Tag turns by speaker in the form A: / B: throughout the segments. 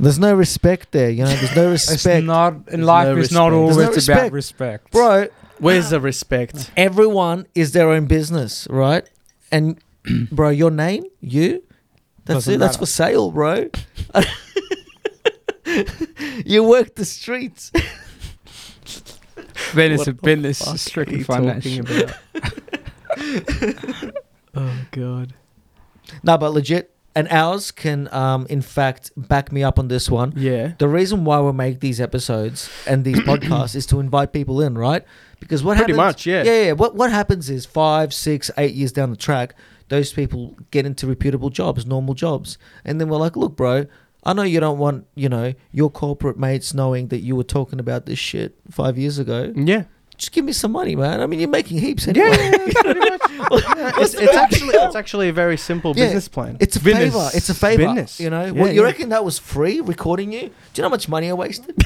A: There's no respect there. You know, there's no
B: It's
A: respect,
B: not in
C: There's
B: life.
C: no
B: it's not
C: respect.
B: always
A: There's no
B: about
A: respect.
B: respect.
A: bro.
C: Where's the respect?
A: Everyone is their own business, right? And bro, your name, you, that's
B: Doesn't
A: it. That's
B: matter.
A: for sale, bro. you work the streets.
B: Then it's
C: What
B: a
C: the
B: bit it's
C: fuck
B: just strictly
C: are you talking
B: financial. About?
C: Oh god.
A: No, but legit, and ours can, um, in fact, back me up on this one.
C: Yeah.
A: The reason why we make these episodes and these podcasts is to invite people in, right? Because what
C: Pretty
A: happens,
C: much, yeah.
A: yeah, yeah. What what happens is five, six, eight years down the track, those people get into reputable jobs, normal jobs, and then we're like, look, bro, I know you don't want you know your corporate mates knowing that you were talking about this shit five years ago.
C: Yeah.
A: Just give me some money, man. I mean, you're making heaps anyway.
C: it's, it's actually it's actually a very simple
A: Yeah.
C: business plan.
A: It's a
C: Business.
A: favor. It's a favor.
C: Business.
A: You know,
C: Yeah,
A: what, you
C: yeah.
A: reckon that was free recording you? Do you know how much money I wasted?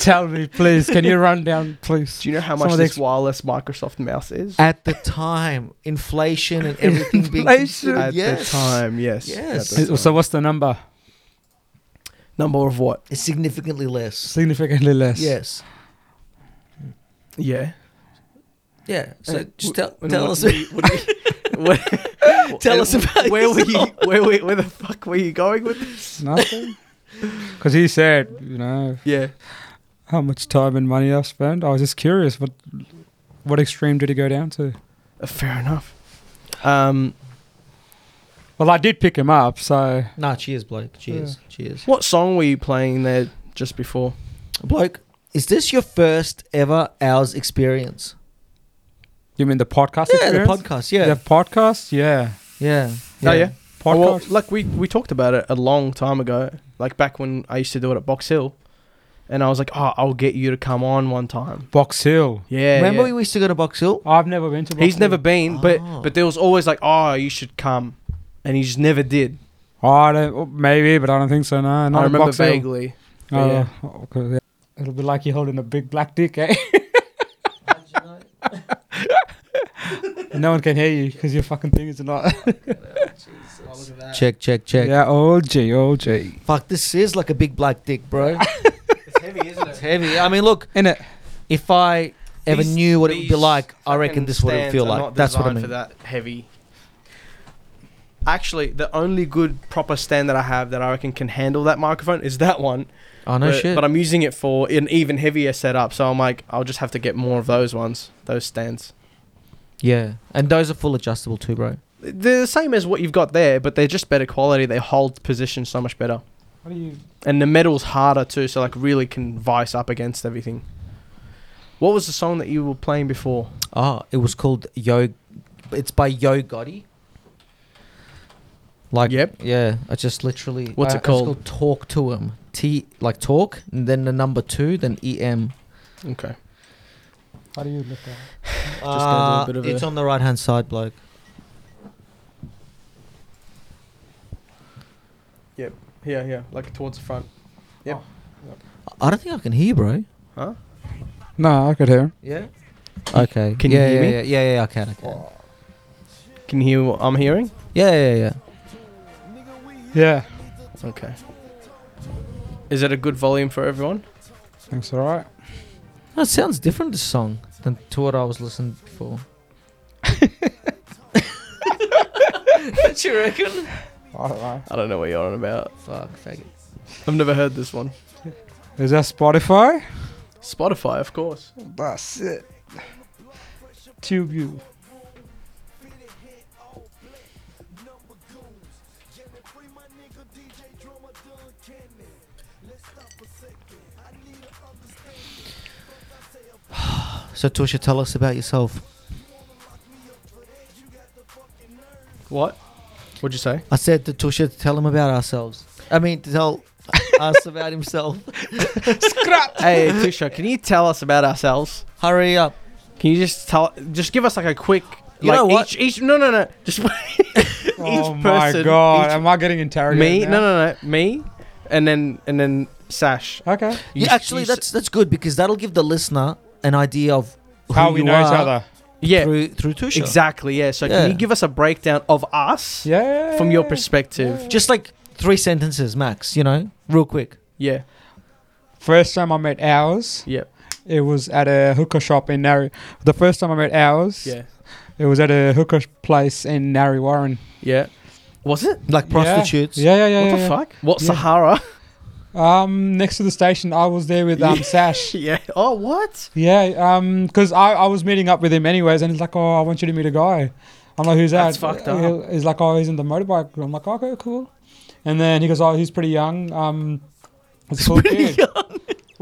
B: Tell me, please. Can you run down, please?
C: Do you know how
B: Some
C: much
B: of the
C: this
B: ex-
C: wireless Microsoft mouse is?
A: At the time, inflation and everything being
B: Inflation.
A: considered,
C: At
A: yes.
C: the time, yes.
A: Yes.
C: At the
B: So
C: time.
B: what's the number?
C: number of what?
A: It's significantly less.
B: Significantly less.
A: Yes.
C: Yeah.
A: Yeah. So
C: Uh, w-
A: just tell,
C: and
A: tell
C: what
A: us.
C: were you- what were you-
A: Tell
C: and
A: us about
C: where were you?
A: yourself.
C: Where, were- where the fuck were you going with this?
B: It's nothing. Because he said, you know,
C: Yeah.
B: how much time and money I spent. I was just curious. What what extreme did he go down to?
C: Uh, Fair enough. Um,
B: Well, I did pick him up, so
A: nah, cheers, bloke. Cheers. Cheers.
C: what song were you playing there just before?
A: Bloke, is this your first ever hours experience?
B: you mean the podcast?
A: yeah,
B: experience?
A: the podcast. Yeah.
B: The podcast, yeah.
A: Yeah.
C: Oh yeah.
B: Podcast.
C: Oh, well, like we we talked about it a long time ago, like back when I used to do it at Box Hill, and I was like, oh, I'll get you to come on one time.
B: Box Hill.
C: Yeah.
A: Remember
C: yeah.
A: we used to go to Box Hill?
B: I've never been to. Box
C: He's
B: Hill.
C: never been,
A: Oh.
C: but but there was always like, oh, you should come, and he just never did.
B: Oh, I don't, oh, maybe, but I don't think so. No, not
C: I
B: at
C: remember
B: Box Hill.
C: vaguely. but
B: Oh,
C: yeah.
B: okay, yeah. It'll be like you holding a big black dick, eh? no one can hear you because your fucking thing is not.
A: Check, check, check.
B: Yeah, OG, OG.
A: Fuck, this is like a big black dick, bro.
C: It's heavy, isn't
A: it's heavy. I mean, look,
B: In it.
A: if I ever
C: These-
A: knew what it would be
C: these
A: like, I reckon
C: fucking
A: this would
C: stands
A: feel
C: are
A: like.
C: not
A: That's what I
C: designed
A: mean.
C: For that heavy. Actually, the only good proper stand that I have that I reckon can handle that microphone is that one.
A: Oh, no
C: but,
A: shit.
C: But I'm using it for an even heavier setup, so I'm like, I'll just have to get more of those ones, those stands.
A: yeah. And those are full adjustable too, bro.
C: They're the same as what you've got there, but they're just better quality. They hold position so much better,
B: What are you?
C: and the metal's harder too, so like really can vice up against everything. What was the song that you were playing before?
A: Oh, it was called Yo. It's by Yo Gotti. Like,
C: Yep.
A: yeah. I just literally.
C: What's
A: uh,
C: it called?
A: It's called Talk to Him. T like talk, and then the number two, then E M.
C: Okay.
B: How do you look at?
A: Just
C: gonna do a bit of
A: Uh, it's
C: a-
A: on the right hand side, bloke.
C: Yeah, yeah, like towards the front.
A: I don't think I can hear you, bro.
C: Huh?
B: No, I could hear. him.
A: Yeah. Okay.
C: Can you
A: yeah,
C: hear
A: yeah,
C: me?
A: Yeah, yeah, yeah. I can. I can.
C: Can you hear what I'm hearing?
A: Yeah, yeah, yeah.
B: Yeah,
C: Okay. Is it a good volume for everyone?
B: that's all right.
A: That sounds different. This song than to what I was listening before. Don't you reckon?
B: All right.
C: I don't know what you're on about.
A: Fuck, faggot.
C: I've never heard this one.
B: Is that Spotify?
C: Spotify, of course.
B: That's it. Tube you.
A: So Tusha, tell us about yourself.
C: What? What'd you say?
A: I said to Tusha to tell him about ourselves. I mean, to tell us about himself.
C: hey, Tusha, can you tell us about ourselves?
A: Hurry up.
C: Can you just tell? Just give us like a quick.
A: You
C: like
A: know what?
C: Each, each, no, no, no. Just
B: Oh my
C: Each person,
B: god,
C: each-
B: am I getting interrogated?
C: me.
B: now?
C: No, no, no. Me, and then and then Sash.
B: Okay.
C: You
A: yeah,
C: s-
A: actually,
C: you s-
A: that's that's good because that'll give the listener an idea of who
B: How we
C: Oh,
A: you
B: know
A: are
B: each other?
C: yeah,
A: through through Tusha.
C: exactly. Yeah. So
A: Yeah.
C: can you give us a breakdown of us
B: Yeah.
C: from your perspective?
A: Just like three sentences max, you know, real quick.
C: Yeah.
B: First time I met Ours.
C: Yep.
B: It was at a hooker shop in Nari. The first time I met Ours.
C: Yeah.
B: It was at a hooker place in Nari Warren.
C: Yeah. Was it?
A: Like
B: Yeah.
A: prostitutes.
B: Yeah, yeah, yeah.
C: what
B: yeah,
C: the
B: yeah.
C: fuck? What
B: Yeah.
C: Sahara?
B: Um, next to the station, I was there with um
C: Yeah.
B: Sash.
C: yeah. Oh, what?
B: Yeah, um, because I, I was meeting up with him anyways, and he's like, oh, I want you to meet a guy. I'm like, who's that?
C: That's fucked up.
B: He'll- He's like, oh, he's in the motorbike. I'm like, okay, cool. And then he goes, oh, he's pretty young. Um, he's a cool kid.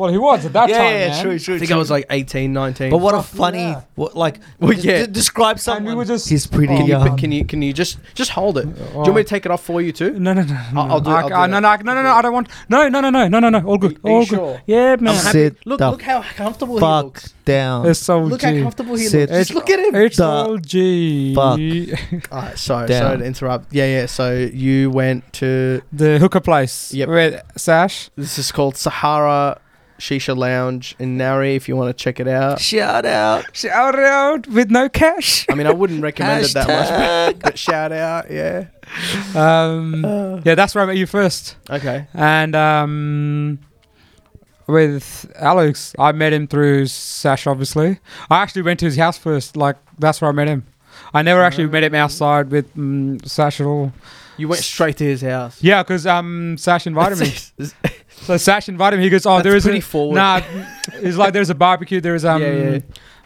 B: Well, he was at that time. man.
C: I think I was like 18, 19.
A: But what a
B: Fuck
A: funny,
B: yeah.
A: what, like,
C: Well,
A: d-
C: yeah.
A: d- describe someone.
B: And we were just.
A: He's pretty uh,
B: Oh.
C: can you,
A: young.
C: can you can you just just hold it? Do
B: Oh.
C: you want me to take it off for you too?
B: No, no, no. no.
C: I'll do it,
B: I-
C: I'll do
B: I-
C: it.
B: no, no, no, no, no, I don't want. No, no, no, no, no, no, no. All good.
C: Are you
B: All good.
C: sure?
B: Yeah, man.
A: I'm happy. Sit
C: Look
A: the
C: look how comfortable he
A: Fuck
C: looks.
A: down.
B: It's so
C: Look how
B: G.
C: comfortable he
A: Sit
C: looks. Just look at him.
B: It's
A: the
B: all G.
A: fuck.
C: Alright, sorry,
A: Down.
C: sorry to interrupt. Yeah, yeah. So you went to
B: The hooker place.
C: Yep.
B: With Sash.
C: this is called Sahara Shisha Lounge in Nari. If you want to check it out,
A: Shout out.
B: Shout out with no cash.
C: I mean, I wouldn't recommend it that much,
A: Hashtag.
C: but, but shout out, yeah.
B: Um,
C: Uh.
B: yeah, that's where I met you first.
C: Okay,
B: And um, with Alex, I met him through Sash, obviously. I actually went to his house first. Like, that's where I met him. I never actually met him outside with um, Sash at all.
C: you went straight to his house.
B: Yeah, because um, Sash invited me.
C: That's
B: So Sash invited me. He goes, "Oh, there is
C: pretty
B: a
C: forward.
B: nah." It's like there's a barbecue. There's um,
C: Yeah, yeah.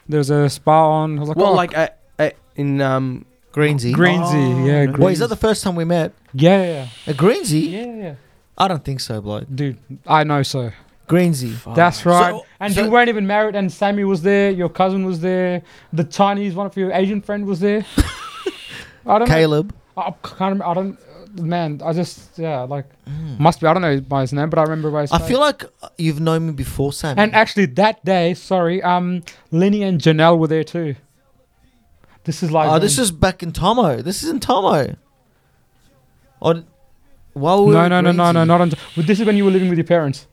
B: there's a spa on. I was like,
C: well,
B: "Oh,
C: like I, I, in um,
A: Greensy.
B: Greensy,
C: Oh,
B: yeah,
C: no.
B: Greensy.
A: Wait, is that the first time we met?
B: yeah, yeah,
A: A Greensy?
B: yeah, yeah, yeah,
A: I don't think so, bloke.
B: dude. I know so.
A: Greensy.
B: That's right.
A: So-
B: and
A: so-
B: you weren't even married, and Sammy was there, your cousin was there, the Chinese one of your Asian friend was there. I don't know.
A: Caleb.
B: I I can't remember. I don't. uh, Man, I just yeah, like
C: Hmm.
B: must be. I don't know by his name, but I remember by his
A: I
B: face.
A: feel like you've known me before, Sam.
B: and actually, that day, sorry, um, Lenny and Janelle were there too. This is like
A: oh, this is back in Tomo. This isn't Tomo. On while we were
B: no,
A: at
B: no, no, no, no,
A: Greensy.
B: not on. Well, this is when you were living with your parents.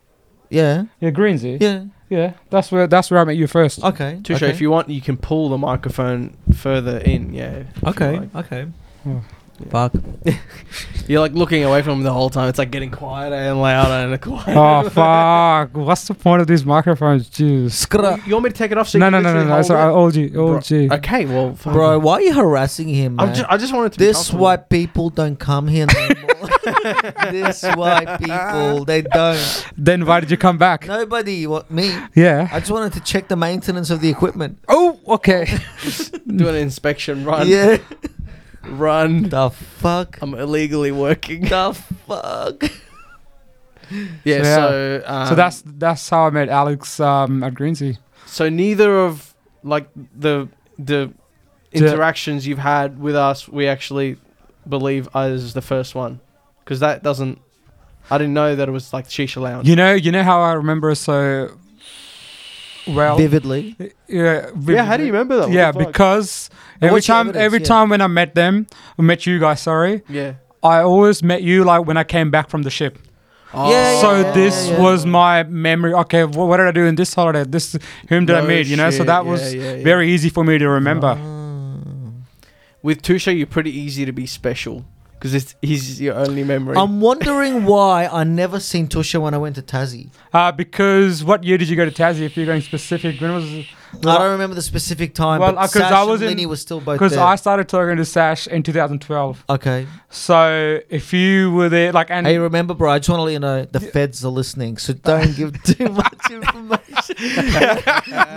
A: Yeah,
B: Yeah, Greensy. Yeah,
A: yeah.
B: that's where that's where I met you first.
A: Okay.
C: Touche,
A: okay.
C: if you want, you can pull the microphone further in. Yeah. if you
A: Okay.
C: like.
A: Okay.
B: Yeah.
A: Fuck.
C: You're like looking away from him the whole time. It's like getting quieter and louder and quieter.
B: oh fuck! What's the point of these microphones? Jeez.
A: Skra.
C: You want me to take it off?
B: uh,
C: So
B: no,
C: you
B: no,
C: can
B: no, no,
C: literally
B: no.
C: hold
B: Sorry,
C: it?
B: OG,
C: Bro,
B: OG.
C: Okay, well, fuck.
A: Bro, why are you harassing him, man?
C: I'm just, I just wanted to. be
A: this is
C: comfortable.
A: why people don't come here no more. this is why people they don't.
B: Then why did you come back?
A: Nobody what me.
B: Yeah.
A: I just wanted to check the maintenance of the equipment.
B: Oh, okay.
C: do an inspection run.
A: Yeah.
C: Run.
A: The fuck?
C: I'm illegally working.
A: The fuck?
C: Yeah.
B: Yeah.
C: So. Um,
B: so that's that's how I met Alex um, at Greensea.
C: So neither of like the the
B: Yeah.
C: interactions you've had with us, we actually believe is the first one, because that doesn't. I didn't know that it was like shisha lounge.
B: You know, you know how I remember so well.
A: Vividly.
B: yeah.
C: Yeah.
B: vi-
C: how do you remember that? What
B: Yeah,
C: the fuck?
B: because
A: And
B: every
A: what's your
B: time,
A: evidence?
B: every
A: Yeah.
B: time when I met them, I met you guys. Sorry,
C: yeah.
B: I always met you like when I came back from the ship.
A: Yeah,
B: Oh. so
A: yeah,
B: this
A: yeah, yeah.
B: was my memory. Okay, wh- what did I do in this holiday? This whom did I
C: No
B: meet? You know, so
C: shit,
B: that
C: yeah,
B: was
C: yeah, yeah.
B: very easy for me to remember.
A: Ah.
C: With Tusha, you're pretty easy to be special because it's he's your only memory.
A: I'm wondering why I never seen Tusha when I went to Tassie.
B: Uh, because what year did you go to Tassie? If you're going specific, when was
A: I don't remember the specific time,
B: Well,
A: but
B: uh, 'cause
A: Sash
B: I was
A: and
B: in-
A: Lenny were still both
B: because
A: there.
B: I started talking to Sash in 2012.
A: okay.
B: So if you were there, like, and
A: Hey, remember, bro, I just want to let you know the feds are listening, so don't give too much information.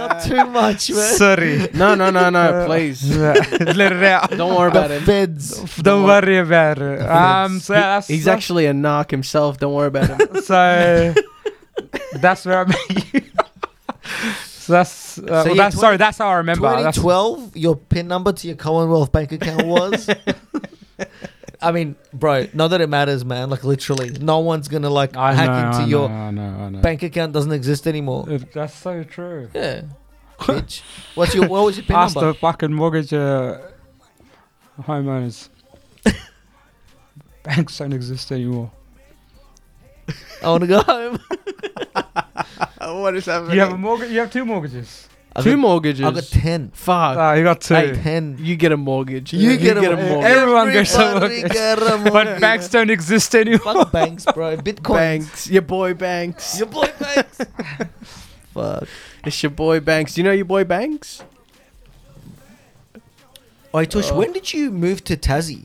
A: Not too much, man.
B: sorry, Uh,
C: no, no, no, no. Please
B: let it out.
C: don't worry about
A: the
C: him.
A: feds.
B: Don't, worry about it. Um, so yeah, that's,
C: He's
B: that's-
C: actually a narc himself. Don't worry about him.
B: so that's where I met you. so that's uh, well,
A: yeah,
B: that's
A: twen-
B: sorry. That's how I remember. That's,
A: 2012, your PIN number to your Commonwealth bank account was. I mean, bro, not that it matters, man. Like, literally, no one's going to, like,
B: I
A: hack
B: know,
A: into
B: I
A: your
B: know, I know, I know.
A: bank account doesn't exist anymore.
B: Uh, That's so true.
A: Yeah. Bitch. What's your, what was your PIN
B: Ask the
A: number?
B: fucking mortgage uh, homeowners. Banks don't exist anymore.
A: I want to go home.
C: what is happening?
B: You have a mortgage. You have two mortgages.
A: I
C: Two
A: got,
C: mortgages.
A: I got ten.
C: Fuck.
B: Oh, you got two.
C: Hey,
A: Ten.
C: you get a mortgage.
A: You get a
B: mortgage.
C: mortgage.
B: Everyone gets a
A: Everybody
B: mortgage.
A: get a
B: but
A: mortgage.
B: banks don't exist anymore.
A: Fuck banks, bro. Bitcoin.
C: Banks. Your boy Banks.
A: Your boy banks. Fuck.
C: It's your boy Banks. You know your boy Banks?
A: Oi, Tush,
C: Oh.
A: when did you move to Tassie?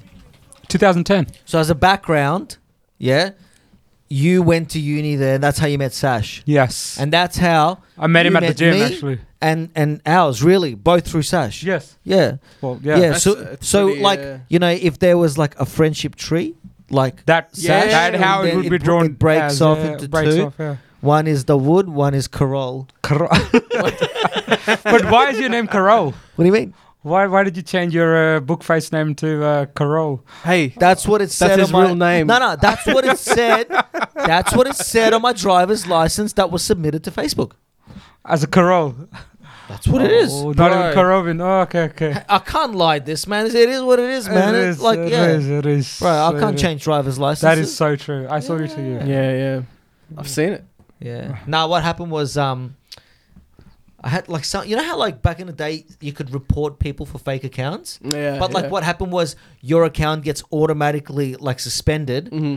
B: 2010.
A: So as a background, yeah, you went to uni there, and that's how you met Sash,
B: Yes.
A: and that's how
B: I met him
A: you
B: at the
A: met
B: gym
A: me?
B: actually.
A: and and ours really both through Sash.
B: Yes.
A: yeah,
B: Well,
A: yeah.
B: yeah.
A: so
C: That's- it's
A: so
C: pretty,
A: like
C: uh,
A: you know, if there was like a friendship tree, like
B: That
A: Yeah.
B: yeah, that how
A: Then
B: it would
A: it
B: be
A: br-
B: drawn.
A: it breaks
B: as,
A: off
B: yeah,
A: into
B: breaks
A: two.
B: Off, yeah.
A: one is the wood, one is Carol.
B: Carol. but why is your name Carol?
A: What do you mean?
B: Why why did you change your uh, book face name to uh, Carol?
C: Hey,
A: That's what it said.
C: his
A: on my,
C: real name.
A: No, no, that's what it said. that's what it said on my driver's license that was submitted to Facebook.
B: As a Carol.
A: That's what it is.
B: Oh, not
C: bro.
B: even Carovin. Oh, okay, okay.
A: I can't lie. This man, it is what it is, man.
B: It
A: It's
B: is,
A: like
B: it
A: yeah.
B: is, it is.
A: Bro, I
B: It
A: can't
B: is.
A: change driver's license.
B: That is so true. I saw you to
C: Yeah,
B: you.
C: yeah. I've seen it.
A: Yeah. Now what happened was um I had like some you know how like back in the day you could report people for fake accounts?
C: Uh, Yeah.
A: But like what happened was your account gets automatically like suspended
C: hmm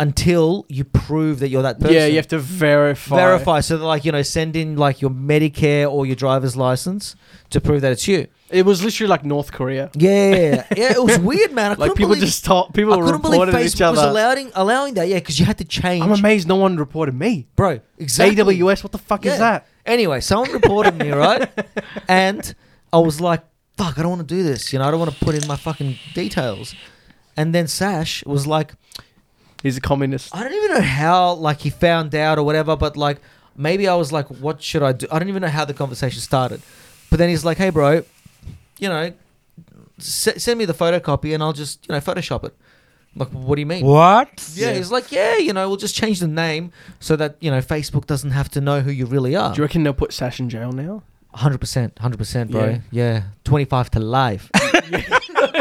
A: until you prove that you're that person.
C: Yeah, you have to verify.
A: verify. So that like, you know, send in like your Medicare or your driver's license to prove that it's you.
C: It was literally like North Korea.
A: Yeah. yeah, it was weird, man. I
C: Like
A: couldn't
C: people
A: believe,
C: just talk. People
A: I couldn't believe
C: reported
A: Facebook
C: each other.
A: was allowing allowing that, yeah, because you had to change
C: I'm amazed no one reported me.
A: Bro, exactly.
C: AWS, what the fuck
A: Yeah.
C: is that?
A: Anyway, someone reported me, right? And I was like, fuck, I don't want to do this. You know, I don't want to put in my fucking details. And then Sash was like,
C: He's a communist.
A: I don't even know how, like, he found out or whatever, but like, maybe I was like, what should I do? I don't even know how the conversation started. But then he's like, hey, bro, you know, s- send me the photocopy and I'll just, you know, Photoshop it. I'm like, what do you mean?
B: What?
A: Yeah, he's like, yeah, you know, we'll just change the name so that, you know, Facebook doesn't have to know who you really are.
C: Do you reckon they'll put Sash in jail now?
A: Hundred percent, hundred percent, bro. Yeah.
C: Yeah.
A: twenty five to life.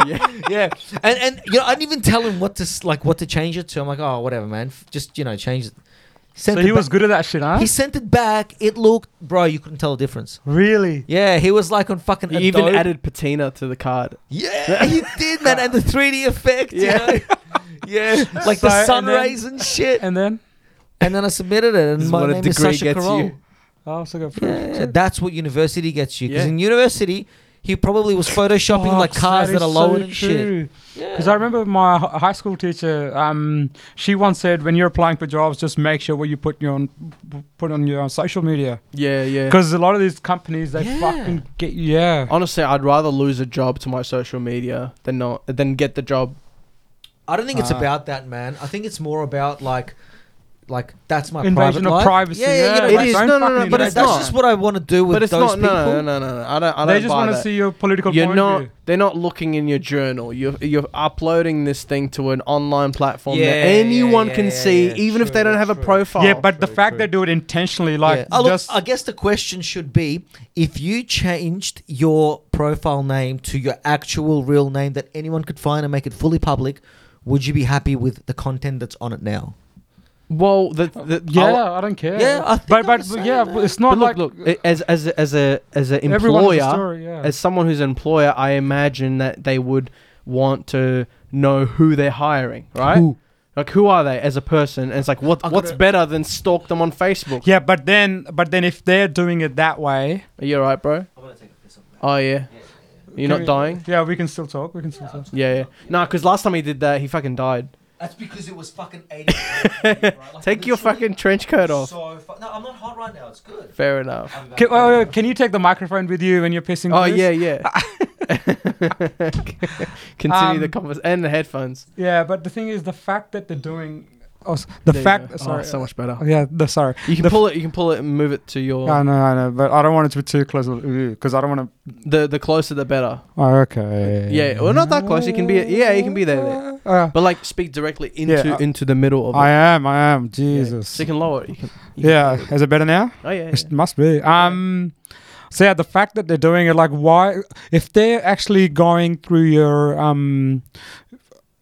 C: yeah.
A: yeah, and and you know, I didn't even tell him what to s- like what to change it to. I'm like, oh, whatever, man. F- Just you know, change it. Sent
B: So
A: it
B: he was
A: ba-
B: good at that shit, huh?
A: He sent it back. It looked, bro. You couldn't tell the difference.
B: really?
A: Yeah, he was like on fucking.
C: He even
A: Adobe.
C: added patina to the card.
A: Yeah, he did, man. And the 3D effect. Yeah,
C: Yeah.
A: yeah, like the
B: So,
A: sun
B: and then-
A: rays and shit.
B: And then?
A: And then I submitted it, and
C: This is
A: my
C: what a
A: name is
C: degree
A: Sasha
C: gets
A: Carol.
C: you.
B: I also got proof.
A: Yeah, that's what university gets you. Because
C: Yeah.
A: in university, he probably was photoshopping like cars that, are lowered and shit.
B: Because I remember my hi- high school teacher, um, she once said, when you're applying for jobs, just make sure what you put your on, put on your social media.
C: Yeah, yeah.
B: Because a lot of these companies, they
A: Yeah.
B: fucking get you. Yeah.
C: Honestly, I'd rather lose a job to my social media than not than get the job.
A: I don't think it's
B: Ah.
A: about that, man. I think it's more about like, like that's my private
B: Invasion of
A: life.
B: privacy. Yeah,
A: you know,
C: It
A: like,
C: is-
A: don't-
C: no, no, no,
A: But
C: but
A: it's
C: it's
A: that's
C: not.
A: just what I want to do with
C: But it's
A: those
C: not. No,
A: people.
C: no, no, no, no. I don't. I don't
B: they just
C: buy
B: want to
C: that.
B: see your political
C: You're
B: point
C: not.
B: of view.
C: They're not looking in your journal. You're you're uploading this thing to an online platform
A: Yeah,
C: that
A: yeah,
C: anyone
A: yeah,
C: can
A: yeah,
C: see,
A: yeah,
C: even if they
A: true,
C: don't have
A: true.
C: a profile.
B: yeah, but the
A: True,
B: fact
A: true.
B: they do it intentionally, like
A: Yeah. Oh, look,
B: just
A: I guess the question should be if you changed your profile name to your actual real name that anyone could find and make it fully public, would you be happy with the content that's on it now?
C: well, the, the
B: yeah,
C: I'll-
B: I don't care.
A: Yeah, I think
B: but
A: I'm
B: but
A: the same,
B: yeah,
A: man.
B: but it's
C: but
B: not
C: look,
B: like
C: look. a- As as a- as a as
B: everyone
C: an
B: has a
C: employer,
B: story. Yeah.
C: as someone who's an employer, I imagine that they would want to know who they're hiring, right?
A: Who?
C: Like who are they as a person? And it's like what
A: I
C: what's
A: gotta-
C: better than stalk them on Facebook?
B: Yeah, but then but then if they're doing it that way,
C: Are you alright, bro? Oh yeah. You're
B: Can
C: not
B: we-
C: dying?
B: Yeah, we can still talk. We can still talk.
C: Yeah, yeah. Nah, because last time he did that, he fucking died.
A: That's because it was fucking 80.
C: Take your fucking trench coat off.
A: So fu- no, I'm not hot right now. It's good.
C: Fair enough.
A: I'm
B: Can,
A: back.
B: oh, yeah, can you take the microphone with you when you're pissing?
C: Oh
B: Chris?
C: yeah, yeah. Continue the
B: Um,
C: conversation and the headphones.
B: Yeah, but the thing is, the fact that they're doing, oh, s- the
C: There you
B: fact.
C: go. Oh,
B: Sorry,
C: so much better.
B: Yeah, the sorry.
C: You can
B: The-
C: pull it. You can pull it and move it to your.
B: I know, I know, but I don't want it to be too close because I don't want to.
C: the the closer the better.
B: Oh, okay.
C: Uh, Yeah, well, not that close. You can be- yeah, you can be there, there.
B: Uh,
C: But like speak directly into
B: I-
C: into the middle of
B: uh, I
C: it.
B: am. I am.
C: Yeah.
B: Jesus.
C: So you can lower it. You can, you can
B: Yeah.
C: lower it.
B: Is it better now?
C: Oh yeah.
B: It must be. Um. So yeah, the fact that they're doing it, like, why? If they're actually going through your um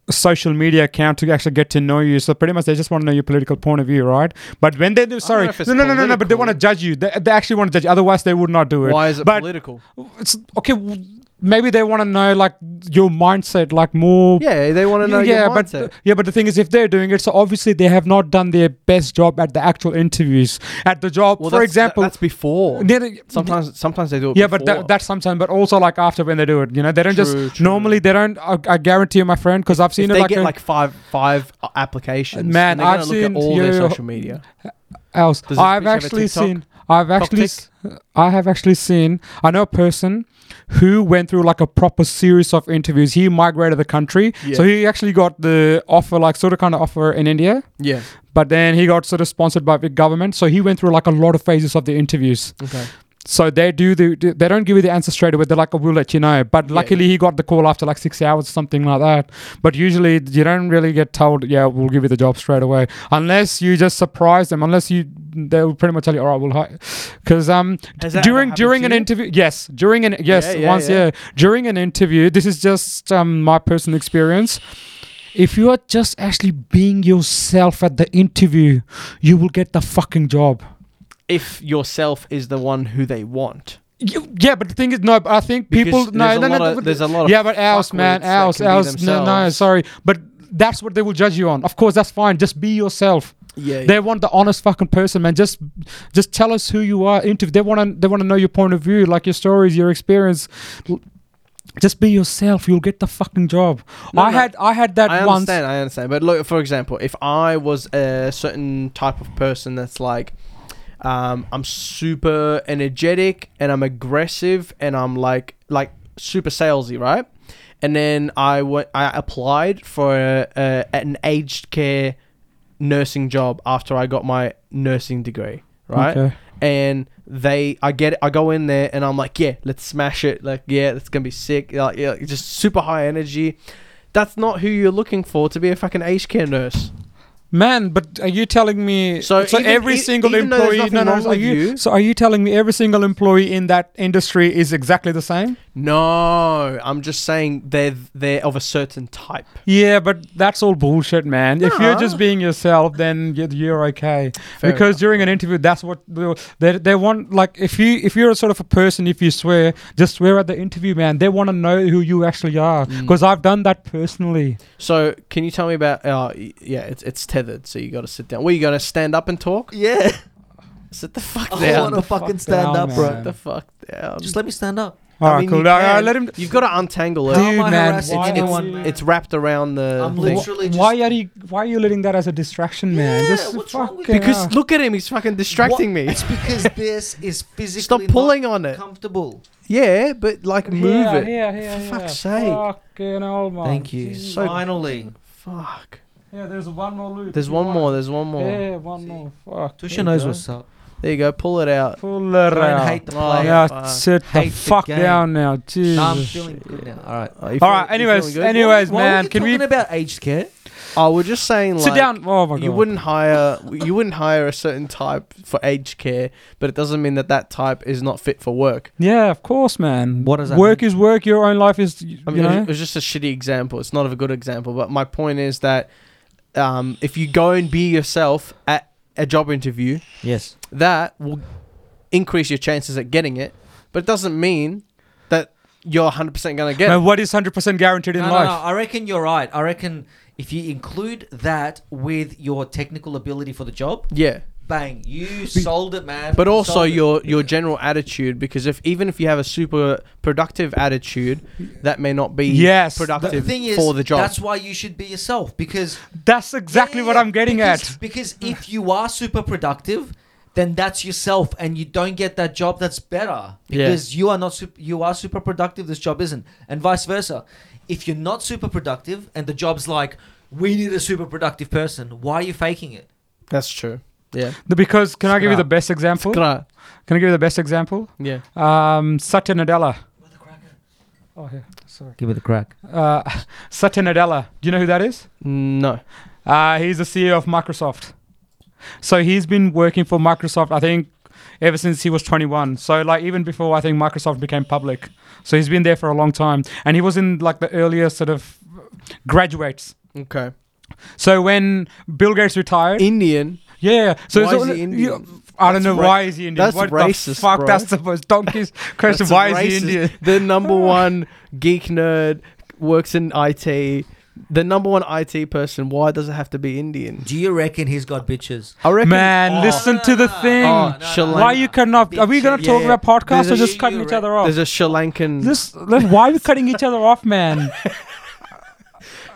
B: social media account to actually get to know you. So pretty much they just want to know your political point of view, right? But when they do,
C: don't
B: sorry,
C: know if it's
B: no, no, no, no, no, but they
C: political.
B: want to judge you. They, they actually want to judge. you. Otherwise, they would not do it.
C: Why is it
B: But-
C: political?
B: It's okay. w- Maybe they want to know like your mindset, like more.
C: Yeah, they want to know
B: yeah,
C: your
B: but
C: mindset.
B: yeah, but the thing is, if they're doing it, so obviously they have not done their best job at the actual interviews. At the job,
C: Well,
B: for
C: that's-
B: example,
C: that's before.
B: near the-
C: Sometimes, sometimes they do it.
B: yeah, but
C: before.
B: that, that's sometimes. But also, like after when they do it, you know, they don't
C: True,
B: just
C: true.
B: normally they don't. I, I guarantee you, my friend, because I've seen
C: if
B: it
C: they
B: like,
C: get
B: a-
C: like five five uh, applications.
B: Man,
C: and they're gonna
B: I've
C: look
B: seen
C: at all
B: you-
C: their social media.
B: else.
C: Does this
B: I've
C: bitch have a
B: actually
C: TikTok?
B: seen. I've actually.
C: tick?
B: s- I have actually seen. I know a person who went through like a proper series of interviews. He migrated the country, so
C: Yeah.
B: he actually got the offer, like sort of kind of offer in India.
C: Yeah.
B: But then he got sort of sponsored by the government, so he went through like a lot of phases of the interviews.
C: Okay.
B: So they do the do- they don't give you the answer straight away. They're like, "Oh, "We'll let you know." But
C: Yeah,
B: luckily, he got the call after like six hours, something like that. But usually, you don't really get told, "Yeah, we'll give you the job straight away," unless you just surprise them. Unless you, they will pretty much tell you, "All right, we'll hire." Because um,
C: Has that ever
B: during
C: happened
B: during
C: to
B: an
C: you?
B: interview, yes, during an yes,
C: Yeah, yeah,
B: once yeah.
C: yeah.
B: during an interview, this is just um my personal experience. If you are just actually being yourself at the interview, you will get the fucking job.
C: If yourself is the one who they want,
B: You, yeah, but the thing is, no. but I think people
C: Because
B: no,
C: there's
B: no,
C: a
B: no,
C: lot
B: no,
C: of, there's a lot of
B: yeah, but ours,
C: fuckwits
B: man,
C: that
B: ours,
C: can be
B: ours. No, no,
C: themselves.
B: sorry, but that's what they will judge you on. Of course, that's fine. Just be yourself.
C: yeah, yeah.
B: They want the honest fucking person, man. Just, just tell us who you are. Interview. They want to. They want to know your point of view, like your stories, your experience. L- Just be yourself. You'll get the fucking job.
C: No,
B: I
C: no,
B: had. I had that
C: I
B: once.
C: understand, I understand. But look, for example, if I was a certain type of person that's like, um, I'm super energetic and I'm aggressive and I'm like like super salesy, right? And then I went, I applied for a, a, an aged care nursing job after I got my nursing degree, right?
B: Okay.
C: and they I get I go in there and I'm like, yeah, let's smash it. Like, yeah, it's gonna be sick. Like, yeah, just super high energy. That's not who you're looking for to be a fucking aged care nurse.
B: Man, but are you telling me so,
C: So even-
B: every
C: e-
B: single
C: even though there's
B: employee?
C: nothing wrong
B: are
C: with
B: you,
C: you-
B: so are you telling me every single employee in that industry is exactly the same?
C: No, I'm just saying they're they're of a certain type.
B: Yeah, but that's all bullshit, man. If you're
C: Nah.
B: just being yourself, then you're, you're okay.
C: Fair
B: because
C: enough.
B: during an interview, that's what they, they they want. Like if you if you're a sort of a person, if you swear, just swear at the interview, man. They want to know who you actually are.
C: Mm.
B: Because I've done that personally.
C: So can you tell me about? Uh, y- yeah, it's it's tethered, so you got to sit down. Were you gonna stand up and talk?
A: Yeah.
C: Sit the fuck
A: I
C: down.
A: want to
B: Fuck
A: fucking
B: down,
A: stand up,
B: man.
A: bro.
C: Sit the fuck down.
A: Just let me stand up.
B: All right,
A: mean,
B: cool.
A: you
B: All right,
A: can.
B: let him.
C: You've got to untangle it.
A: How am
B: Dude,
A: I
B: man,
A: harassing
B: why
A: anyone?
B: don't you-
C: It's wrapped around the.
A: I'm
C: thing.
A: literally just.
B: Why are you Why are you letting that as a distraction, man?
A: Yeah,
B: just
A: what's wrong
B: fucking
A: with you?
C: because
B: hell.
C: look at him, he's fucking distracting me.
A: It's because this is physically
C: Stop pulling on
A: not
C: it.
A: comfortable.
C: Yeah, but like move
B: yeah,
C: it.
B: Yeah, yeah, yeah.
C: For fuck's sake.
B: Fucking hell, man.
A: Thank you.
C: So-
A: Finally.
C: Fuck.
B: Yeah, there's one more loop.
C: There's
B: You
C: one
B: want-
C: more. There's one more.
B: Yeah, one more. Fuck.
A: Tusha
C: There you
A: knows
C: go.
A: what's up.
C: There you go. Pull it out.
B: Pull it
A: Don't
B: out.
A: hate the
C: Oh,
A: player.
B: yeah,
C: fuck.
B: sit the
A: Hate the
B: fuck
A: game.
B: down now. Jesus.
A: Nah, I'm feeling good now. All right.
C: Uh, you
B: All right,
C: feel- you feeling
B: anyways,
C: good?
B: anyways,
A: Why
B: man,
A: were you
B: can we
A: talking about aged care?
C: I was just saying, like,
B: sit down? Oh my god.
C: You wouldn't hire. You wouldn't hire a certain type for aged care, but it doesn't mean that that type is not fit for work.
B: Yeah, of course, man.
A: What does that
B: work is work. Your own life is.
C: I mean,
B: you know.
C: it was just a shitty example. It's not a good example, but my point is that um, if you go and be yourself at a job interview,
A: Yes.
C: that will increase your chances at getting it, but it doesn't mean that you're 100% going to get
B: Man,
C: it.
B: what is hundred percent guaranteed in
A: No, no,
B: life?
A: no. I reckon you're right. I reckon if you include that with your technical ability for the job,
C: Yeah.
A: bang, you sold it, man.
C: But also
A: Sold it.
C: your your general attitude because if even if you have a super productive attitude, that may not be
B: Yes,
A: But the
C: productive
A: thing is,
C: for the job.
A: that's why you should be yourself because
B: That's exactly
A: Yeah,
B: what
A: yeah,
B: I'm getting
A: because,
B: at.
A: Because if you are super productive, then that's yourself, and you don't get that job that's better
C: Yeah.
A: because you are not sup- you are super productive. This job isn't, and vice versa. If you're not super productive, and the job's like, we need a super productive person. Why are you faking it?
C: That's true. Yeah.
B: The- Because can I give you the
C: Scrap.
B: best example?
C: Gra-
B: Can I give you the best example?
C: Yeah.
B: Um, Satya Nadella. Oh yeah, sorry.
A: Give it a crack.
B: Uh, Satya Nadella. Do you know who that is?
C: No.
B: Uh, he's the CEO of Microsoft. So he's been working for Microsoft, I think, ever since he was 21. So like even before I think Microsoft became public. So he's been there for a long time, and he was in like the earlier sort of graduates.
C: Okay.
B: So when Bill Gates retired,
C: Indian.
B: yeah. So
C: Why
B: so-
C: is he Indian?
B: you- I don't
C: That's
B: know
C: ra-
B: why is he Indian.
C: that's
B: what
C: racist,
B: The fuck,
C: bro.
B: that's the most donkey's question.
C: That's
B: why is
C: racist.
B: he Indian?
C: The number one geek nerd works in IT. The number one IT person. Why does it have to be Indian?
A: Do you reckon he's got bitches?
C: I reckon.
B: Man,
C: Oh,
B: listen to the thing.
C: Oh,
B: why you cannot? Are we gonna talk
C: Yeah.
B: about podcasts
C: There's
B: or
C: a- E
B: just cutting each other off?
C: There's a Sri Lankan.
B: This, then why are we cutting each other off, man?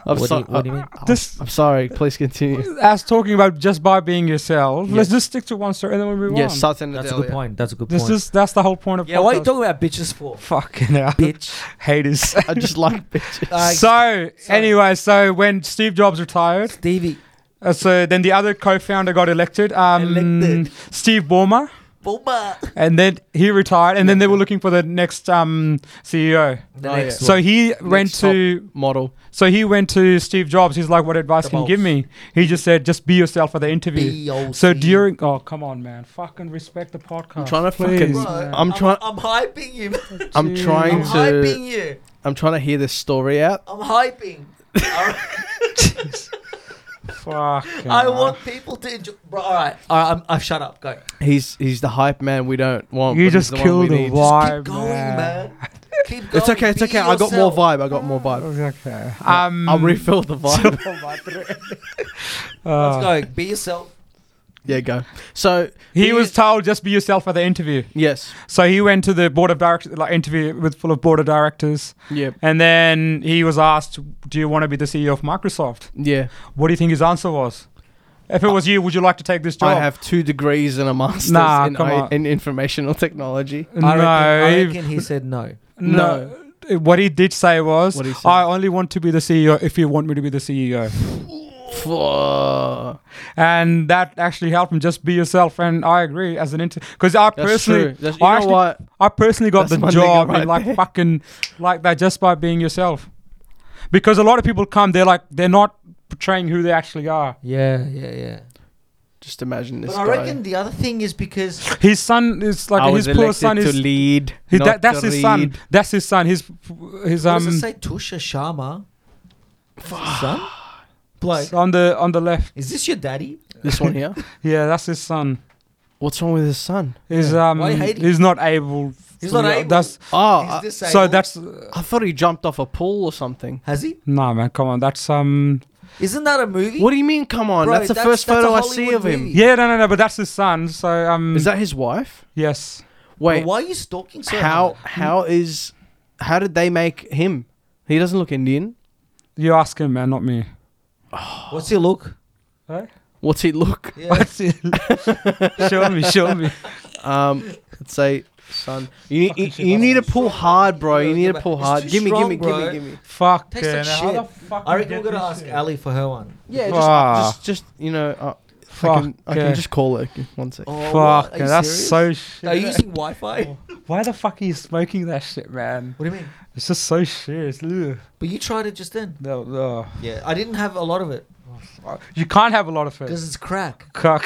C: I'm,
A: What do
C: so-
A: you- what do you mean?
B: This
C: I'm sorry. Please continue.
B: as talking about just by being yourself. Let's
A: Yeah.
B: just stick to one story and then we move
C: Yes,
B: on.
C: Sultan
A: That's a good point. That's a good
B: this
A: point.
B: is that's the whole point of
A: yeah, why are you
B: podcast.
A: talking about bitches for?
B: Fucking hell.
A: Bitch.
B: haters.
C: I just like bitches.
A: Uh,
B: so
A: so-
B: anyway, so when Steve Jobs retired,
A: Stevie.
B: uh, so then the other co-founder got elected, um,
A: Elected.
B: Steve Ballmer,
A: Boomer.
B: and then he retired, and then they were looking for the next um, CEO.
A: The
C: Oh,
A: next
C: yeah.
B: So
A: one.
B: he went
C: Next top
B: to
C: model.
B: so he went to Steve Jobs. He's like, "What advice
A: The
B: can you
A: boss.
B: give me?" He just said, "Just be yourself for the interview."
A: B.O.C..
B: So during, oh come on, man, fucking respect the podcast.
C: I'm trying to
B: please,
C: fucking.
A: Bro,
B: man.
C: I'm trying.
A: I'm hyping you. man.
C: I'm
B: Jeez.
A: I'm
C: trying to.
A: hyping you.
C: I'm trying to hear this story out.
A: I'm hyping. Alright,
B: Fuck.
A: I want people to enjoy. Bro, all right, all right. I'm, I've shut up. Go.
C: He's he's the hype man we don't want.
B: You
C: but he's
B: just
C: the
B: killed
C: one we
B: the
C: need.
B: wa- Why,
A: Keep going,
B: man?
A: man. Keep going.
C: It's okay. It's
A: Be
C: okay. I got more
A: yourself.
C: vibe. I got more vibe.
B: Okay. Um,
C: I'll refill the vibe.
B: uh,
A: Let's go. Be yourself.
C: yeah, go. So
B: He was told just be yourself at the interview.
C: yes.
B: So he went to the board of directors, like interview with full of board of directors,
C: Yeah.
B: and then he was asked, "Do you want to be the CEO of Microsoft?"
C: Yeah.
B: What do you think his answer was? If it was you, would you like to take this job?
C: I have two degrees and a master's
B: Nah,
C: in,
B: come
C: I-
B: on.
C: in informational technology.
B: no,
A: I reckon, I
B: he-
A: reckon he said no.
B: no. What he did say was,
C: What he said.
B: "I only want to be the CEO if you want me to be the E CEO,"
C: Fuck.
B: and that actually helped him. Just be yourself, and I agree as an inter because I
C: That's
B: personally,
C: true. That's, you
B: I
C: know
B: actually-
C: what?
B: I personally got
C: That's
B: the
C: my nigga
B: job
C: right
B: in like
C: there.
B: fucking like that just by being yourself. Because a lot of people come, they're like they're not portraying who they actually are.
A: Yeah, yeah, yeah.
C: Just imagine this
A: but I
C: guy.
A: reckon the other thing is because
B: His son is like
C: I was
B: his poor
C: elected
B: son
C: to
B: is
C: lead.
B: he,
C: not
B: that, that's
C: to
B: his
C: read.
B: son. That's his son. His his
A: what
B: um
A: does it say? Tusha Sharma. Son? Bloke.
B: on the on the left.
A: Is this your daddy?
C: This one here.
B: Yeah, that's his son.
C: What's wrong with his son?
B: He's
A: Yeah.
B: um
A: Why hate him?
B: he's not able.
A: He's not
B: Yeah,
A: able.
B: That's
C: Oh,
A: He's
C: I,
A: disabled.
B: so that's uh,
C: I thought he jumped off a pool or something.
A: Has he?
B: nah man. Come on, that's um
A: Isn't that a movie?
C: What do you mean? Come on,
A: Bro,
C: that's the
A: that's-
C: first
A: that's a
C: photo I see
A: Hollywood
C: of him.
A: movie.
B: yeah no no no. But that's his son. So um
C: Is that his wife?
B: yes.
C: Wait,
A: But why are you stalking so
C: how
A: hard?
C: how is how did they make him? He doesn't look Indian.
B: You ask him, man, not me.
A: What's your look?
C: What's he look?
A: Yeah.
B: show me, show me.
C: Um, let's say son. You, you,
B: shit,
C: you
B: that's
C: need to
B: all
C: pull
A: strong.
C: hard, bro. You
A: Yeah,
C: need
A: but
C: to pull
A: it's
C: hard.
A: too
C: Give me, give me, give
A: strong,
C: me,
A: bro.
C: give me.
B: Fuck.
A: Tastes like
B: how the
A: shit.
B: fuck
A: I
B: we
A: reckon
B: get
A: we're gonna
B: this
A: ask
B: shit?
A: Ali for her one.
C: Yeah, just,
B: Fuck.
C: just, just, you know, uh, I
B: Fuck.
C: can, I can
B: yeah.
C: just call it. One sec.
A: Oh,
B: Fuck.
A: what? Are
B: yeah,
A: you
B: that's
A: serious?
B: so shit.
A: Are you using Wi-Fi?
C: Oh.
A: What
B: Why the fuck are you smoking that shit, man?
A: do you mean?
B: It's just so shit. It's, ugh.
A: But you tried it just then.
B: No, no.
A: Yeah, I didn't have a lot of it
B: You can't have a lot of it.
A: because it's crack.
B: Cuck.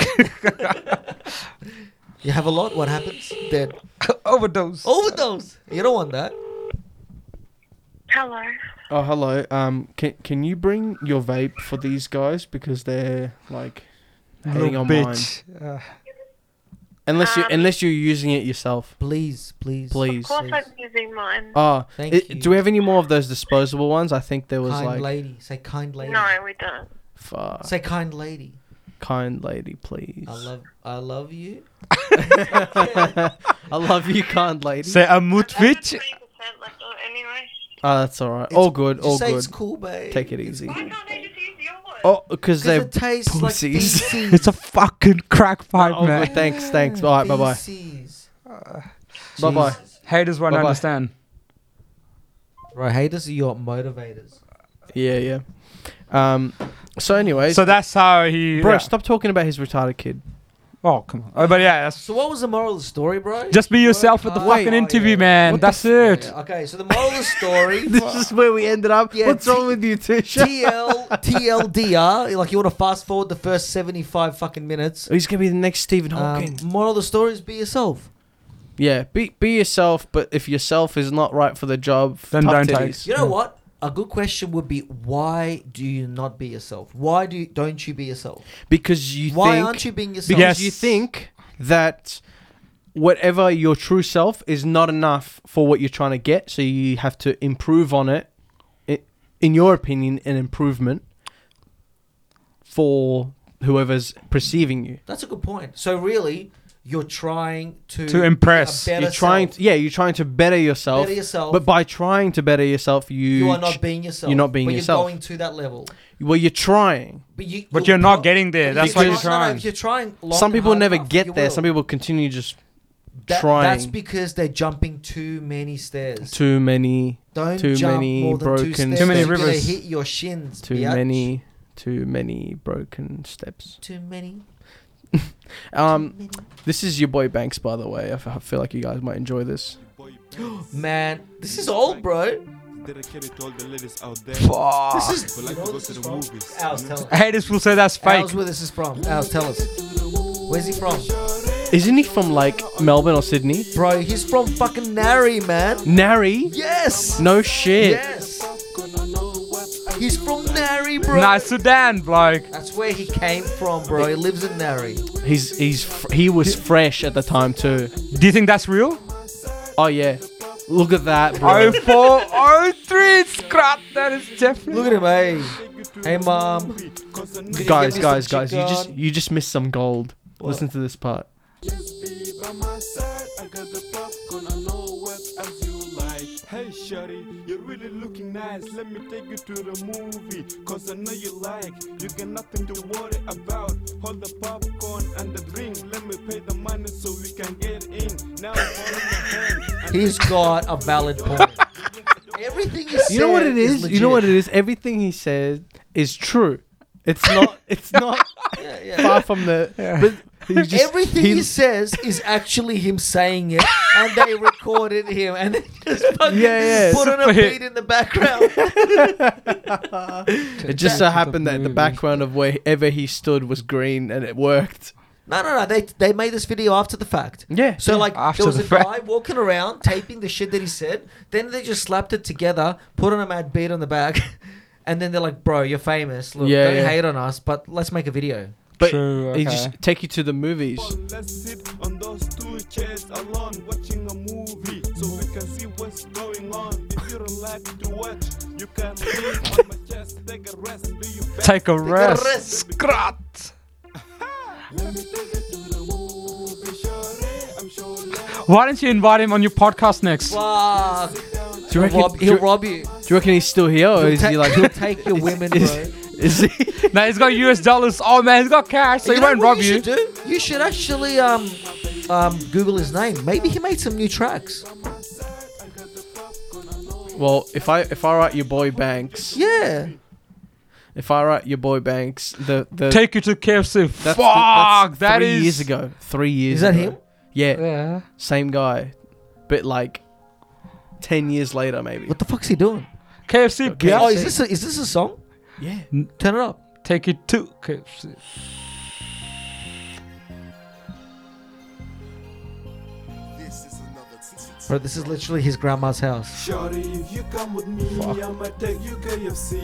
A: You have a lot, what happens? Dead.
B: Overdose.
A: Overdose. You don't want that.
D: Hello.
C: Oh, hello. Um, can can you bring your vape for these guys because they're like hating
B: Little
C: on mine.
B: bitch. Uh,
C: Unless you
D: Um,
C: unless you're using it yourself,
A: Please, please,
C: please.
D: Of course,
A: Please.
D: I'm using mine.
C: Ah,
A: Thank
C: it-
A: you.
C: do we have any more of those disposable ones? I think there was
A: Kind
C: like
A: lady. Say kind lady.
D: no, we don't.
C: fuck,
A: Say kind lady.
C: kind lady, please.
A: I love I love you.
C: I love you, kind lady.
B: say a moot
D: 3%
B: bitch.
D: left o- anyway.
C: Ah, that's all right. all good,
A: Just
C: all
A: say
C: good.
A: it's cool, babe.
C: Take it easy.
D: Why can't I just use yours?
C: Oh, because
A: Because
C: they're
A: it tastes
C: pussies.
A: like feces.
B: It's a fucking crack pipe,
C: all
B: man.
C: oh, good. Thanks, thanks. All right, bye bye.
A: Feces.
C: Bye bye.
A: Ah, Jesus.
B: Haters won't
C: Bye-bye.
B: understand.
A: Right, haters are your motivators.
C: Yeah, yeah. Um, so anyways,
B: So that's how he.
C: bro,
B: yeah.
C: stop talking about his retarded kid.
B: Oh come on. Oh, but yeah, that's
A: So what was the moral of the story, bro?
B: just be yourself at
A: Work
B: the
A: hard.
B: fucking
A: Oh,
B: interview,
A: yeah.
B: man.
C: What the
B: That's
A: Yeah,
B: it.
A: Okay, so the moral of the story.
C: This is where we ended up.
A: Yeah,
C: What's
A: T-
C: wrong with you, Tisha?
A: TL TLDR, like you want to fast forward the first seventy five fucking minutes.
C: Oh, He's gonna be the next Stephen
A: Um,
C: Hawking.
A: moral of the story is be yourself.
C: yeah, be be yourself. But if yourself is not right for the job,
B: Then
C: tough
B: don't take.
C: titties.
A: You know what? a good question would be why do you not be yourself? Why do you, don't you be yourself?
C: because you
A: why
C: think
A: aren't you being yourself?
C: because
B: Yes.
C: you think that whatever your true self is not enough for what you're trying to get so you have to improve on it I- in your opinion an improvement for whoever's perceiving you
A: That's a good point. So really, you're trying to
B: To impress.
A: be a better
C: you're trying
A: self.
C: to, yeah you're trying to better yourself,
A: Better yourself.
C: but by trying to better yourself you
A: you are
C: ch-
A: not being yourself.
C: you're not being
A: but
C: yourself.
A: You're going to that level,
C: well you're trying
A: but you.
B: But you're not
A: pro-
B: getting there. That's why you're
A: because- no, no,
B: trying.
A: if you're trying, long
C: some
A: and
C: people
A: hard
C: never
A: enough, you
C: get there
A: will.
C: some people continue just
A: That-
C: trying
A: That's because they're jumping too many stairs.
C: too many
A: Don't
C: too
A: jump
C: many
A: more than
C: broken
A: two stairs.
B: Too many
A: You're gonna
B: rivers.
A: hit your shins.
C: too
A: biatch.
C: many too many broken steps
A: Too many.
C: um this is your boy banks by the way i f- I feel like you guys might enjoy this
A: Man, this is old, bro.
E: Dedicated to all the ladies out there.
B: Fuck.
A: This is.
E: But like
A: you know
E: to go
A: this
E: to
A: is
E: the
A: from?
E: movies.
A: Ours, tell us.
B: Haters will say that's fake.
A: Ours, where this is from? Ours, tell us. Where's he from?
C: isn't he from like melbourne or sydney
A: Bro, he's from fucking Nari, man.
C: nari
A: Yes.
C: no shit
A: Yes. He's from Nari, bro.
B: Nah, Sudan, bloke.
A: That's where he came from, bro. He lives in Nari.
C: he's he's fr- he was fresh at the time too
B: Do you think that's real?
C: oh yeah look at that bro
B: 0403 Scrat, that is definitely.
A: Look at him, hey. Hey, mom.
C: guys
A: Give me
C: guys
A: some
C: guys you just
A: chicken.
C: you just missed some gold listen to this part
E: Hey Shari, you're really looking nice. Let me take you to the movie. Cause I know you like. You got nothing to worry about. Hold the popcorn and the drink. Let me pay the money so we can get in. Now hold my hand. and
A: He's got a valid point. Everything he said
C: you know what it is you know what it
A: legit.
C: is everything he says is true it's not it's not
A: Yeah, yeah.
C: far from the but he just-
A: Everything he, says is actually him saying it, and they recorded him, and they just fucking
C: Yeah, yeah.
A: put on a
B: Super hit.
A: beat in the background.
C: It just so happened that the background of wherever he stood was green and it worked.
A: No, no, no. They they made this video after the fact.
C: Yeah.
A: So like
B: After
A: there was
B: the
A: a
B: fact.
A: guy walking around taping the shit that he said. Then they just slapped it together, put on a mad beat on the back, and then they're like, "Bro, you're famous. Look,
C: Yeah,
A: don't
C: yeah.
A: hate on us, but let's make a video."
C: But
B: True,
C: he
B: okay.
C: just take you to the movies.
E: Let's sit on those two chairs alone, watching a movie, so we can see what's going on. If you don't like to watch, you can lean on my chest, take a rest, do you best.
B: Take a rest.
A: rest.
B: Scrat.
E: Let me take you to the movie, Shorty. I'm sure love
B: Why don't you invite him on your podcast next?
A: Fuck.
E: down.
C: Do you
A: He'll
C: reckon,
A: rob,
C: do you,
A: he'll rob you.
C: do you reckon he's still here, or
A: He'll,
C: is
A: ta-
C: he like?
A: he'll take your women, bro.
C: is- is he?
B: No, he's got US dollars. Oh man, he's got cash, so he
A: know
B: won't
A: what
B: rob
A: you
B: you.
A: should do? You should actually um um Google his name. Maybe he made some new tracks.
C: Well, if I if I write your boy Banks,
A: Yeah.
C: if I write your boy Banks, the the
B: Take you to KFC. Fuck,
C: that's the- that's
B: that
C: three
B: is-
C: years ago. Three years.
A: Is that
C: ago.
A: him?
C: Yeah,
B: Yeah.
C: same guy, but like ten years later, maybe.
A: What the fuck's he doing?
B: KFC.
C: Okay.
B: bitch.
A: Oh, is this a, is this a song?
C: Yeah.
A: Turn it up.
B: Take you to KFC.
E: This is another.
A: Bro, this is literally his grandma's house.
E: Shorty, if you come with me, I'ma take you KFC.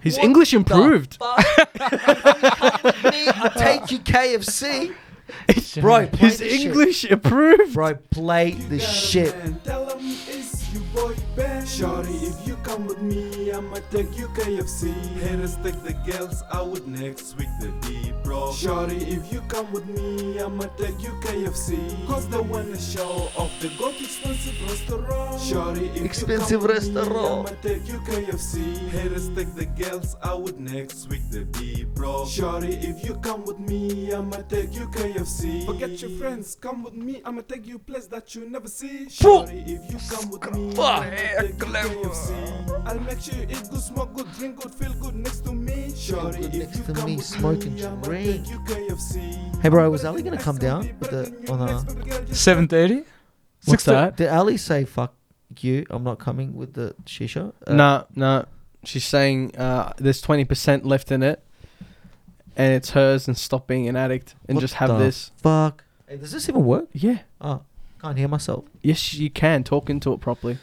C: His
A: What
C: English
A: the
C: improved.
A: fuck? Me, I take you KFC. Bro, play
C: His
A: the Shit.
C: English improved.
A: Bro, play the shit.
E: Tell them it's your boy Ben. Shorty, if you come with me, I'ma take you KFC. Haters take the girls out next week, the D bro. Shorty, if you come with me, I'ma take you KFC. Cause they wanna show off the go to expensive restaurant. Shorty, if
A: Expensive
E: you come
A: restaurant.
E: With me, I'ma take you KFC. Haters take the girls out next week, the D bro. Shorty, if you come with me, I'ma take you KFC. Forget your friends, come with me, I'ma take you place that you never see. Shorty, if you come with me,
B: Fuck,
E: I'ma
B: yeah,
E: take you
B: clever.
E: KFC. I'll make sure you eat good, smoke good, drink good, feel good next to me. Shorty,
A: good
E: if
A: next
E: you
A: to
E: come
A: me,
E: with
A: smoke and
E: me, I'ma
A: drink.
E: take you KFC.
A: Hey, bro, was Ali gonna come down with the, oh, on uh, a?
B: 7:30.
C: What's that?
A: Did Ali say fuck you? I'm not coming with the shisha. Uh,
C: No, no. She's saying uh, there's 20% left in it, and it's hers, and stop being an addict and
A: What
C: just have
A: the
C: this.
A: Fuck. Hey, does this even work?
C: Yeah.
A: Oh, can't hear myself.
C: Yes, you can talk into it properly.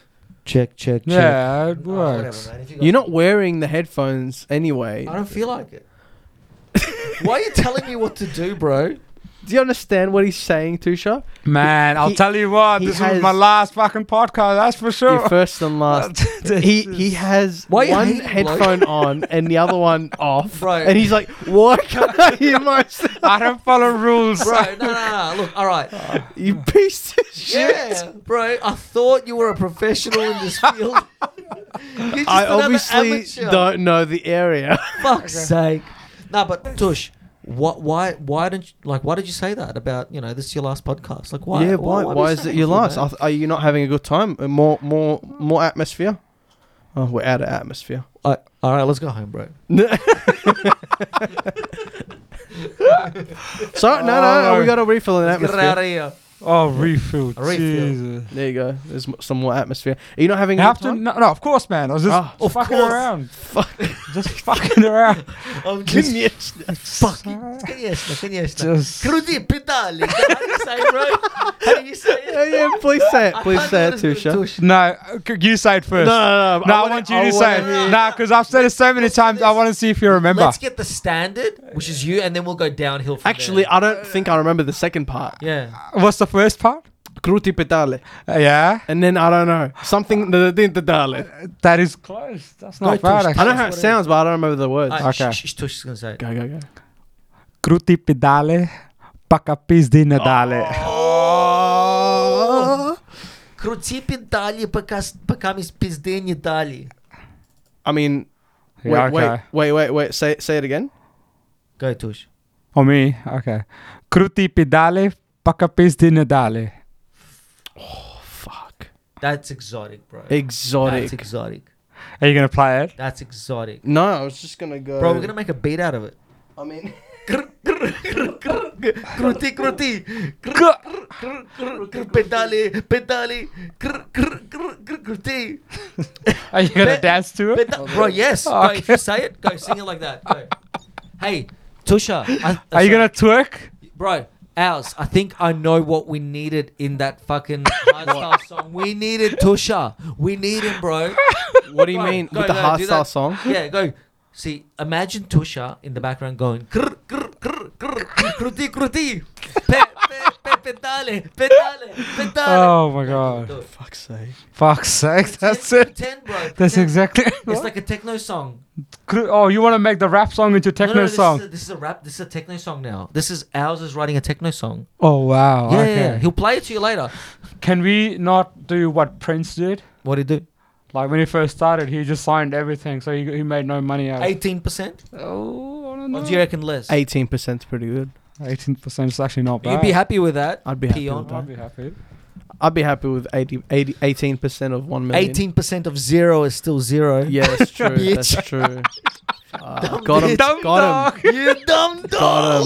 A: check, check, check.
B: Yeah, it
A: Oh, whatever,
B: works.
A: man. If you got-
C: You're not wearing the headphones anyway.
A: I don't feel like it. Why are you telling me what to do, bro?
C: Do you understand what he's saying, Tusha?
B: Man, I'll
C: He-
B: tell you what,
C: he
B: this was
C: has-
B: my last fucking podcast, that's for
C: Your
B: sure.
C: first and last. he he has
A: Why you
C: one
A: hating, bloke?
C: headphone on and the other one off,
A: Bro.
C: and he's like, "What can I hear myself?
B: I don't follow rules.
A: Bro, no, no, no. Look, all right.
C: You piece of shit!"
A: Yeah, bro. I thought you were a professional in this field. You're just
C: I
A: another
C: obviously
A: amateur.
C: don't know the area.
A: Fuck's sake. No, but Tush, what? Why? Why didn't? You, like, why did you say that about you know this is your last podcast? Like, why?
C: yeah, why? Why,
A: were you
C: is it
A: saying
C: your
A: that,
C: last?
A: man?
C: Are, are you not having a good time? Uh, More, more, more atmosphere. Oh, we're out of atmosphere.
A: I- all right, let's go home, bro.
C: So no, no,
B: Oh,
C: we got to refill an
A: Get out
C: atmosphere.
A: of here.
B: Oh, refill.
A: A refill.
B: Jesus.
C: There you go. There's m- some more atmosphere. Are you not having
B: You
C: a
B: have
C: good
B: to,
C: time?
B: no, no, of course, man. I was just
C: Ah,
A: of
B: fucking
A: course.
B: around.
C: Fuck.
B: Just fucking around.
A: I'm
C: Give
A: just
C: me a sniff.
A: fucking. Конечно, конечно.
B: Just.
A: Крути педали. How do you say it, bro? How do you say
C: Yeah,
A: it?
C: yeah, please say it.
A: I
C: Please
A: can't
C: say it,
A: do this
C: Tusha.
A: with Tush.
B: No, c- you say it
C: No,
B: first.
C: no, no.
B: No, I,
C: wanna-
B: want you to
C: wanna
B: say
A: hear
B: it.
A: you.
B: Nah, because I've said it so many times. I want to see if you remember.
A: Let's get the standard, which is you, and then we'll go downhill from
C: Actually,
A: there.
C: I don't think I remember the second part.
A: yeah.
B: What's the first part?
C: Kruti pedale.
B: Uh, yeah,
C: And then I don't know. Something the the- the dale.
B: that is close. That's not
A: Close,
B: bad.
A: close.
C: I
B: Oh, Actually.
C: know how it sounds, but I don't remember the words.
A: Uh,
B: Okay.
A: Sh- sh- Tush is gonna say it.
C: Go, go, go.
B: Kruti pedale, paka pizdi nadale.
A: Крути педали, пока с- пока мы с пизды не дали.
C: I mean, wait,
B: Yeah,
C: wait,
B: okay.
C: wait, wait, wait. Say say it again.
A: Go, Tush.
B: Oh me, okay. Kruti pedale, paka pizdi nadale.
C: Fuck.
A: That's exotic, bro. That's
C: Exotic.
A: exotic.
B: Are you gonna play it?
A: That's exotic.
C: No, I was just gonna go.
A: Bro, we're gonna make a beat out of it.
C: I mean,
A: Kruti, kruti.
B: Gah!
A: Pedali, pedali. Kruti.
B: Are you gonna
A: Bit-
B: dance to it?
A: Bro, yes. Go,
B: Okay.
A: if you say it, go sing it like that. Go. Hey, Tusha. I,
B: Are you gonna twerk?
A: Bro, ours. I think I know what we needed in that fucking hardstyle song. We needed Tusha. We need him, bro.
C: what do you
A: Go,
C: mean
A: go,
C: with the
A: go, do
C: hardstyle
A: that.
C: song?
A: Yeah, go. See, imagine Tusha in the background going krr, krr, krr, krr, kruti kruti, pe, pe, pe, pedale, pedale, pedale.
B: Oh my god!
C: Fuck's sake.
B: Fuck's sake, that's it.
A: Pretend, bro.
B: That's
A: pretend.
B: exactly.
A: It's like a techno song.
B: Kru- Oh, you want to make the rap song into
A: No, no,
B: techno
A: no, this
B: song?
A: Is a, this is a rap. This is a techno song now. This is ours is writing a techno song.
B: oh wow!
A: yeah,
B: okay.
A: yeah, he'll play it to you later.
B: Can we not do what Prince did?
A: What do you do?
B: Like when he first started, he just signed everything, so he, he made no money out. of it.
A: Eighteen percent.
B: Oh, I don't
A: Or
B: know.
A: do you reckon less?
C: Eighteen percent's pretty good.
B: Eighteen percent is actually not bad.
A: You'd be happy with that.
C: I'd be happy
A: Peon.
C: with
B: I'd be happy.
C: I'd be happy with 80, 80, 18 percent of one million.
A: Eighteen percent of zero is still zero.
C: Yeah, that's true.
A: Bitch.
C: that's true. Uh, got him.
B: Dumb
C: Got him.
A: bitch.
C: Got him.
A: you dumb dog.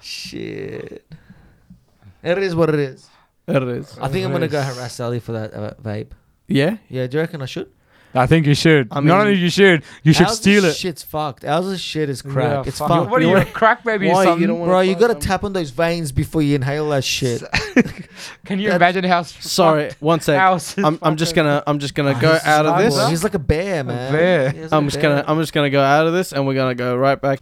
A: Shit. It is what it is.
C: It is.
A: I think I'm gonna go harass Ali for that uh, vape.
C: Yeah.
A: Yeah, do you reckon I should?
B: I think you should.
C: I
B: not
C: mean-
B: only you should, you should
A: Ours is
B: steal it.
A: Shit's fucked. Ours is shit is
B: Yeah,
A: crack. it's
B: fuck.
A: fucked.
B: What are you, a crack baby or
C: Why you
B: something?
C: don't wanna
A: Bro, you
C: fuck
A: gotta
C: them?
A: tap on those veins before you inhale that shit.
B: Can you
A: That's-
B: imagine how? s-
C: Sorry, one sec.
B: House is
C: I'm, I'm just
B: fucking-
C: gonna I'm just gonna
A: Oh,
C: go
A: he's
C: out of
B: fine,
C: this.
B: bro.
A: He's like a bear, man.
B: bear.
A: He's like
C: I'm
A: a
C: just
A: bear.
C: gonna I'm just gonna go out of this, and we're gonna go right back.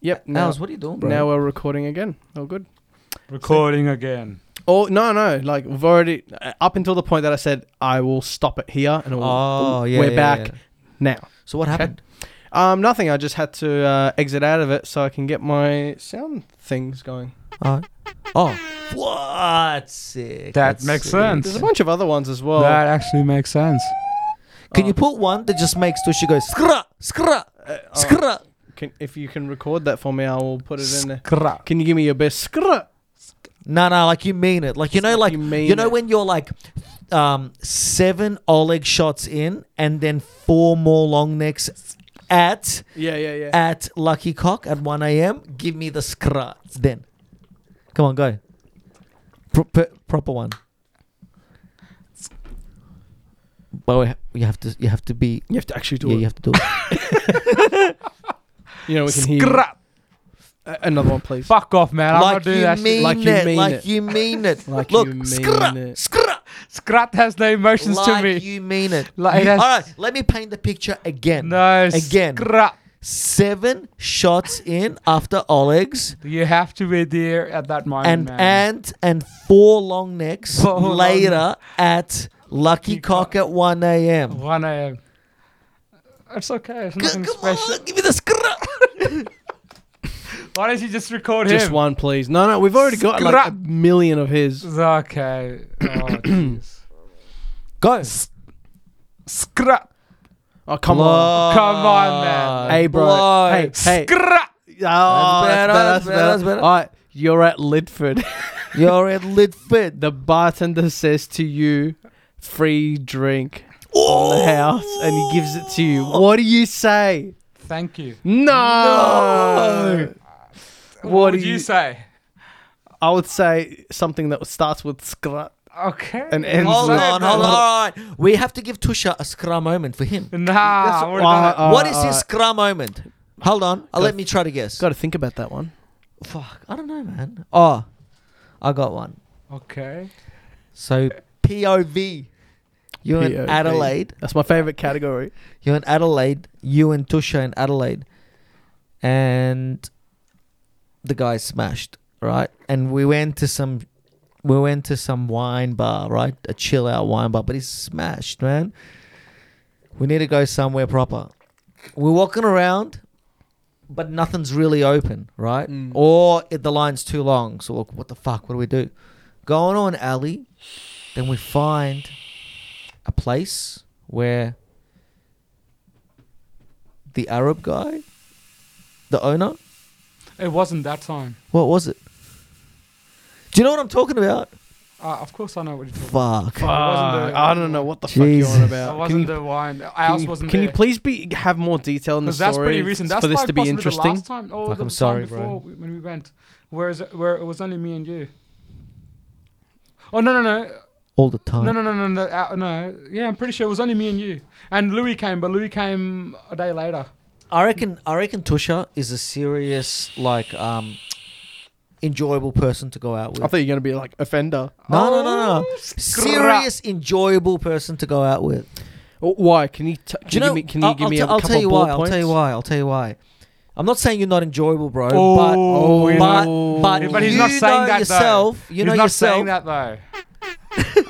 C: Yep. Now,
A: Ours, what are you doing, bro?
C: now we're recording again. All good.
B: recording again.
C: Oh no no! Like we've already uh, up until the point that I said I will stop it here, and we'll,
A: Oh, yeah,
C: we're
A: yeah,
C: back
A: yeah.
C: now.
A: So what happened?
C: Um, nothing. I just had to uh, exit out of it so I can get my sound things going.
A: Uh, oh. What sick.
B: That
A: That's
B: makes
A: sick.
B: sense.
C: There's a bunch of other ones as well.
B: that actually makes sense.
A: Can you put one that just makes Tushy go skra skra
C: Oh. Uh, oh,
A: skra?
C: can, if you can record that for me, I will put it in there.
B: Crack.
C: Can you give me your best? Skr-
A: No, no, like you mean it. Like you know, like
C: You
A: you,
C: mean
A: know
C: it.
A: when you're like um seven Oleg shots in and then four more long necks at
C: Yeah yeah yeah.
A: at Lucky Cock at one AM. Give me the skra then. Come on, go. Pro- pro- proper one. But we ha- you have to you have to be
C: you have to actually do
A: yeah
C: it.
A: you have to do it.
C: You know we can hear. you.
B: Scrap.
C: A- another one, please.
B: Fuck off, man. I'm
A: like,
B: not doing
A: you
B: that shit.
A: mean
C: Like you
A: it,
C: mean
A: like
C: it.
A: you mean it.
C: Like
A: Look,
C: you mean
A: skra,
C: it.
A: skra,
B: Scrat has no emotions
A: like
B: to me.
A: you mean it.
B: Like it has-
A: All right, let me paint the picture again.
B: No,
A: Again.
B: Scrat.
A: Seven shots in after Oleg's
B: You have to be there at that moment,
A: and
B: man.
A: and and four long necks
B: Four long
A: later at Lucky
B: Lucky Cock.
A: Cock at 1 a.m.
B: 1 a.m. It's okay. It's nothing
A: Come
B: special.
A: on, give me the skra.
B: Why don't you just record
C: Just
B: him?
C: one, please. No, no, we've already got like a
B: Scrap.
C: million of his.
B: It's Okay. Oh, jeez.
A: Go.
B: Scrat.
C: Oh, come on.
B: Come on, man.
C: Hey, bro.
A: Blood.
C: Hey, hey.
B: Scrat.
C: Oh,
A: That's better, that's better, that's better.
C: All right, you're at Lidford.
A: You're at Lidford.
C: the bartender says to you, "Free drink on
A: Oh.
C: the house," and he gives it to you. What do you say?
B: Thank you.
C: No.
B: What,
C: What
B: would
C: do
B: you,
C: you-
B: say?
C: I would say something that starts with scrat.
B: Okay.
C: And ends
A: Hold
C: Sorry,
A: on,
C: bro.
A: hold on. All right. We have to give Tusha a skra moment for him.
B: Nah, I would've done
C: Wow,
B: it.
A: what
C: uh,
A: is
C: uh,
A: his skra moment? Hold on. Uh, let me try to guess.
C: Got to think about that one.
A: Fuck. I don't know, man. Oh, I got one.
B: uh, Okay.
A: So POV. You're in
C: POV.
A: Adelaide.
C: That's my favorite category.
A: You're in Adelaide. You and Tusha in Adelaide. And the guy smashed, right? And we went to some we went to some wine bar, right? A chill out wine bar, but he's smashed, man. We need to go somewhere proper. We're walking around, but nothing's really open, right?
C: Mm.
A: Or it, the line's too long. So look, what the fuck? What do we do? Going on an alley, then we find a place where the Arab guy, the owner,
B: It wasn't that time.
A: what was it? Do you know what I'm talking about?
B: Uh, of course, I know what you're talking
A: Fuck.
B: Fuck. wasn't the-
C: Uh, I don't know what the fuck
A: Jesus.
C: you're on
B: about. I
C: about. Can
B: wasn't
C: you,
B: the wine. I
C: can
B: also
C: you-
B: wasn't
C: can you
B: there.
C: please be have more detail in the
B: Because
C: story
B: that's pretty recent. That's
C: for this
B: like
C: to be
B: possibly The
C: interesting?
B: last time, or
A: Fuck,
B: the
A: I'm sorry,
B: time before
A: bro.
B: w- When we went, where is it, where it was only me and you. Oh no no no
A: All the
C: Oh.
A: time.
B: no no no no no uh, no! Yeah, I'm pretty sure it was only me and you. And Louis came, but Louis came a day later.
A: I reckon I reckon Tusha is a serious like um enjoyable person to go out with.
C: I thought you were gonna be like offender.
A: no, no, no, no.
B: Oh,
A: Serious enjoyable person to go out with.
C: Oh, Why? Can you t- can
A: Do you know?
C: give me can you
A: I'll,
C: give me
A: I'll
C: a
A: t- I'll
C: couple
A: tell you
C: of
A: why.
C: bullet
A: I'll
C: points?
A: tell you why. I'll tell you why. I'm not saying you're not enjoyable, bro.
B: Oh,
A: but
B: you
A: but
B: know.
A: but,
B: But he's
A: you
B: not saying
A: know
B: that, though.
A: yourself. You
B: He's
A: know
B: not saying that
A: yourself.
B: though.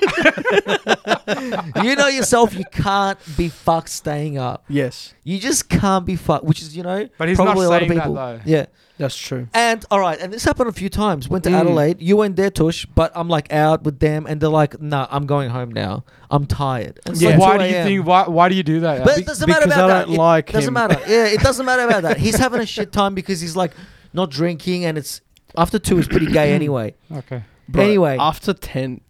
A: you know yourself. You can't be fucked staying up.
C: Yes,
A: You just can't be fucked. Which is you know
B: But he's not
A: probably a lot of
B: saying that,
A: people.
B: though.
A: Yeah.
C: that's true.
A: And all right, and this happened a few times. Went to
C: Mm.
A: Adelaide. You went there, Tush, but I'm like out with them, and they're like, "Nah, I'm going home now. I'm tired." And it's
C: Yeah.
A: like
B: Why
A: 2
B: do you
A: a.m.
B: think? Why why do you do that?
A: But
B: Be-
A: it doesn't matter
C: because
A: about
C: I
A: that.
C: don't
A: It
C: like
A: doesn't
C: him.
A: matter. Yeah, it doesn't matter about that. He's having a shit time because he's like not drinking, and it's after two is pretty gay anyway.
B: okay.
C: Bro,
A: anyway,
C: after ten,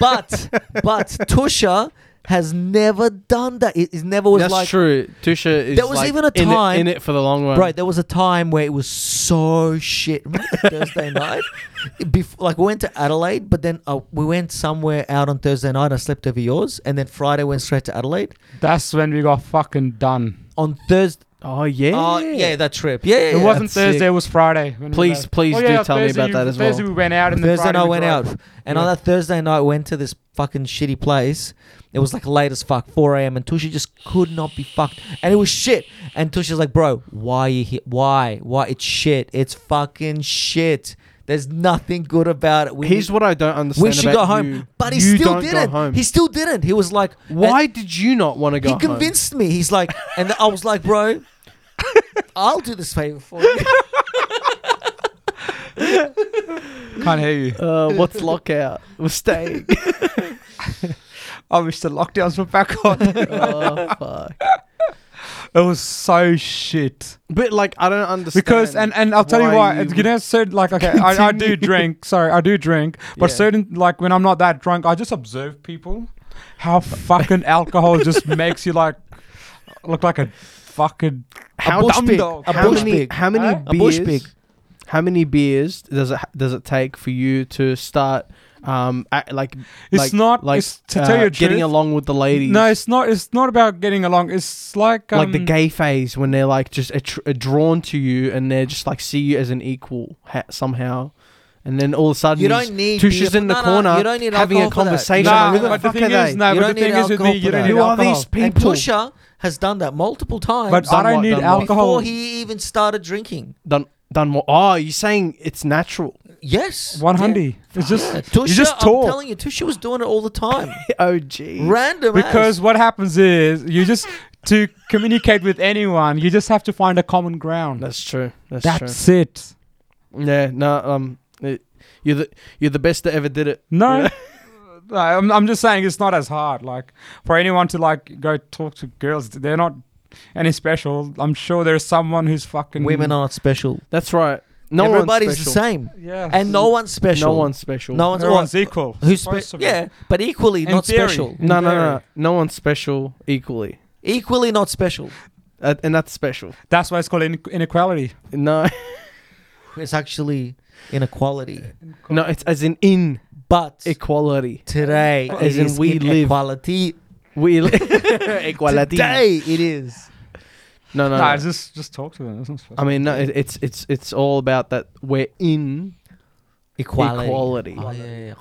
A: but but Tusha has never done that. It, it never was
C: that's
A: like
C: true. Tusha is
A: There was
C: like
A: even a
C: in it-
A: time-
C: in it, for the long run.
A: Bro, there was a time where it was so shit. Remember that Thursday night, Bef- like we went to Adelaide, but then uh, we went somewhere out on Thursday night. I slept over yours, and then Friday went straight to Adelaide.
B: That's when we got fucking done.
A: On Thursday,
C: Oh yeah.
A: oh yeah, that trip, yeah, yeah,
B: It
A: yeah.
B: wasn't
C: that's
B: Thursday.
C: sick.
B: It was Friday. when we
C: Please-
B: left. Oh,
C: please do tell me
B: Thursday
C: about
B: you-
C: that as
B: Thursday
C: well.
B: we went out and then
A: Thursday
B: Friday
A: night
B: we
A: went out,
B: drove.
A: and
B: Yeah.
A: on that Thursday night, went to this fucking shitty place. It was like late as fuck, 4 a.m. And Tusha just could not be fucked, and it was shit. And Tusha's like, "Bro, why are you here? Why? Why? It's shit. It's fucking shit. There's nothing good about it." We
C: Here's
A: need-
C: what I don't understand.
A: we should
C: about
A: go home.
C: you.
A: But he
C: You
A: still
C: don't go
A: didn't.
C: home.
A: He still didn't. He was like,
C: Why
A: and
C: did you not want to go?
A: He
C: home?
A: convinced me. He's like, and I was like, bro, I'll do this favor for you.
B: Can't hear you.
C: Uh, what's lockout? We're staying.
B: I wish the lockdowns were back on. it
C: oh fuck.
B: was so shit.
C: But like, I don't understand.
B: Because and, and I'll tell you
C: why
B: why.
C: you
B: You know, certain like okay, I, I do
C: continue.
B: drink. Sorry, I do drink. But
C: Yeah.
B: certain like when I'm not that drunk, I just observe people. How fucking alcohol just makes you like look like a fucking
C: how
A: bush
C: dumb
A: pig.
C: dog.
A: A
C: how
A: bush
C: many
A: pig.
C: how many
B: Huh?
A: A bush
C: beers
A: pig.
C: how many beers does it does it take for you to start um,
B: It's
C: like,
B: not-
C: like uh,
B: it's- to tell you the
C: getting
B: truth-
C: along with the ladies.
B: No, it's not. It's not about getting along. It's like um,
C: like the gay phase when they're like just attr- uh, drawn to you and they're just like see you as an equal ha- someow. And then all of a sudden,
A: You
C: he's-
A: don't need
C: Tusha's
A: beer-
C: in the
A: no, no,
C: corner
A: you don't need
C: having a
A: alcohol for that.
C: conversation.
B: Nah,
C: I'm like, who
B: but the
C: fuck are
B: thing is,
C: they?
B: no, but
A: You
B: the
A: don't need
B: thing is with
A: alcohol
B: me, you
A: for
B: don't
A: that.
B: need
C: Who are
B: alcohol.
C: these people?
A: And Tusha has done that multiple times
B: But I
C: Done
B: don't
C: what,
B: need
C: done what?
B: alcohol.
A: before he even started drinking.
C: done done what? Oh, you're saying it's natural?
A: Yes.
B: One hundred. It's just
A: Yeah.
B: you
A: Tusha,
B: just
A: I'm
B: talk
A: telling you, Tusha was doing it all the time.
C: oh, gee.
A: Random. as.
B: because what happens is you just to communicate with anyone, you just have to find a common ground.
C: That's true. That's,
B: That's it.
C: true. Yeah. No. Um. It, you're the you're the best that ever did it.
B: No.
C: Yeah.
B: No, I'm, I'm just saying it's not as hard. Like for anyone to like go talk to girls, they're not any special. I'm sure there's someone who's fucking
A: women are not special.
C: That's right. No
A: Everybody's
C: one's
A: the
C: special.
A: same,
B: Yeah,
A: and no one's special.
C: No one's special.
A: No one's.
B: Everyone's equal.
A: Who's
B: supposed to
A: spe-
B: be.
A: yeah, but equally
B: In
A: not
B: theory.
A: special.
C: No, no,
B: Very.
C: no. No one's special equally,
A: Equally not special.
C: Uh, and that's special.
B: That's why it's called in- inequality.
C: No,
A: It's actually inequality.
C: no. It's as in inequality.
A: But today
C: As
A: it
C: in
A: is
C: we live-
A: inequality.
C: We equality.
A: Today it is.
C: No, no.
B: Nah,
C: no.
B: just just talk to them. It's not special.
C: I mean, no. It, it's it's it's all about that. We're in
A: Equality.
C: Equality.
A: Oh, yeah, yeah, yeah.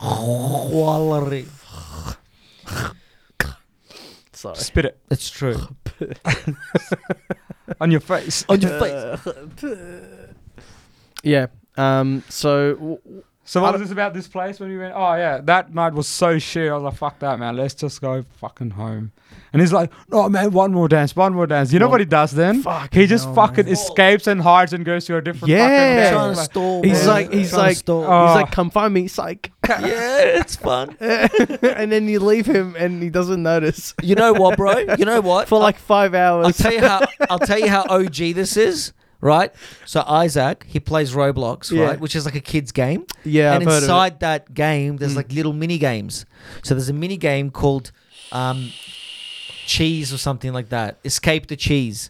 A: Equality.
C: Sorry.
B: Spit it
A: It's true.
B: on your face.
A: On your face.
C: Yeah. Um. So w-
B: So
C: I
B: what
C: don't-
B: was this about this place when we went? Oh yeah, that night was so shit. I was like, fuck that, man. Let's just go fucking home. And he's like, oh man, one more dance, one more dance. You know
C: One-
B: what he does then?
C: Fucking
B: He just
C: hell,
B: fucking
C: man.
B: escapes and hides and goes to a different
C: Yeah.
B: fucking
A: Trying
B: dance.
A: to
B: Like,
A: stall.
C: He's
A: bro.
C: like- he's
A: Trying to
C: like- uh,
A: stall.
B: Oh.
C: he's like, "Come find me, psych,"
A: yeah, it's fun.
C: and then you leave him, and he doesn't notice
A: You know what, bro? You know what?
C: for like five
A: I'll
C: hours.
A: tell you how I'll tell you how OG this is, right? So Isaac, he plays Roblox,
C: Yeah.
A: right, which is like a kids game.
C: Yeah, I've heard
A: and
C: of it. Mm.
A: inside that game, there's like little mini games. So there's a mini game called um, Cheese or something like that. Escape the cheese,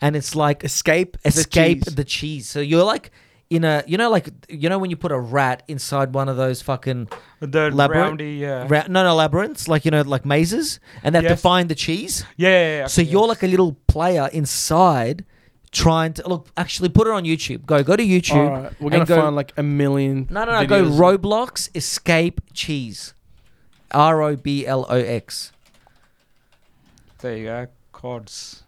A: and it's like
C: Escape. the
A: escape
C: cheese.
A: the cheese. So you're like in a you know like you know when you put a rat inside one of those fucking
B: The
A: Elaborate?
B: roundy, yeah.
A: ra- no no labyrinths like you know like mazes and they have
B: Yes.
A: to find the cheese.
B: yeah, yeah, yeah.
A: So
B: okay,
A: you're
B: yeah.
A: like a little player inside trying to look. Actually, put it on YouTube. Go go to YouTube.
C: All right, we're gonna
A: and go-
C: find like a million.
A: No no no. Go
C: videos.
A: Roblox Escape Cheese. R O B L O X.
B: There you go. Cods.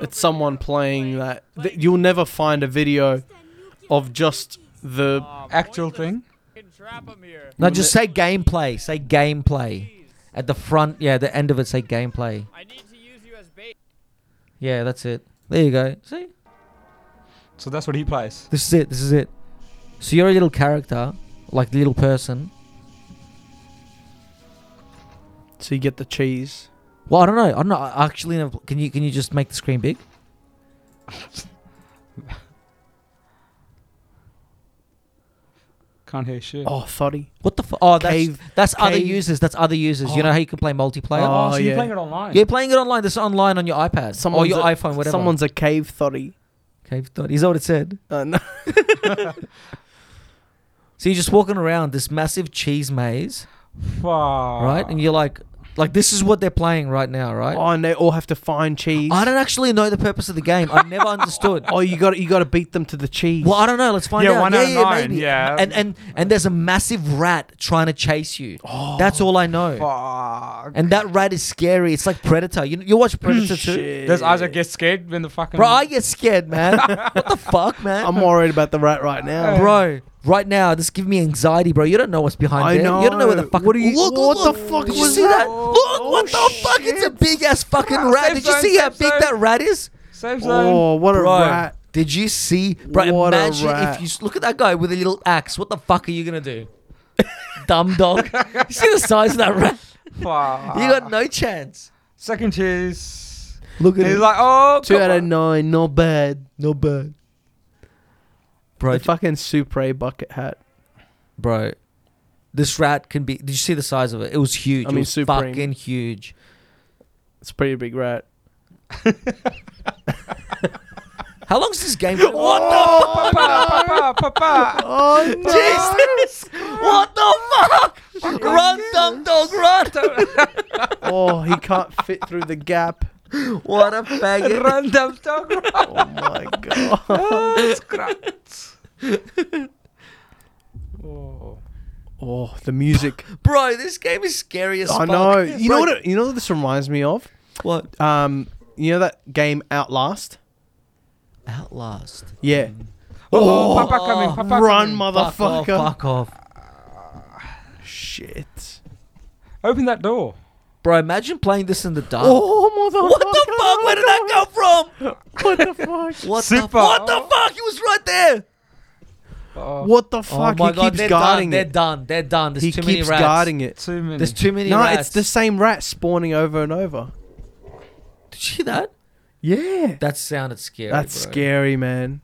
C: It's someone playing that. Th- You'll never find a video of just the.
B: Actual thing.
A: No,
B: Mm,
A: just say gameplay. Say gameplay. At the front, yeah, the end of it, say gameplay.
F: I need to use you as bait.
A: Yeah, that's it. There you go. See,
B: So that's what he plays.
A: this is it. This is it. So you're a little character, like the little person.
C: So you get the cheese.
A: Well, I don't know. I don't know. I actually never. Can you can you just make the screen big?
B: Can't hear shit.
C: Oh, fuddy.
A: What the fuck? Oh, that's
C: Cave-
A: that's other
C: cave-
A: users. That's other users. You know how you can play multiplayer.
C: Oh,
B: so
C: yeah.
B: you're playing it online.
A: You're playing it online. This is online on your iPad or your
C: a-
A: iPhone, whatever.
C: Someone's a cave thuddy.
A: cave thought. Is that what it said?
C: Uh, no.
A: So you're just walking around this massive cheese maze,
B: Fuck.
A: right? And you're like, like this is what they're playing right now, right?
C: Oh, and they all have to find cheese.
A: I don't actually know the purpose of the game. I never understood.
C: Oh, you got you got to beat them to the cheese.
A: Well, I don't know. Let's find
B: Yeah,
A: out.
B: one
A: yeah,
B: out of
C: oh
A: yeah,
B: nine,
A: maybe.
B: yeah.
A: And and and there's a massive rat trying to chase you.
C: Oh,
A: That's all I know.
B: Fuck.
A: And that rat is scary. It's like Predator. You you watch Predator too?
B: Does Isaac get scared when the fucking?
A: Bro, I get scared, man. what the fuck, man?
C: I'm worried about the rat right now.
A: bro. Right now, this give me anxiety, bro. You don't know what's behind
C: I
A: there. You don't know where the
C: know.
A: fuck.
C: What are you-
A: Look,
C: what
A: look,
C: the
A: look.
C: fuck
A: Did you
C: was
A: see
C: that? Oh,
A: that? Look, what the fuck? It's a big ass fucking rat.
B: Safe
A: Did you
B: zone,
A: see how
B: safe
A: big
B: zone.
A: that rat is?
B: Safe zone.
C: Oh, what a
A: Bro,
C: rat!
A: did you see? Bro,
C: What a
A: imagine
C: rat.
A: if you s- look at that guy with a little axe. What the fuck are you gonna do? Dumb dog. you see the size of that rat?
B: Fuck.
A: You got no chance.
B: Second cheese.
A: Look
B: He's like, oh,
C: Two
B: come
C: out of
B: on.
C: nine, not bad.
A: No bad. Bro,
C: The fucking Supre bucket hat.
A: bro. This rat can be. Did you see the size of it? It was huge.
C: I mean,
A: it was
C: supreme.
A: fucking huge.
C: It's a pretty big rat.
A: How long's this game? What
C: Oh,
A: the fuck?
B: Papa, papa.
C: Oh
A: Jesus! What the fuck? Run, dumb dog, run!
C: oh, he can't fit through the gap.
A: What a faggot!
B: Random dog.
C: Oh my god.
B: Oh.
C: Oh, the music.
A: Bro, this game is scary as
C: I
A: fuck.
C: know. You know
A: Bro,
C: what? It, you know what this reminds me of.
A: What?
C: Um, you know that game Outlast.
A: Outlast.
C: Yeah.
B: Oh, papa coming.
A: Oh,
B: Papa
C: Run,
B: coming.
A: Fuck off,
C: motherfucker.
A: fuck off.
C: Shit.
B: Open that door.
A: Bro, imagine playing this in the dark.
C: Oh, motherfucker.
A: What the fuck? Where did that come from?
C: What the fuck?
A: What the,
B: Super.
A: what the fuck? It was right there.
B: Oh,
C: What the fuck?
A: oh my
C: he
A: god,
C: keeps
A: they're
C: guarding
A: done. They're
C: it.
A: done. They're done. There's
C: he
A: too many
C: keeps
A: rats.
C: guarding it.
B: Too many.
A: There's too many
C: No,
A: rats.
C: it's the same rat spawning over and over.
A: Did you hear that?
C: Yeah.
A: That sounded scary.
C: That's
A: bro.
C: scary, man.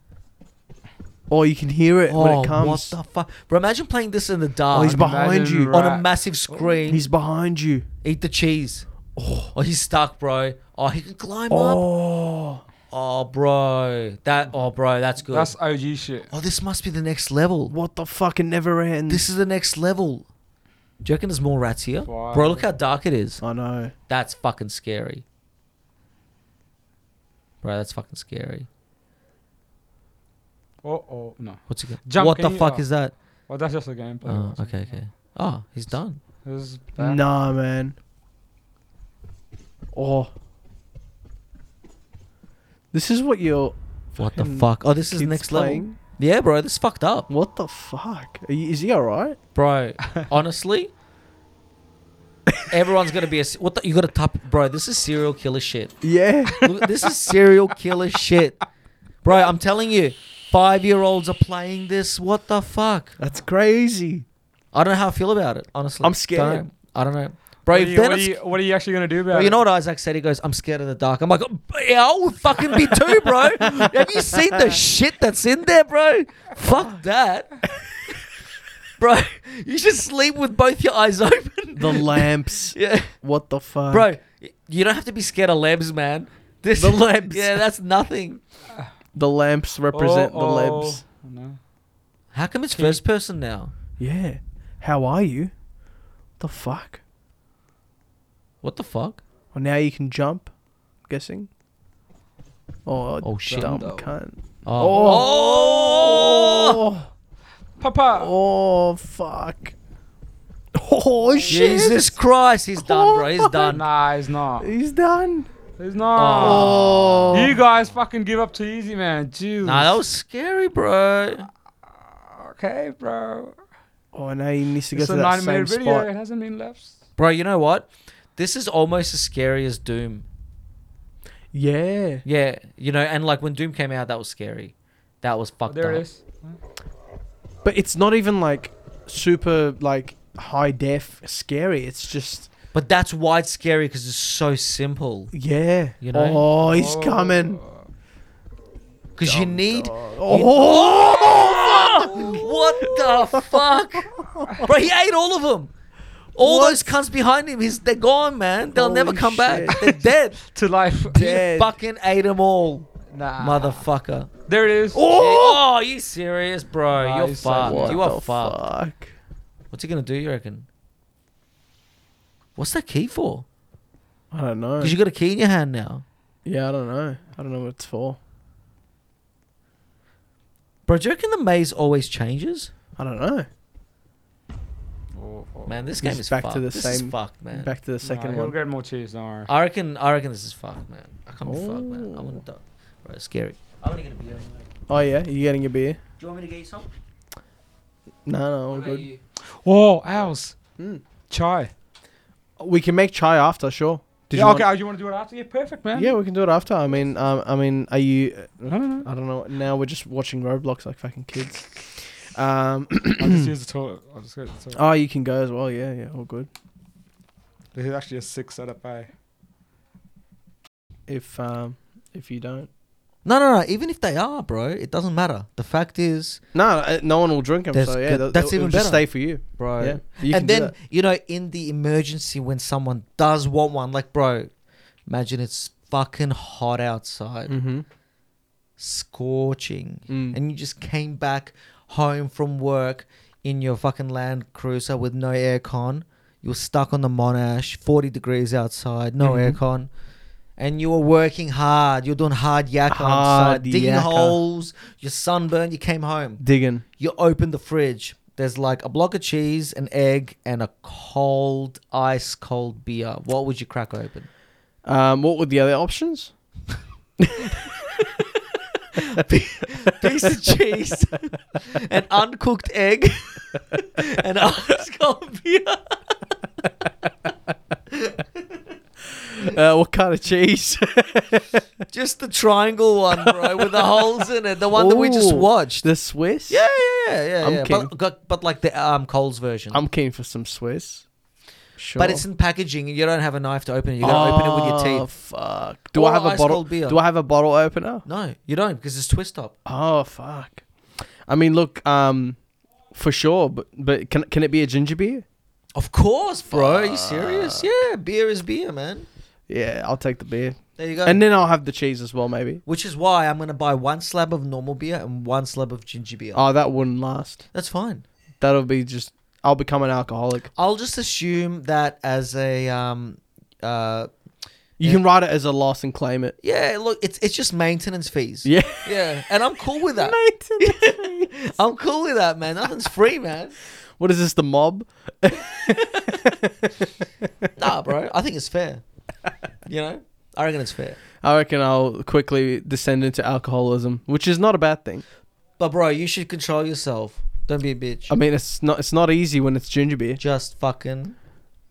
C: Oh, you can hear it
A: Oh,
C: when it comes.
A: what the fuck? Bro, imagine playing this in the dark.
C: Oh, he's behind
B: Imagine
C: you.
B: right-
A: on a massive screen.
C: He's behind you.
A: Eat the cheese. Oh, he's stuck, bro. Oh, he can climb up.
C: Oh.
A: Oh, bro. That. Oh, bro. That's good.
B: That's OG shit.
A: oh, this must be the next level.
C: What the fuck? It never ends.
A: This is the next level. Do you reckon there's more rats here?
B: Wow.
A: Bro, look how dark it is.
C: I know.
A: That's fucking scary. Bro, that's fucking scary.
B: Oh, oh, no.
A: What's it?
B: Jump,
A: what
B: can
A: the
B: you-
A: fuck
B: oh.
A: is that?
B: Well, that's just a gameplay.
A: Oh, okay, okay. Oh, he's done.
B: This is bad.
C: Nah, man. Oh. This is what you're.
A: What the
C: fucking
A: fuck? Oh, this is
C: kids
A: next level.
C: playing?
A: Yeah, bro, this fucked up,
C: What the fuck? Are you, is he alright?
A: bro. honestly, everyone's gonna be a s- what? The, you gotta top, bro. This is serial killer shit.
C: Yeah.
A: Look, this is serial killer shit, bro. I'm telling you, five year olds are playing this. What the fuck?
C: That's crazy.
A: I don't know how I feel about it. Honestly,
C: I'm scared.
A: Don't know. I don't know, bro.
B: What,
A: if
B: are you,
A: they're
B: what,
A: not
B: are
A: sc-
B: you, what are you actually going to do about
A: Well,
B: it?
A: you know what Isaac said? He goes, I'm scared of the dark. I'm like, "Oh, yeah, I would fucking be too, bro. Have you seen the shit that's in there, bro? Fuck that. bro, you should sleep with both your eyes open.
C: The lamps.
A: yeah.
C: What the fuck?
A: Bro, y- you don't have to be scared of lamps, man. This,
C: The lamps.
A: Yeah, that's nothing.
C: The lamps represent the lamps.
B: Oh, No.
A: How come it's first person now?
C: Yeah. How are you? The fuck?
A: What the fuck?
C: Well, now you can jump, I'm guessing. Oh,
A: Oh, shit.
C: dumb
B: Dumbo.
C: cunt.
A: Oh.
C: Oh,
B: Papa.
C: oh, fuck. Oh, shit.
A: Jesus Christ, he's done, bro. He's done.
B: Nah, he's not.
C: He's done.
B: He's not.
C: Oh.
B: You guys fucking give up too easy, man. Jesus.
A: Nah, that was scary, bro.
B: okay, bro.
C: Oh, now he needs to get
B: It's
C: to
B: a
C: that
B: nine
C: same
B: minute video. It
C: spot.
B: hasn't been left.
A: Bro, you know what? This is almost as scary as Doom.
C: Yeah.
A: Yeah, you know, and like when Doom came out, that was scary. That was fucked
B: Oh, There
A: up.
B: it is.
C: But it's not even like super like high def scary. It's just
A: But that's why it's scary because it's so simple.
C: yeah.
A: You know?
C: Oh, he's coming.
A: Because you need.
C: Oh, fuck.
A: What the fuck? Bro, he ate all of them. All
C: What?
A: those cunts behind him, he's, they're gone, man. They'll never
C: Holy
A: come back.
C: shit.
A: They're dead.
B: To life.
A: He
C: Dead.
A: fucking ate them all.
C: Ah.
B: Nah.
A: Motherfucker.
B: There it is.
A: Oh, are you serious, bro?
B: Nah,
A: You're
B: he's so
A: fucked.
B: dead.
A: You
C: What
A: are
C: the
A: fucked.
C: fuck?
A: What's he gonna do? You reckon? What's that key for?
C: I don't know.
A: Because you got a key in your hand now,
C: Yeah, I don't know. I don't know what it's for.
A: bro. Do you reckon the maze always changes?
C: I don't know.
B: Oh, oh.
A: Man, this game
C: He's
A: is
C: back to
A: fucked.
C: the
A: this is
C: same-
A: fucked, man.
C: Back to the
B: nah,
C: second
B: he'll
C: one.
B: get more cheese. Don't worry.
A: I reckon. I reckon this is fucked, man. I can't be fucked, man. I'm gonna
C: Oh.
A: die. Bro, it's scary. I'm gonna get a beer. Anyway.
C: Oh yeah, you getting a beer?
A: Do you want me to get you some?
C: No, no, all
A: What about
C: good.
A: you?
B: Whoa, owls.
C: Mm.
B: Chai.
C: We can make chai after, sure. Did
B: yeah,
C: you
B: okay,
C: want-
B: oh, you want to do it after? Yeah, perfect, man.
C: Yeah, we can do it after. I mean, um, I mean, are you?
B: No, no, no.
C: I don't know. Now we're just watching Roblox like fucking kids. Um.
B: I'll just use the toilet. I'll just go to the toilet.
C: oh, you can go as well. Yeah, yeah, all good.
B: This is actually a sick setup, eh?
C: If um, if you don't,
A: No, no, no. Even if they are, bro, it doesn't matter. The fact is,
C: no, uh, no one will drink them.
A: That's
C: so yeah,
A: good.
C: they'll-
A: That's
C: they'll-
A: even
C: it'll just
A: better.
C: stay for you.
A: bro.
C: Yeah, you can
A: and
C: do
A: then
C: that.
A: you know, in the emergency when someone does
C: Mm-hmm.
A: want one, like, bro, imagine it's fucking hot outside.
C: Mhm.
A: scorching,
C: Mm.
A: and you just came back home from work in your fucking Land Cruiser with no aircon. You were stuck on the Monash, forty degrees outside, no
C: Mm-hmm.
B: Mhm.
A: aircon, and you were working hard. You're doing hard yakka
C: Hard
A: outside, digging
C: yakka.
A: holes. You're sunburned. You came home
C: Digging.
A: you open the fridge. There's like a block of cheese, an egg, and a cold, ice cold beer. What would you crack open?
C: Um, what were the other options?
A: Piece of cheese, an uncooked egg, an ice cold beer.
C: Uh, what kind of cheese?
A: Just the triangle one, bro, with the holes in it. The one that we just
C: Ooh.
A: watched.
C: the Swiss.
A: Yeah, yeah, yeah, yeah.
C: I'm
A: yeah.
C: keen.
A: But, got- but like the um, Coles version.
C: I'm keen for some Swiss. Sure.
A: But it's in packaging, and you don't have a knife to open it. You gotta open it with your
C: Oh,
A: teeth.
C: fuck. Do
A: Or
C: I have a
A: ice
C: bottle?
A: cold beer.
C: Do I have a bottle opener?
A: No, you don't, because it's twist top.
C: Oh fuck. I mean, look. Um, for sure. But but can can it be a ginger beer?
A: Of course, bro. Are you serious? Yeah, beer is beer, man.
C: Yeah, I'll take the beer.
A: There you go.
C: And then I'll have the cheese as well, maybe.
A: Which is why I'm gonna buy one slab of normal beer and one slab of ginger beer.
C: Oh, that wouldn't last.
A: That's fine.
C: That'll be just. I'll become an alcoholic.
A: I'll just assume that as a um uh
C: You
A: Yeah.
C: can write it as a loss and claim it.
A: yeah, look, it's it's just maintenance fees.
C: Yeah.
A: Yeah. And I'm cool with that. I'm cool with that, man. Nothing's free, man.
C: What is this? The mob?
A: Nah, bro. I think it's fair. You know? I reckon it's fair.
C: I reckon I'll quickly descend into alcoholism, which is not a bad thing.
A: But bro, you should control yourself. Don't be a bitch.
C: I mean, it's not it's not easy when it's ginger beer,
A: just fucking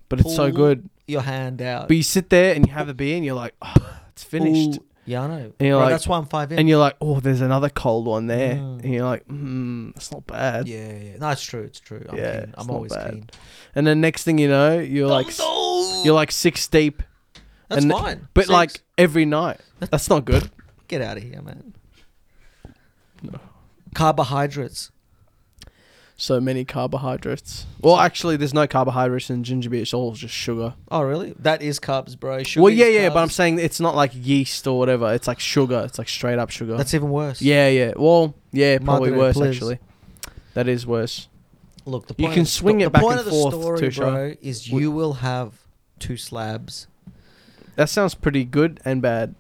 C: but it's so
A: Pull
C: good.
A: your hand out.
C: But you sit there and you have a beer and you're like, oh, it's finished,
A: Ooh. Yeah, I know.
C: you're
A: Bro,
C: like-
A: that's why I'm five in.
C: and you're like, oh, there's another cold one there,
A: Mm.
C: and you're like, mm, that's not bad.
A: yeah, yeah. No, it's true. It's true. I'm
C: Yeah,
A: keen.
C: it's
A: I'm
C: not
A: always
C: bad.
A: keen.
C: And then next thing you know, you're like, s- you're like six deep,
A: That's
C: and-
A: fine.
C: but
A: Six.
C: like every night. That's not good.
A: get out of here, man. Carbohydrates.
C: So many carbohydrates. Well, actually, there's no carbohydrates in ginger beer. It's all just sugar.
A: Oh, really? That is carbs, bro. Sugar
C: well,
A: is
C: yeah, yeah, but I'm
A: carbs.
C: saying it's not like yeast or whatever. It's like sugar. It's like straight up sugar.
A: that's even worse.
C: Yeah, yeah. Well, yeah, probably
A: Moderate,
C: worse
A: please.
C: actually. That is worse.
A: Look, the
C: You
A: point
C: can
A: of the
C: swing it
A: sto- the
C: back
A: point
C: and
A: of the
C: forth,
A: story,
C: Tusha.
A: bro, is you will have two slabs.
C: That sounds pretty good and bad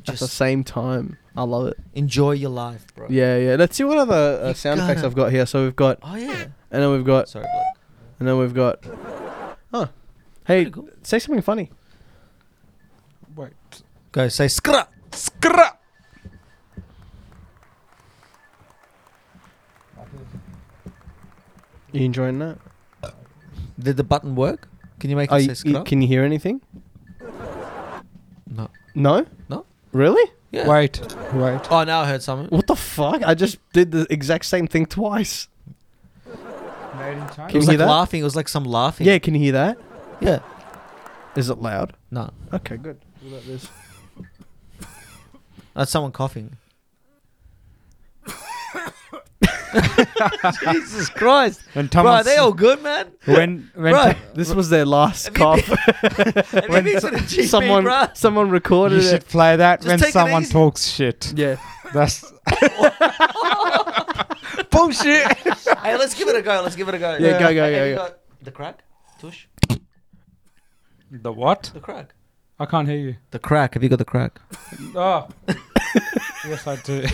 C: at the
A: Just
C: same time. I love it.
A: enjoy your life, bro.
C: Yeah, yeah. Let's see what other uh,
A: You
C: sound effects
A: gotta-
C: I've got here. So we've got,
A: Oh yeah.
C: and then we've got,
A: Sorry, bloke.
C: and then we've got. Huh. Hey,
A: Pretty cool.
C: say something funny.
B: Wait.
A: Go say skra.
B: Scrap.
C: You enjoying that?
A: Did the button work? Can you make it
C: Are
A: say
C: you,
A: skra?
C: can you hear anything?
A: no.
C: No.
A: No.
C: Really?
A: Yeah.
B: Wait. Wait.
A: Oh, now I heard something.
C: What the fuck? I just did the exact same thing twice.
A: Oh.
B: Made in China.
A: it was
C: you
A: like
C: hear that?
A: laughing. It was like some laughing.
C: Yeah, can you hear that?
A: Yeah.
C: Is it loud?
A: No.
C: Okay, good. What about this?
A: That's someone coughing. Jesus Christ.
B: And
A: Bro, are
B: Thomas.
A: they all good, man?
B: when when
A: Bro.
B: Tho-
C: This was their last
A: Have you
C: cough.
A: been- Have you
C: When
A: been to
C: so-
A: the GP,
C: someone
A: bruh?
C: someone recorded
B: you
C: it.
B: should play that
A: Just
B: when
A: take it
B: someone
A: easy.
B: talks shit.
C: Yeah.
B: That's bullshit.
A: Hey, let's give it a go. Let's give it a go.
C: Yeah, go, go,
A: Have
C: go,
A: you
C: go.
A: got The crack? Tush?
B: the what?
A: The crack.
B: I can't hear you.
A: The crack. Have you got the crack?
B: Oh. yes, I do.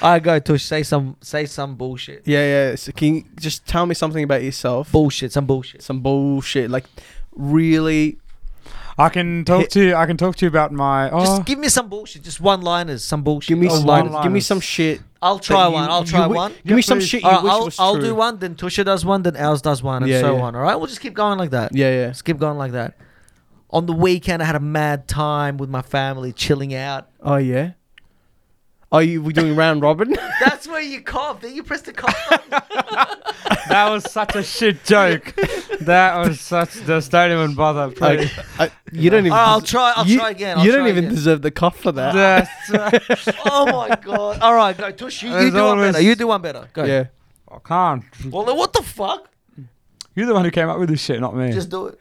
A: All right, go, Tush. Say some, say some bullshit.
C: Yeah, yeah. So can you just tell me something about yourself?
A: Bullshit. Some bullshit.
C: Some bullshit. Like really
B: I can talk to you. I can talk to you about my. Oh,
A: Just give me some bullshit. Just one-liners. Some bullshit.
C: give me
B: Oh,
C: some
B: one-liners.
C: give me some shit.
A: I'll try
C: that you-
A: one. I'll
C: you
A: try
C: wi-
A: one.
C: Give me some
B: please.
C: shit you
A: All right,
C: wish
A: I'll,
C: was
A: I'll
C: true.
A: do one, then Tusha does one, then ours does one, and
C: Yeah,
A: so
C: yeah.
A: on. All right, we'll just keep going like that.
C: Yeah, yeah.
A: Just keep going like that. On the weekend, I had a mad time with my family, chilling out.
C: Oh yeah. Are you we doing round robin?
A: That's where you cough. Then you press the cough button.
B: that was such a shit joke. that was such. Just don't even bother.
C: Like,
B: Please.
C: I, you don't even.
A: Alright, I'll
C: des-
A: try- I'll
C: you,
A: try again, I'll
C: you don't
A: try
C: even
A: again.
C: deserve the cough for that.
B: That's-
A: oh my god! All right, go Tush. You, you
B: There's
A: do one
B: always-
A: better. You do one better. Go.
C: Yeah.
B: I can't.
A: Well, then what the fuck?
B: You're the one who came up with this shit, not me.
A: Just do it.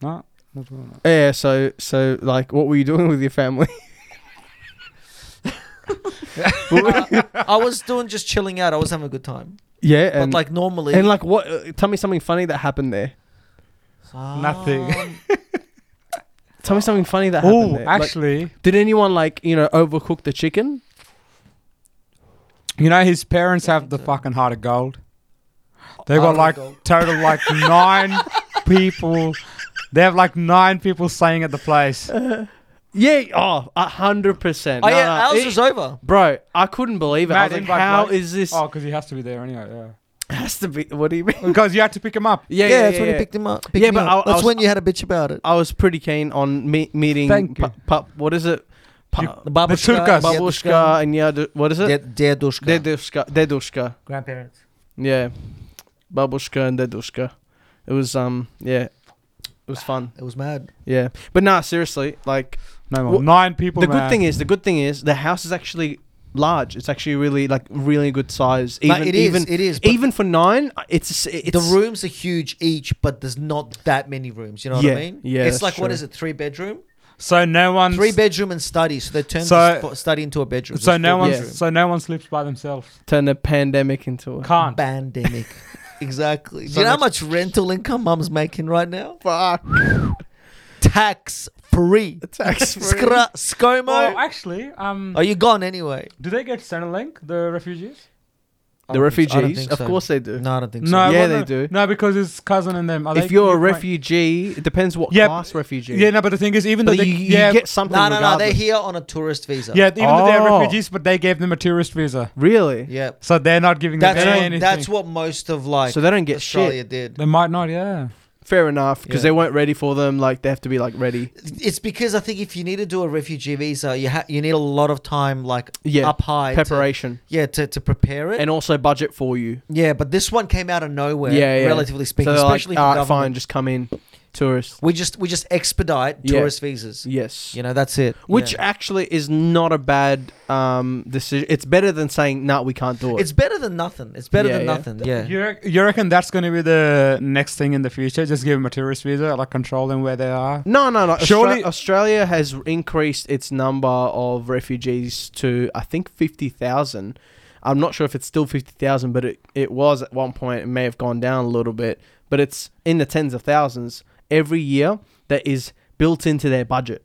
B: no. not doing it.
C: Yeah. So so like, what were you doing with your family?
A: I was doing just chilling out. I was having a good time.
C: yeah, and
A: but
C: like,
A: like normally,
C: and like, what? Uh, tell me something funny that happened there.
B: Nothing.
A: Um,
C: Tell me something funny that happened
B: Oh,
C: there. Like,
B: actually,
C: did anyone like you know overcook the chicken?
B: you know his parents have the fucking heart of gold. They
A: Heart
B: got
A: of
B: like
A: gold.
B: total like nine people. They have like nine people staying at the place.
C: Uh, Yeah, oh, a hundred percent.
A: oh
C: No,
A: yeah,
C: no,
A: ours
C: it-
A: was over.
C: bro, I couldn't believe it. I
B: Matt
C: was like,
B: invite
C: how
B: bloke.
C: is this?
B: Oh, because he has to be there anyway. Yeah.
C: Has to be. What do you mean?
B: Because you had to pick him up.
A: Yeah, that's when you picked him up. picked
C: Yeah,
A: me
C: but
A: up.
C: I- I
A: that's
C: was-
A: when you had a bitch about it.
C: I was pretty keen on me- meeting.
B: Thank you.
C: pu- pu- what is it? Pu-
A: The babushka,
B: Turkas.
C: babushka and yeah, what is it?
A: Ded- dedushka.
C: Dedushka, dedushka.
A: grandparents.
C: Yeah, babushka and dedushka. It was um yeah, it was fun.
A: It was mad.
C: Yeah, but nah, seriously, like
B: No more.
C: Well,
B: nine people.
C: the good thing is, the good thing is, the house is actually large. It's actually really like really good size.
A: No,
C: Even
A: it is,
C: even
A: it is, but-
C: even for nine, it's it's
A: the rooms are huge each, but there's not that many rooms. You know
C: Yeah,
A: what I mean?
C: yeah,
A: It's
C: that's
A: like what
C: true.
A: is it? Three bedroom,
B: so no one.
A: three bedroom and study. So they turned
B: So-
A: the sp- study into a bedroom.
B: So no one.
C: one's-
A: one.
C: bedroom.
B: So no one sleeps by themselves.
C: turn the pandemic into a
B: Can't.
A: Pandemic. exactly. Do
C: So
A: you know how
C: much-
A: much rental income mum's making right now?
C: fuck
A: Tax free.
C: tax
A: Skra-
B: Well,
C: Oh,
A: ScoMo.
B: actually, um,
A: Are you gone anyway?
B: do they get Centrelink, the refugees?
A: I
C: The
A: don't think so. I don't
C: refugees,
A: think
C: of
A: so.
C: course they do.
A: No, I don't think so.
B: No,
C: Yeah,
B: well,
C: they
B: no,
C: do.
B: No, because his cousin and them. Are
C: if
B: they
C: you're a
B: Ukraine-
C: refugee, it depends what
B: Yeah,
C: class refugee.
B: Yeah, no, but the thing is, even though
C: but
B: they,
C: you, you
B: yeah,
C: get something.
A: No, no, no. They're
C: regardless.
A: here on a tourist visa.
B: yeah, even though they're
C: Oh.
B: refugees, but they gave them a tourist visa,
C: Really?
A: Yeah.
B: so they're not giving them
A: That's
B: anything.
A: what, that's what most of like
C: so they don't get
A: Australia
C: shit.
A: did.
B: they might not. Yeah,
C: Fair enough, because
A: Yeah.
C: they weren't ready for them. Like they have to be like ready.
A: It's because I think if you need to do a refugee visa, you ha- you need a lot of time like
C: Yeah,
A: up high to,
C: Preparation
A: yeah, to, to prepare it.
C: and also budget for you.
A: yeah, but this one came out of nowhere.
C: Yeah, yeah.
A: relatively
C: so
A: speaking,
C: they're
A: especially
C: like,
A: for
C: "Alright,
A: government.
C: fine, just come in, tourist.
A: We just we just expedite
C: Yeah.
A: tourist visas.
C: Yes.
A: You know, that's it.
C: Which
A: Yeah.
C: actually is not a bad um, decision. It's better than saying, "No, nah, we can't do it."
A: it's better than nothing. It's better
C: Yeah,
A: than
C: yeah.
A: nothing. Yeah.
B: You, rec- you reckon that's going to be the next thing in the future? Just give them a tourist visa, like control them where they are.
C: no, no, no. Surely
B: Surely-
C: Australia has increased its number of refugees to I think fifty thousand. I'm not sure if it's still fifty thousand, but it, it was at one point. It may have gone down a little bit, but it's in the tens of thousands every year. That is built into their budget.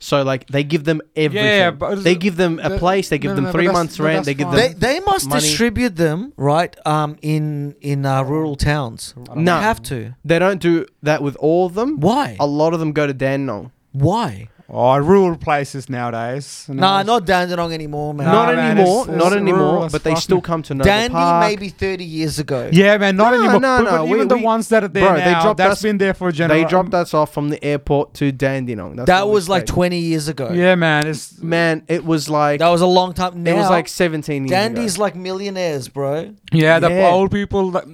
C: So like they give them everything.
B: but-
C: they give them a
B: but-
C: place. They give
B: no,
C: them
B: no, but
C: three
B: that's-
C: months
B: but
C: rent.
B: that's
C: They give
B: fine.
A: They,
C: them.
A: they must
C: money-
A: distribute them right um in in uh, rural towns.
C: No.
A: They have to.
C: They don't do that with all of them.
A: Why?
C: A lot of them go to Dandenong.
A: Why?
B: Oh, rural places nowadays. No,
A: Nah, not Dandenong anymore, man.
B: Nah,
C: not
B: man,
C: anymore.
B: it's-
C: not
B: it's rural
C: anymore.
B: as
C: But they
B: fuck.
C: still come to Noble
A: Dandy
C: Park.
A: maybe 30 years ago.
B: Yeah, man, not
C: No,
B: anymore.
C: no,
B: but,
C: no,
B: but
C: we-
B: even the
C: we-
B: ones that are there
C: Bro, they
B: now, they
C: dropped
B: dropped that's
C: us-
B: been there for a generation.
C: They dropped us off from the airport to Dandenong. That's
A: that
C: what we
A: was like
C: stayed.
A: 20 years ago.
B: Yeah, man, it's
C: Man, it was like
A: That was a long time. Now,
C: it was like seventeen.
A: Dandy's
C: years ago.
A: like millionaires, bro.
B: yeah, the
C: Yeah.
B: old people, like,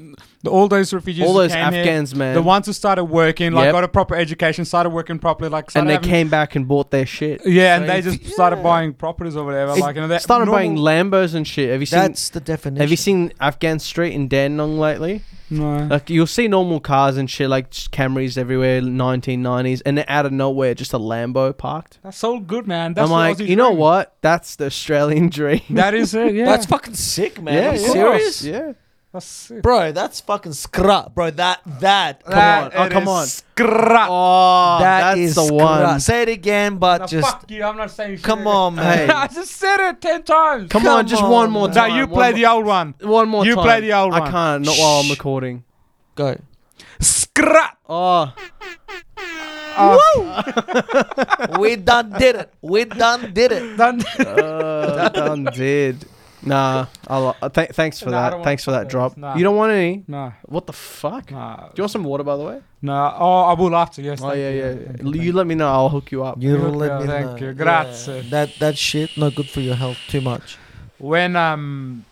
B: the, all those refugees,
C: all
B: who
C: those
B: came here,
C: Afghans, man.
B: the ones who started working, like
C: Yep.
B: got a proper education, started working properly, like
C: and
B: started
C: they
B: having-
C: came back and bought their shit.
B: Yeah, and they
A: So-
B: just started
A: Yeah.
B: buying properties or whatever.
C: It
B: like, you know, they
C: started
B: normal-
C: buying Lambos and shit. Have you seen?
A: That's the definition.
C: have you seen Afghan Street in Dandenong lately?
B: No.
C: Like you'll see normal cars and shit, like just Camrys everywhere, 1990s, and then out of nowhere, just a Lambo parked.
B: That's all good, man. That's
C: I'm
B: the
C: like,
B: Aussie
C: you know
B: dream.
C: what? That's the Australian dream.
B: That is it. Yeah,
A: That's fucking sick, man. Are you
B: yeah.
A: serious?
C: Yeah.
B: That's sick.
A: Bro, that's fucking scrap, bro. That, that, come
B: That
A: on.
C: Oh,
B: it
C: come
B: is
C: on.
B: Scrap.
C: Oh,
A: That
C: that's
A: is
C: the
A: scrap.
C: one.
A: Say it again, but
B: Now,
A: just
B: fuck you. I'm not saying. shit
A: come
B: again.
A: on, man.
C: Hey.
B: I just said it ten times.
C: Come,
A: Come
C: on, just one
A: on,
C: more
A: man.
B: No,
C: time.
B: you
C: one
B: play
C: mo-
B: the old one.
C: One more
B: you
C: time.
B: play the old
C: I
B: one.
C: can't, not while I'm recording.
A: Go.
B: Scrap.
C: Oh,
A: We done did it. We done did it.
B: Done.
C: uh, done did. Nah, I'll, uh, th- thanks for
B: Nah, I don't
C: that.
B: want
C: Thanks for that
B: those.
C: drop.
B: Nah.
C: You don't want any?
B: no,
C: What the fuck? Do
B: no,
C: you want some water, by the way?
B: no. Oh, I will after. Yes.
C: Oh,
B: thank
C: yeah,
B: you.
C: yeah.
B: Thank
C: You,
B: thank
C: let me know. I'll hook you up.
A: You
B: Good
A: don't let
B: girl,
A: me
B: thank
A: know.
B: you. Grazie.
A: That that shit not good for your health too much.
B: When um,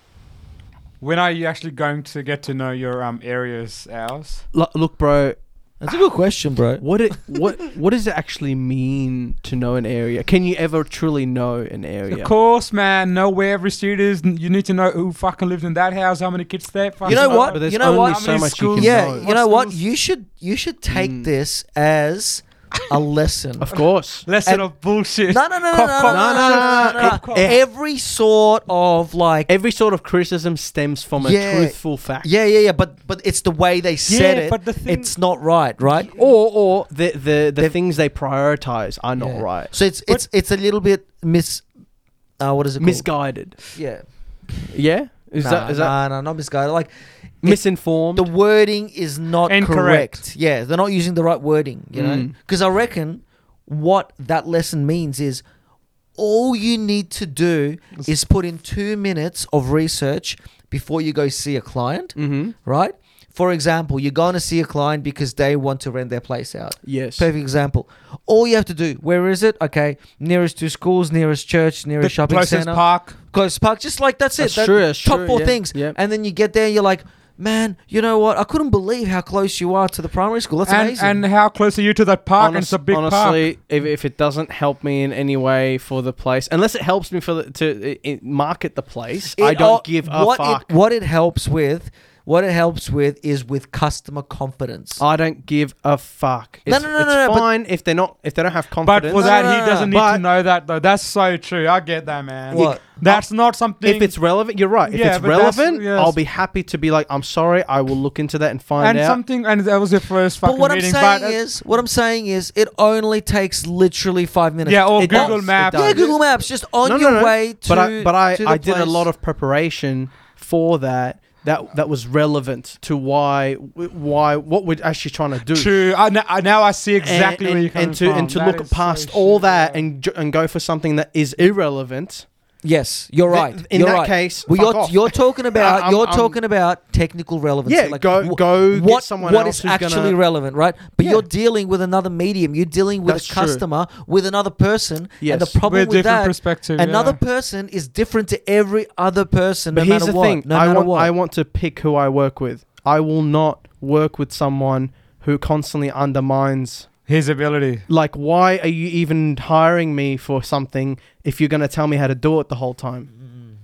B: when are you actually going to get to know your um areas, ours?
C: Lo- look, bro.
A: That's a good question, bro.
C: What it what what does it actually mean to know an area? Can you ever truly know an area?
B: Of course, man. Know where every street is. N- You need to know who fucking lives in that house. How many kids there. fucking
A: know
B: are.
A: what?
C: But there's
A: You know
C: only
A: what?
C: so
B: How many
C: much you
B: schools-
C: can
A: Yeah,
C: know.
A: you know what?
B: schools-
A: You should you should take
C: Mm.
A: this as a lesson.
C: Of course.
B: Lesson
A: And-
B: of bullshit.
A: No, no, no, no,
B: Cough,
A: no,
B: cough.
A: no, no, no, no, no, no.
C: Eh, eh.
A: Every sort of like,
C: Every sort of criticism stems from a
A: Yeah.
C: truthful fact.
A: yeah, yeah, yeah. But but it's the way they said
B: Yeah,
A: it.
B: but the thing-
A: it's not right, right?
C: Or
B: eh,
C: or the the, the
A: They've-
C: things they prioritize are not
A: Yeah.
C: right.
A: So it's it's it's a little bit mis. Uh, what is it called?
C: Misguided.
A: Yeah.
C: Yeah? Is
A: Nah,
C: that is that
A: nah, nah, not misguided. Like
C: misinformed?
A: the wording is not
B: Incorrect.
A: correct. Yeah, they're not using the right wording, you know?
C: Mm.
A: Because I reckon what that lesson means is all you need to do is put in two minutes of research before you go see a client,
C: mm-hmm.
A: right? For example, you're going to see a client because they want to rent their place out.
C: Yes.
A: Perfect example. All you have to do, where is it? Okay, nearest to schools, nearest church, nearest
B: The
A: shopping
B: closest
A: center.
B: park.
A: Ghost Park, just like that's,
C: That's
A: it. That-
C: true, that's
A: top
C: true,
A: four
C: yeah,
A: things.
C: yeah.
A: And then you get there and you're like, man, you know what? I couldn't believe how close you are to the primary school. That's
B: And,
A: amazing.
B: and how close are you to that park? and it's a
C: Honest-
B: big park.
C: honestly, if, if it doesn't help me in any way for the place, unless it helps me for the, to i i- market the place, I
A: It
C: don't
A: all-
C: give a
A: what
C: fuck.
A: It, what it helps with, what it helps with is with customer confidence.
C: I don't give a fuck.
A: No,
C: It's,
A: no, no,
C: it's
A: no, no, but-
C: fine if they're not if they don't have
B: But
C: confidence.
B: for that,
A: no, no,
B: he doesn't need
C: no.
B: to
C: But-
B: know that though. That's so true. I get that, man.
A: What?
B: That's not something.
C: if it's relevant, you're right. If
B: Yeah,
C: it's
B: but that's-
C: relevant,
B: yes.
C: I'll be happy to be like, I'm sorry, I will look into that and find
B: and
C: out.
B: something, and that was your first fucking
A: but what I'm
B: meeting.
A: saying
B: but, uh,
A: is, what I'm saying is, it only takes literally five minutes.
B: yeah, or
C: it
B: Google
C: does, it
B: Maps.
A: yeah,
C: does.
A: Google Maps, just on
C: No, no,
A: your
C: no.
A: way to.
C: but I, but I,
A: to the
C: I did a
A: place.
C: lot of preparation for that. That that was relevant to why why what we're actually trying to do.
B: True. I, n- I- now I see exactly
C: and,
B: where you're
C: and,
B: coming
C: and to
B: from.
C: and to
B: That
C: look
B: is so
C: past
B: shit,
C: all that
B: yeah.
C: and ju- and go for something that is irrelevant.
A: Yes, you're
C: Th-
A: right.
C: in
A: you're
C: that
A: right.
C: case,
A: well,
C: fuck
A: you're
C: off.
A: you're talking about
C: I'm-
A: you're
C: I'm-
A: talking about technical relevancy.
C: Yeah, go-
A: wh-
C: go get
A: What
C: someone
A: what
C: else
A: is
C: who's gonna-
A: actually relevant, right? But
C: Yeah.
A: you're dealing with another medium. You're dealing with
C: That's
A: a
C: true.
A: customer, with another person, and
C: Yes.
A: the problem
B: With
A: with
B: different
A: that,
B: perspective,
A: another
B: yeah.
A: person is different to every other person.
C: But
A: no
C: here's
A: matter
C: the
A: what,
C: thing:
A: no
C: I
A: matter
C: want
A: what.
C: I want to pick who I work with. I will not work with someone who constantly undermines
B: his ability.
C: like why are you even hiring me for something if you're going to tell me how to do it the whole time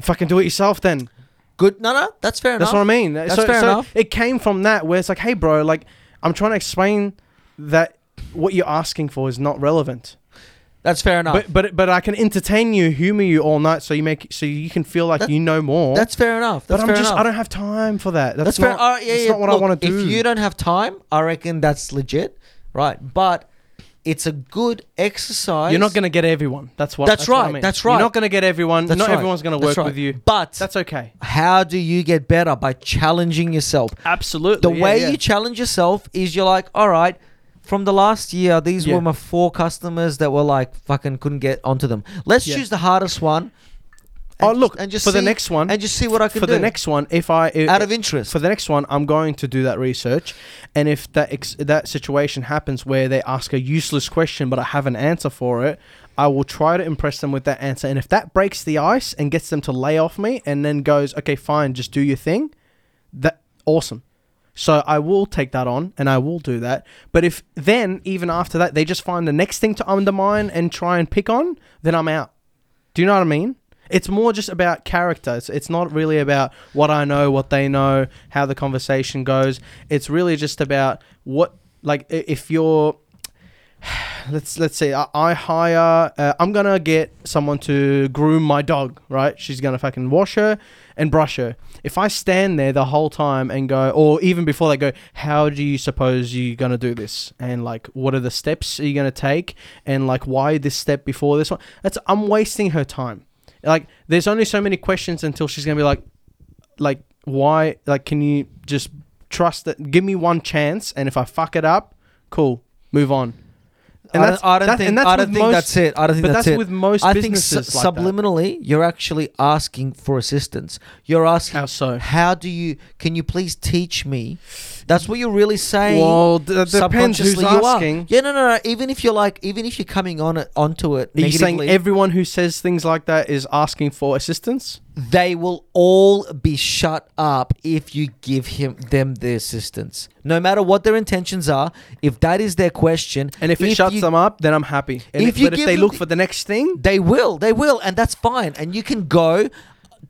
C: fucking do it yourself then
A: Good. No, no, that's fair
C: that's what i
A: enough.
C: mean so,
A: fair
C: so
A: enough.
C: it came from that where it's like hey bro like i'm trying to explain that what you're asking for is not relevant
A: That's fair enough.
C: but but but i can entertain you humor you all night so you make so you can feel like
A: That-
C: you know more
A: that's fair enough.
C: but
A: That's
C: i'm
A: fair
C: just
A: enough.
C: i don't have time for that that's,
A: That's,
C: not,
A: fair. All right, yeah,
C: that's
A: yeah.
C: not what
A: Look,
C: i want to do
A: If you don't have time, I reckon that's legit, right? But it's a good exercise.
C: you're not going to get everyone that's what
A: That's
C: what I
A: right,
C: mean.
A: that's
C: you're
A: right.
C: not going to get everyone
A: That's
C: not
A: right,
C: everyone's going to work
A: that's right.
C: with you
A: But
C: that's okay
A: how do you get better by challenging yourself?
C: Absolutely.
A: The
C: yeah,
A: way
C: yeah.
A: you challenge yourself is you're like, all right. From the last year, these
C: Yeah.
A: were my four customers that were like fucking couldn't get onto them. Let's
C: Yeah.
A: choose the hardest one.
C: Oh,
A: and-
C: look, for the
A: see-
C: next one-
A: and just see what I can
C: for
A: do
C: the next one, if I i-
A: out of interest.
C: for the next one, I'm going to do that research, and if that ex- that situation happens where they ask a useless question but I have an answer for it, I will try to impress them with that answer, and if that breaks the ice and gets them to lay off me, and then goes, okay, fine, just do your thing, that awesome. So I will take that on, and I will do that. But if then even after that they just find the next thing to undermine and try and pick on, then I'm out. Do you know what I mean? It's more just about character. It's, it's not really about what I know, what they know, how the conversation goes. It's really just about what, like, i- if you're, let's let's say I, I hire, uh, I'm gonna get someone to groom my dog, right? She's gonna fucking wash her and brush her. If I stand there the whole time and go, or even before they go, how do you suppose you're gonna do this? And like, what are the steps are you gonna take? And like, why this step before this one? That's I'm wasting her time. Like, there's only so many questions until she's gonna be like, like, why? Like, can you just trust that? Give me one chance, and if I fuck it up, cool, move on.
A: I don't, I don't
C: that-
A: think,
C: and
A: I
C: with
A: don't think
C: most-
A: that's it. I don't think
C: but
A: that's,
C: that's
A: it.
C: with most
A: I think
C: businesses
A: su-
C: like that.
A: subliminally, you're actually asking for assistance. You're asking,
C: How so?
A: How do you? Can you please teach me? That's what you're really saying.
C: Well, d- that depends who's
A: subconsciously you are.
C: asking.
A: Yeah, no, no, no. Even if you're like, even if you're coming on it onto it,
C: Are you saying
A: negatively,
C: everyone who says things like that is asking for assistance?
A: they will all be shut up if you give him them the assistance, no matter what their intentions are. If that is their question,
C: And if it shuts
A: you-
C: them up, then I'm happy. And
A: If
C: if
A: you
C: but if
A: give
C: they
A: them
C: look
A: the-
C: for the next thing,
A: They will, they will, and that's fine. And you can go.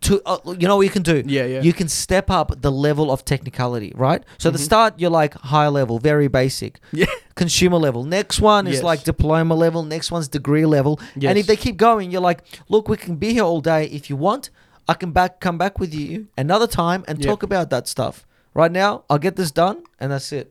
A: to uh, you know what you can do.
C: Yeah, yeah.
A: You can step up the level of technicality, right? So at the start you're like high level, very basic.
C: Mm-hmm. Yeah.
A: Consumer level. Next one is
C: Yes.
A: like diploma level. Next one's degree level. And if
C: Yes.
A: they keep going, you're like, look, we can be here all day if you want. I can back come back with you another time and
C: Yeah.
A: talk about that stuff. Right now, I'll get this done and that's it.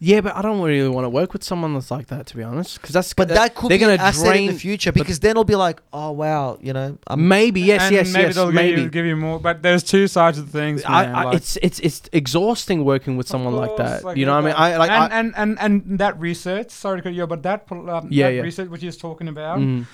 C: Yeah, but I don't really want to work with someone that's like that, to be honest. Because that's
A: But that could
C: uh, they're
A: be
C: gonna
A: an asset in
C: drain.
A: the future because then it'll be like, oh wow, you know, I'm
C: maybe yes,
B: And
C: yes,
B: maybe
C: yes,
B: they'll
C: maybe.
B: Give, you, give you more. But there's two sides of things.
C: I,
B: man,
C: I,
B: like-
C: it's it's it's exhausting working with someone
B: Of
C: like
B: course,
C: that.
B: like,
C: you know what I mean? I like
B: and,
C: I,
B: and and and that research. Sorry to cut you, off, but that pol- um,
C: Yeah,
B: that
C: yeah.
B: research which he's talking about,
C: Mm.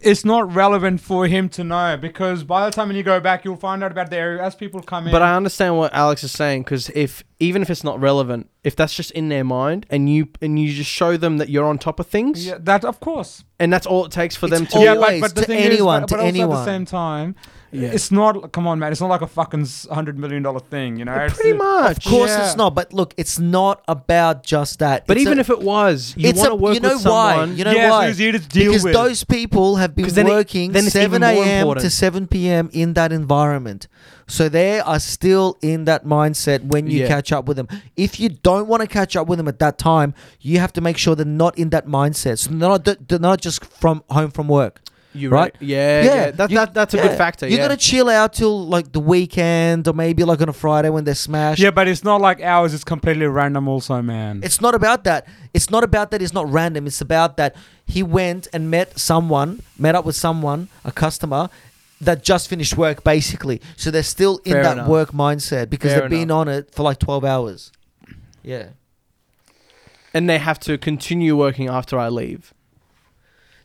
B: it's not relevant for him to know because by the time when you go back, you'll find out about the area as people come in.
C: But I understand what Alex is saying because if even if it's not relevant, if that's just in their mind and you and you just show them that you're on top of things,
B: yeah, that of course.
C: and that's all it takes for them
A: It's
C: to
A: all-
B: yeah, but,
A: Always,
B: but the
A: to
B: thing
A: anyone,
B: is, but,
A: to
B: but also at
A: anyone.
B: the same time,
C: Yeah.
B: it's not. Come on, man, it's not like a fucking hundred million dollar thing, you know. It's- uh,
C: pretty much.
A: Of course
B: Yeah.
A: it's not, but look, it's not about just that.
C: But
A: It's
C: even
A: a-
C: if it was, you
A: it's
C: want
A: a-
C: to work
A: you know
C: with
A: why?
C: someone.
A: You know
B: yeah,
A: why?
B: it's easier to deal
A: because
B: with.
A: those people have been
C: 'Cause then it-
A: working
C: then it's even
A: 7
C: more
A: a.m. to
C: important.
A: 7 p.m. in that environment. So they are still in that mindset when you
C: Yeah.
A: catch up with them. If you don't want to catch up with them at that time, you have to make sure they're not in that mindset. So they're not, they're not just from home from work.
C: You're
A: right?
C: Yeah, yeah. That,
A: you-
C: that, that's a
A: yeah.
C: good factor.
A: You
C: yeah.
A: gotta chill out till like the weekend or maybe like on a Friday when they're smashed.
B: Yeah, but it's not like ours. It's completely random, also, man.
A: It's not about that. It's not about that. It's not random. It's about that he went and met someone, met up with someone, a customer that just finished work basically. So they're still in
C: Fair
A: that
C: enough.
A: work mindset because
C: Fair
A: they've been on it for like 12 hours. Yeah.
C: and they have to continue working after I leave.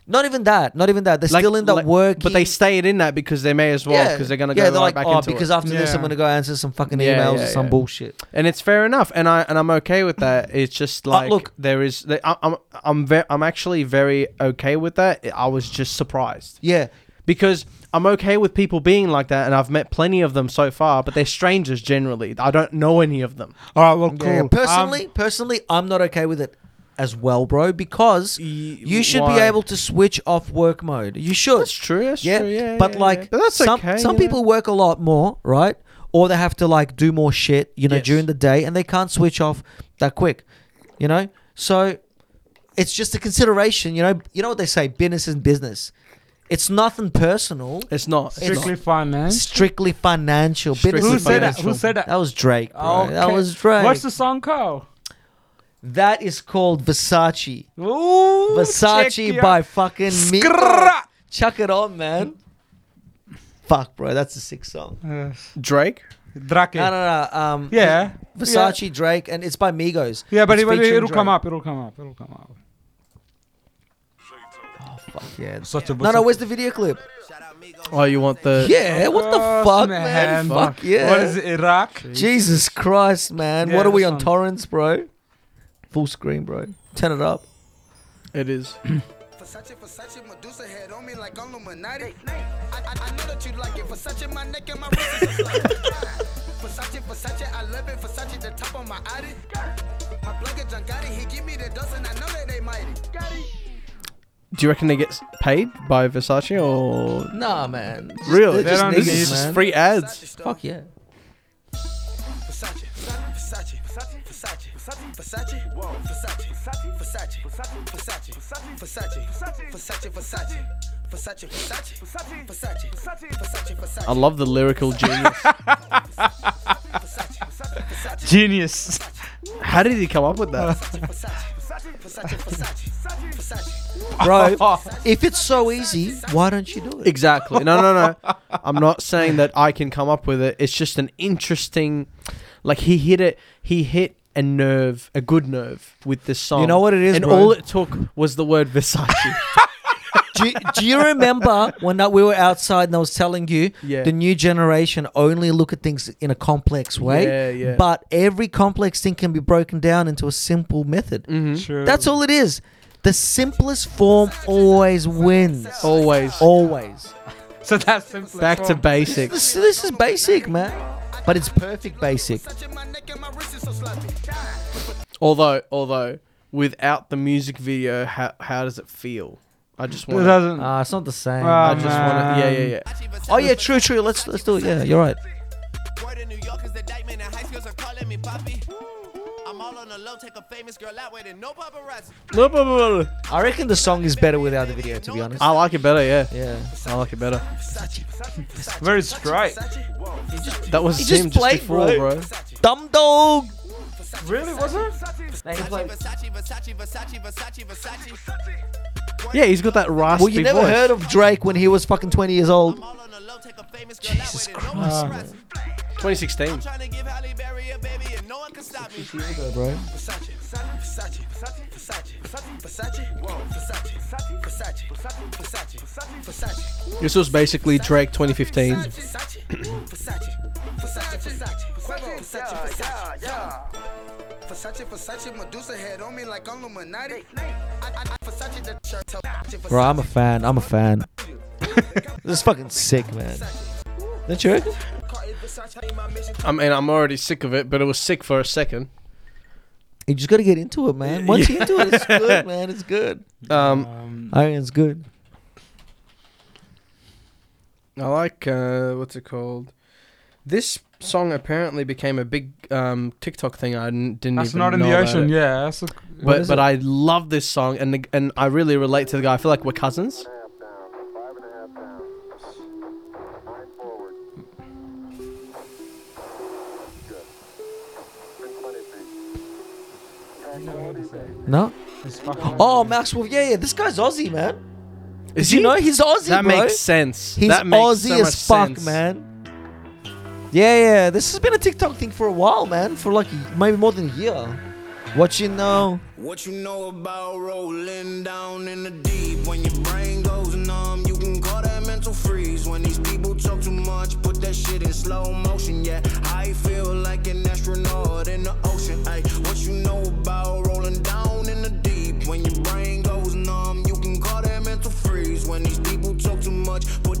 A: Not even that. Not even that. They're
C: Like-
A: still in that
C: like-
A: work.
C: But they stayed in that because they may as well because they're gonna go right back
A: oh,
C: into
A: because
C: it.
A: after this I'm
B: Yeah.
A: gonna go answer some fucking
C: Yeah,
A: emails
C: yeah,
A: or some
C: yeah.
A: bullshit.
C: and it's fair enough. And I and I'm okay with that. It's just like
A: look.
C: Uh, look, there is. there- I- I'm I'm ve- I'm actually very okay with that. I was just surprised
A: Yeah.
C: because I'm okay with people being like that, and I've met plenty of them so far, but they're strangers generally. I don't know any of them.
B: All right, well, cool.
A: Yeah,
B: Um,
A: Personally, personally, I'm not okay with it as well, bro, because you should be able to switch off work mode. You should.
C: That's true. That's
A: yeah,
C: true. Yeah,
A: but
C: yeah,
A: like
C: yeah. but that's
A: some
C: okay.
A: some
C: you know?
A: people work a lot more, right? Or they have to like do more shit, you know,
C: Yes.
A: during the day, and they can't switch off that quick, you know. So it's just a consideration, you know. You know what they say: business is business. It's nothing personal.
C: It's not. It's
B: strictly
C: not.
B: finance.
A: Strictly financial.
C: Strictly
A: business
B: Who
A: is
B: said that?
A: financial.
B: Who said that?
A: That was Drake. Bro. That
B: Okay.
A: was Drake.
B: What's the song called?
A: that is called Versace.
B: Ooh, check
A: Versace
B: your-
A: by fucking me.
B: Skrrra.
A: Chuck it on, man. Fuck, bro, that's a sick song.
B: Uh,
C: Drake.
B: Drake.
A: No, no, no. Um,
B: Yeah.
A: Versace, Drake, and it's by Migos.
B: Yeah, but
A: It's
B: it, will
A: featuring
B: come
A: Drake.
B: up. It'll come up. It'll come up.
A: Fuck yeah.
B: Such a
A: No, no, where's the video clip?
C: Oh, you want the?
A: Yeah, what the fuck, man? Fuck yeah.
B: What is it, Iraq?
A: Jesus Christ, man.
B: Yeah,
A: what are we
B: this
A: on
B: one.
A: torrents, bro? Full screen, bro. Turn it up.
C: It is.
F: Versace, Versace, Medusa head on me like I'm Illuminati. I, I, I know that you like it. Versace, my neck and my wrist is a slide. Versace, Versace, I love it. Versace, the top of my Audi. My plug is Giancotti, he give me the dozen. I know that they mighty.
C: Do you reckon they get paid by Versace or?
A: Nah, man. Just-
C: Really?
A: they're just
B: They don't
A: niggas,
B: need-
C: This is
A: man.
C: free ads.
A: Fuck yeah.
F: Versace, Versace, Versace, Versace, Versace, Versace, Versace, Versace, Versace, Versace, Versace, Versace, Versace, Versace, Versace, Versace, Versace, Versace, Versace.
C: I love the lyrical genius.
B: Genius.
C: How did he come up with that?
A: Bro, if it's so easy, why don't you do it?
C: exactly. No, no, no. I'm not saying that I can come up with it. It's just an interesting, like he hit it. He hit a nerve, a good nerve, with this song.
A: You know what it is,
C: And
A: bro?
C: all it took was the word Versace.
A: do, do you remember when that we were outside and I was telling you
C: Yeah.
A: the new generation only look at things in a complex way?
C: Yeah, yeah.
A: But every complex thing can be broken down into a simple method.
C: Mm. Mm-hmm.
B: True.
A: That's all it is. The simplest form always wins.
C: Always
A: Always.
B: So that's simple.
C: back to basics.
A: This, this is basic, man. But it's perfect basic.
C: Although, although, without the music video, how how does it Um, feel? I just
B: It
C: want. to
B: doesn't.
A: Ah, it's not the same.
B: Ah,
C: I just want. to Yeah, yeah, yeah.
A: oh yeah, true, true. Let's let's do it. Yeah, you're right.
G: Word in New York is the diamond and high schools are calling me poppy. I'm all on the low, take a famous girl out with it, no paparazzi.
C: No, blah, blah, blah, blah.
A: I reckon the song is better without the video, to be honest.
C: I like it better. Yeah,
A: yeah.
C: I like it better.
B: Very straight.
C: That was
A: He
C: him
A: just
C: just,
A: played,
C: before,
A: bro.
C: bro.
A: Dumb dog.
B: Really, was it?
G: Versace, Versace, Versace, Versace, Versace.
C: Yeah, he's got that raspy
A: Well, you never
C: voice.
A: heard of Drake when he was fucking 20 years old.
G: I'm all on the low, take a famous girl out with it, no paparazzi.
C: 2016.
G: Trying to give Halle Berry a baby and no one can stop me.
A: bro.
C: This was basically Drake 2015.
F: Versace, Versace, Medusa head on me like I'm Illuminati. Versace, the shirt,
A: Bro, I'm a fan. I'm a fan. this is fucking sick, man. Don't you reckon?
C: I mean, I'm already sick of it, but it was sick for a second.
A: You just gotta get into it, man. Once you're into it, it's good, man. It's good.
C: Um,
A: Iron's good.
C: I like uh, what's it called? This song apparently became a big um, TikTok thing. I didn't, didn't
B: That's
C: even
B: not in
C: know
B: the
C: about
B: ocean.
C: it.
B: Yeah. That's a,
A: What
C: But
A: is
C: but
A: it?
C: I love this song and the, and I really relate to the guy. I feel like we're cousins.
A: No? Oh, Max Wolf. Yeah, yeah. This guy's Aussie, man.
C: Is
A: You know, he's Aussie,
C: that
A: bro.
C: makes sense.
A: He's
C: that makes
A: Aussie
C: so much
A: as fuck,
C: sense.
A: man. Yeah, yeah. This has been a TikTok thing for a while, man. For like maybe more than a year. uh, What you know?
G: What you know about rolling down in the deep? When your brain goes numb, you can call that mental freeze. When these people talk too much, put that shit in slow motion. Yeah, I feel like an astronaut in the ocean. Ay, what you know about rolling down in the deep? When your brain goes numb, you can call that mental freeze. When these people talk too much, put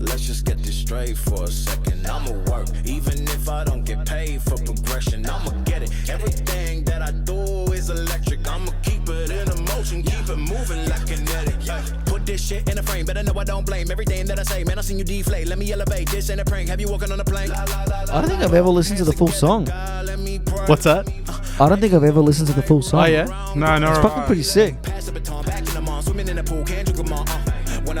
G: Let's just get this straight for a second. I'ma work, even if I don't get paid for progression. I'ma get it. Everything that I do is electric. I'ma keep it in a motion, keep it moving like kinetic. Yeah. Put this shit in a frame, better know I don't blame everything that I say. Man, I seen you deflate. Let me elevate. This ain't a prank. Have you walking on a plane? La, la, la, la.
A: I don't think I've ever listened to the full song.
G: God, let me pray.
C: What's that?
A: I don't think I've ever listened to the full song.
C: Oh yeah.
B: no, no.
A: It's fucking pretty sick.
G: Pass the baton back in the mall, swimming in the pool, can't drink 'em all. Uh. Want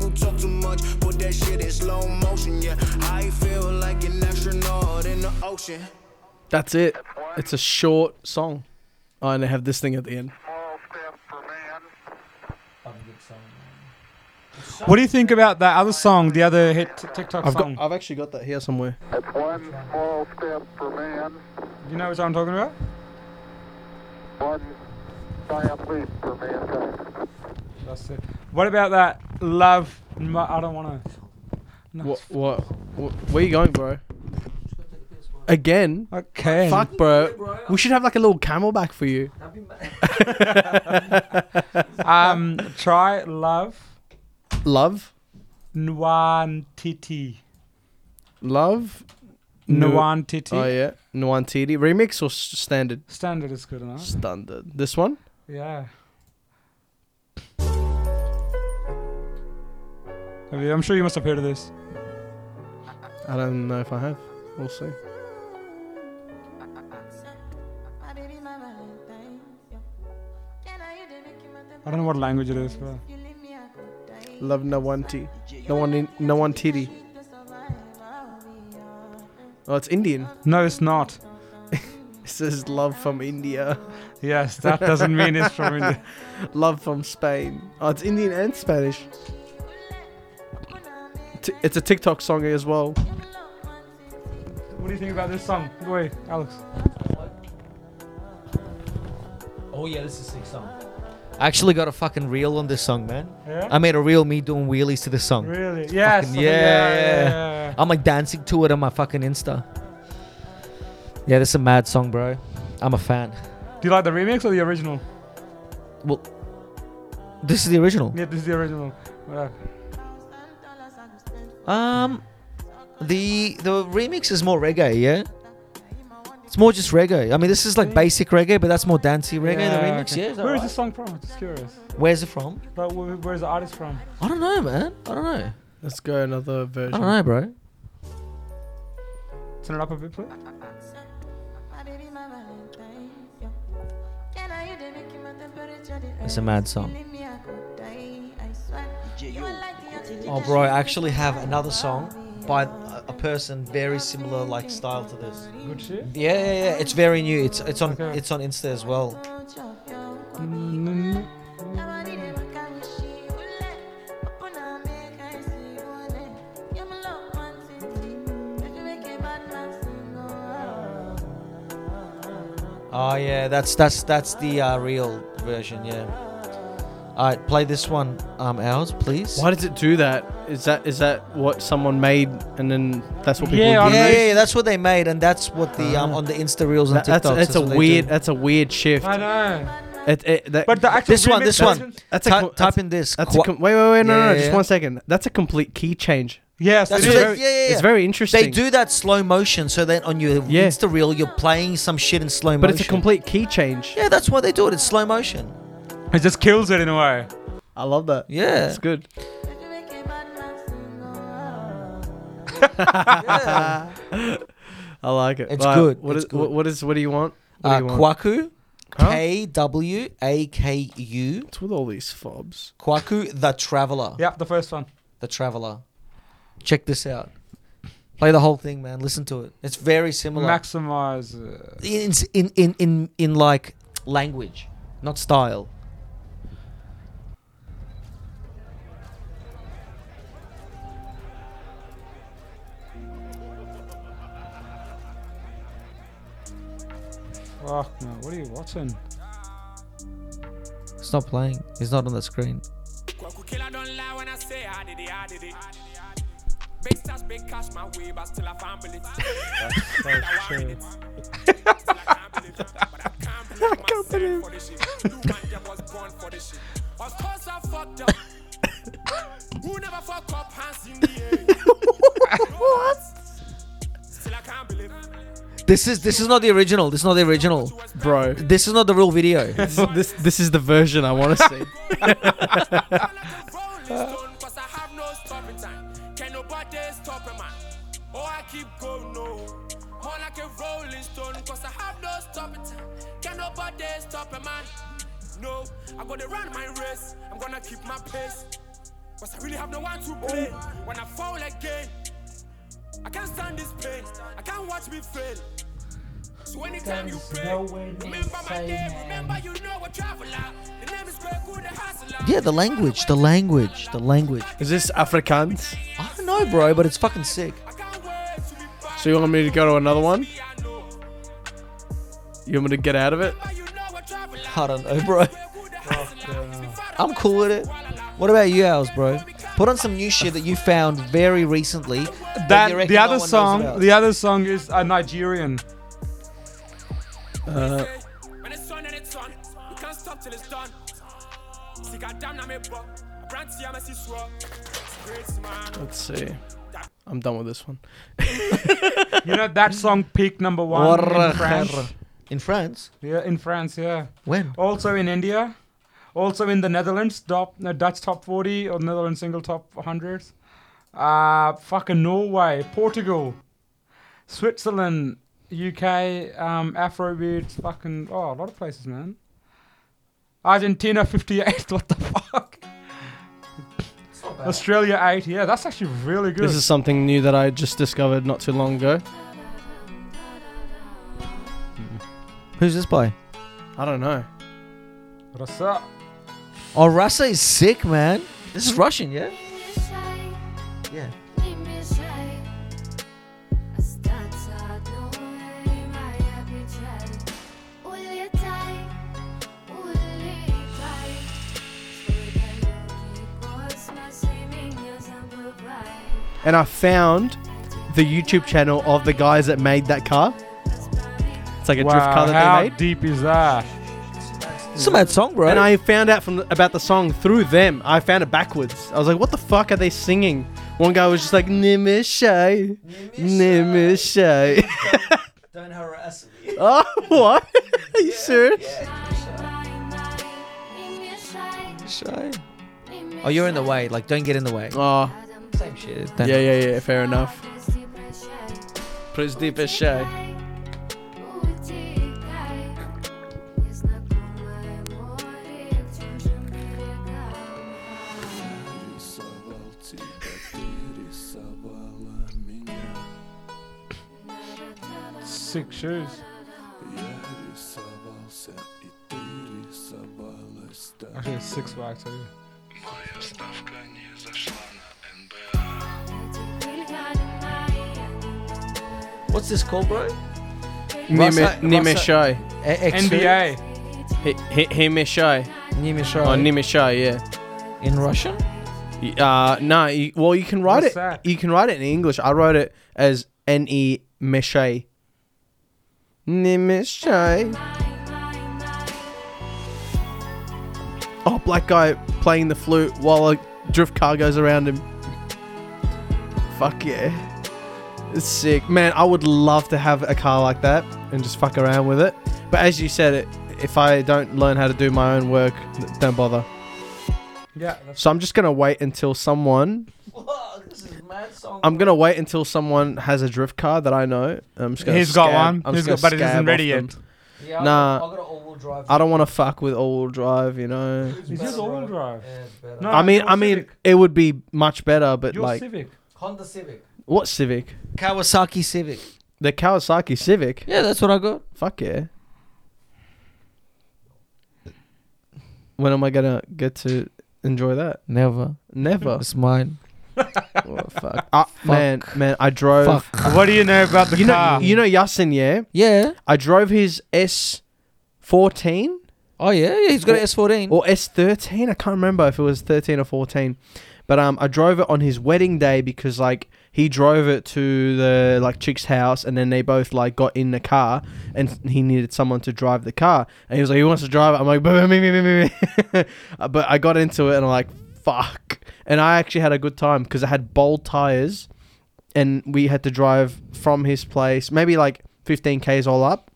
G: talk too much, put that shit in slow motion. Yeah, I feel like an astronaut in the ocean.
C: That's it. It's a short song. Oh, and they have this thing at the end.
B: What do you think about that other song, the other hit t- TikTok
C: I've
B: song?
C: got. I've actually got that here somewhere.
H: It's one small step for man,
B: you know what I'm talking about?
H: one giant leap for mankind.
B: That's it. What about that love? m- I don't want to.
C: What? What? what where you going, bro? Again?
B: Okay.
C: Fuck, bro. We should have like a little camelback for you.
B: Um, try love
C: Love,
B: nuantiti.
C: love. Nu-
B: Nuantiti.
C: Oh yeah, Nuantidi remix or s- standard?
B: Standard is good enough.
C: Standard. This one.
B: Yeah. Have you- I'm sure you must have heard of this.
C: I don't know if I have. We'll see.
I: My baby mama thanks, yeah. Can I hear the make you my
B: I don't know what language it is, but
I: You leave me, I could
C: Love no one t. No one in, no one titty. Oh, it's Indian.
B: No, it's not.
C: It says love from India,
B: Yes, that doesn't mean it's from India.
C: love from Spain. Oh, it's Indian and Spanish. T- it's a TikTok song as well.
B: What do you think about this song? Go away, Alex.
A: Oh yeah, this is a sick song. I actually got a fucking reel on this song, man.
B: Yeah?
A: I made a reel me doing wheelies to this song.
B: Really? Yes.
A: Fucking
B: I think-
A: yeah, yeah.
B: yeah.
A: I'm like dancing to it on my fucking Insta. Yeah, this is a mad song, bro. I'm a fan.
B: Do you like the remix or the original?
A: Well, this is the original.
B: Yeah, this is the original. Yeah.
A: Um, the the remix is more reggae, yeah. It's more just reggae. I mean, this is like basic reggae, but that's more dancey reggae. the
B: Yeah,
A: remix,
B: okay.
A: yeah. is that
B: Where is
A: right?
B: this song from? I'm just curious.
A: Where's it from?
B: Like, wh- where's the artist from?
A: I don't know, man. I don't know.
C: Let's go another version.
A: I don't know, bro.
B: Turn it up a bit, please.
A: It's a mad song. Oh, bro, I actually have another song by a, a person very similar like style to this.
B: Good shit.
A: Yeah, yeah, yeah. It's very new. It's it's on
B: Okay.
A: it's on Insta as well.
B: Mm,
I: oh.
A: Oh yeah, that's that's that's the uh, real version. Yeah. All right, play this one, um, ours, please.
C: Why does it do that? Is that is that what someone made and then that's what people
B: Yeah,
C: do?
B: Unreal.
A: Yeah, yeah, yeah, that's what they made, and that's what the um
C: Ah.
A: on the Insta reels and
C: That- that's
A: TikToks.
C: that's a
A: what they
C: weird uh,
A: do.
C: that's a weird shift.
B: I know.
C: It, it, that,
B: But the actual
A: This one,
B: remix
A: this one.
B: version-
C: that's a
A: Ty-
C: co-
A: type
C: that's,
A: in this.
C: that's
A: Qua-
C: a com- wait wait wait no
A: Yeah,
C: no,
A: yeah,
C: just
A: yeah.
C: one second. That's a complete key change.
B: Yes,
A: That's
B: it
A: what
B: is.
A: they- yeah, yeah, yeah.
C: It's very interesting.
A: They do that slow motion, so that on your
C: Yeah.
A: Insta reel, you're playing some shit in slow motion.
C: but it's a complete key change.
A: Yeah, that's why they do it. It's slow motion.
B: It just kills it in a way.
C: I love that.
A: Yeah.
C: it's good.
I: oh,
A: Yeah.
C: I like it.
A: It's good,
C: What
A: it's
C: is what-
A: good.
C: what is what do you want? What
A: Uh,
C: do you want?
A: Kwaku,
C: Huh?
A: K W A K U,
C: What's with all these fobs?
A: Kwaku the Traveler.
B: Yep, the first one.
A: The Traveler. Check this out. Play the whole thing, man. Listen to it. It's very similar.
B: Maximize. uh,
A: in in in in, in like language, not style.
B: Fuck no. What are you watching?
A: It's not playing. It's not on the screen.
J: Kwaku killer don't lie when I say I did it, I did it. Big stash, big cash, my way, but still I can't believe it. I can't believe it. But I can't believe myself for this shit. Human that was born for this shit. Of course I fucked up. Who never fuck up hands in the air? what? Still I can't believe it.
A: This is this is not the original. This is not the original.
C: Bro,
A: This is not the real video.
C: this this is the version I want to see.
J: I'm like a rolling stone, 'cause I have no stopping time. Can nobody stop a man? Oh, I keep going, no. More like a rolling stone, 'cause I have no stopping time. Can nobody stop a man? No, I'm gonna run my race, I'm gonna keep my pace. Cause I really have no one to blame when I fall again. I can't stand this pain, I can't watch me fail. So anytime you pray, remember my name, remember you know a traveler. The name is Greg the Hustler.
A: Yeah, the language, the language, the language.
C: Is this Afrikaans?
A: I don't know, bro, but it's fucking sick.
C: So you want me to go to another one? You want me to get out of it?
A: I don't know, bro. I'm cool with it. What about you, Owls, bro? Put on some new shit that you found very recently. That, you
B: That
A: reckon
B: the
A: no
B: other
A: one knows
B: song.
A: about.
B: The other song is a Nigerian.
C: Uh,
J: When it's on and it's on, you can't stop till it's done. See, goddamn, I'm a buck. I brand see, I'm a see, swore. Great man.
C: let's see. I'm done with this one.
B: You know that song peaked number one in France.
A: in France?
B: Yeah, in France. Yeah.
A: When?
B: Also in India. Also in the Netherlands, top, no, Dutch top 40 or Netherlands single top 100. Uh, fucking Norway, Portugal, Switzerland, UK, um, Afrobeats, fucking, oh, a lot of places, man. Argentina 58, what the fuck? Australia 8. Yeah, that's actually really good.
C: This is something new that I just discovered not too long ago.
A: Who's this by?
C: I don't know.
B: What's up?
A: Oh, Rasa is sick, man. This is Russian, yeah? Yeah.
C: And I found the YouTube channel of the guys that made that car. It's like a drift
B: Wow,
C: car that
B: how
C: they made.
B: deep is that?
A: It's a mad song, bro.
C: And I found out from about the song through them. I found it backwards. I was like, "What the fuck are they singing?" One guy was just like, "Nimishai, Nimishai."
A: Don't harass me.
C: oh, what? Are you serious?
A: Shy. Oh, you're in the way. Like, don't get in the way.
C: Oh,
A: Same shit.
C: yeah, yeah, yeah. Fair enough.
B: Sick shoes. Actually, it's six wax too.
A: What's this called, bro?
C: Nimi- Nimishai.
B: NBA.
C: Hi- hi- Himishai.
A: Nimishai.
C: Oh, Nimishai. Yeah.
A: in Russian?
C: Y- Uh, no. You, well, you can write
B: What's
C: it.
B: that?
C: You can write it in English. I wrote it as N E Meshai. Nimishai. Oh, black guy playing the flute while a drift car goes around him. Fuck yeah. It's sick. Man, I would love to have a car like that and just fuck around with it. But as you said, it, if I don't learn how to do my own work, th- don't bother.
B: Yeah. That's
C: So I'm just gonna wait until someone.
A: this is mad song.
C: I'm gonna wait until someone has a drift car that I know. I'm just gonna.
B: He's got
C: scab-
B: one.
C: I'm
B: He's got,
C: just gonna
B: but it
C: scab
B: isn't ready
C: off
B: yet.
C: them.
A: yeah, I
C: nah.
A: got- I got an all-wheel drive.
C: I don't want to fuck with all-wheel drive, you know.
B: It's
A: better,
B: just all-wheel
A: bro.
B: drive.
A: Yeah, it's better.
B: No.
C: I mean,
B: your
C: I mean,
B: Civic.
C: it would be much better, but
B: Your
C: like,
B: Civic.
A: Honda Civic.
C: what Civic?
A: Kawasaki Civic.
C: The Kawasaki Civic.
A: Yeah, that's what I got.
C: Fuck yeah. When am I gonna get to enjoy that?
A: Never.
C: Never.
A: It's mine.
C: oh, fuck. Ah, Man, man, I drove.
A: Fuck.
B: What do you know about the
C: You know,
B: car?
C: you know Yasin, yeah.
A: Yeah.
C: I drove his S14
A: Oh yeah, yeah. He's got an
C: Or-
A: S14.
C: or S13. I can't remember if it was 13 or 14. But um, I drove it on his wedding day because like he drove it to the like chick's house, and then they both like got in the car, and he needed someone to drive the car, and he was like, "He wants to drive it." I'm like, "But me, me, me, me, me." Uh, but I got into it, and I'm like, "Fuck!" And I actually had a good time because it had bold tires, and we had to drive from his place, maybe like 15 k's all up,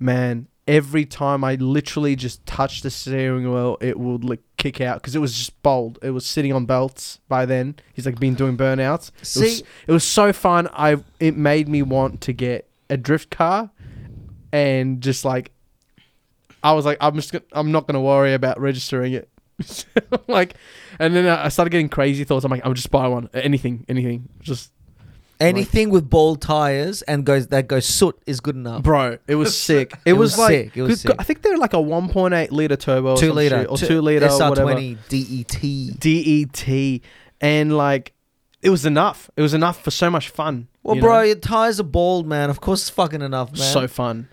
C: man every time i literally just touched the steering wheel it would like kick out because it was just bold it was sitting on belts by then he's like been doing burnouts it, was,
A: See-
C: it was so fun i it made me want to get a drift car and just like i was like i'm just gonna, i'm not gonna worry about registering it like and then i I started getting crazy thoughts i'm like i'll just buy one anything anything just
A: Anything with bald tires and goes that goes soot is good enough.
C: Bro, it was sick. It,
A: It
C: was,
A: was
C: like
A: sick, it was
C: 'cause
A: sick.
C: I think they're like a 1.8 liter turbo, or
A: two
C: some
A: liter
C: shit, or two, liter, or whatever.
A: SR20 DET.
C: DET, and like it was enough. It was enough for so much fun.
A: Well,
C: you
A: bro,
C: know?
A: your tires are bald, man. Of course, it's fucking enough, man.
C: so fun.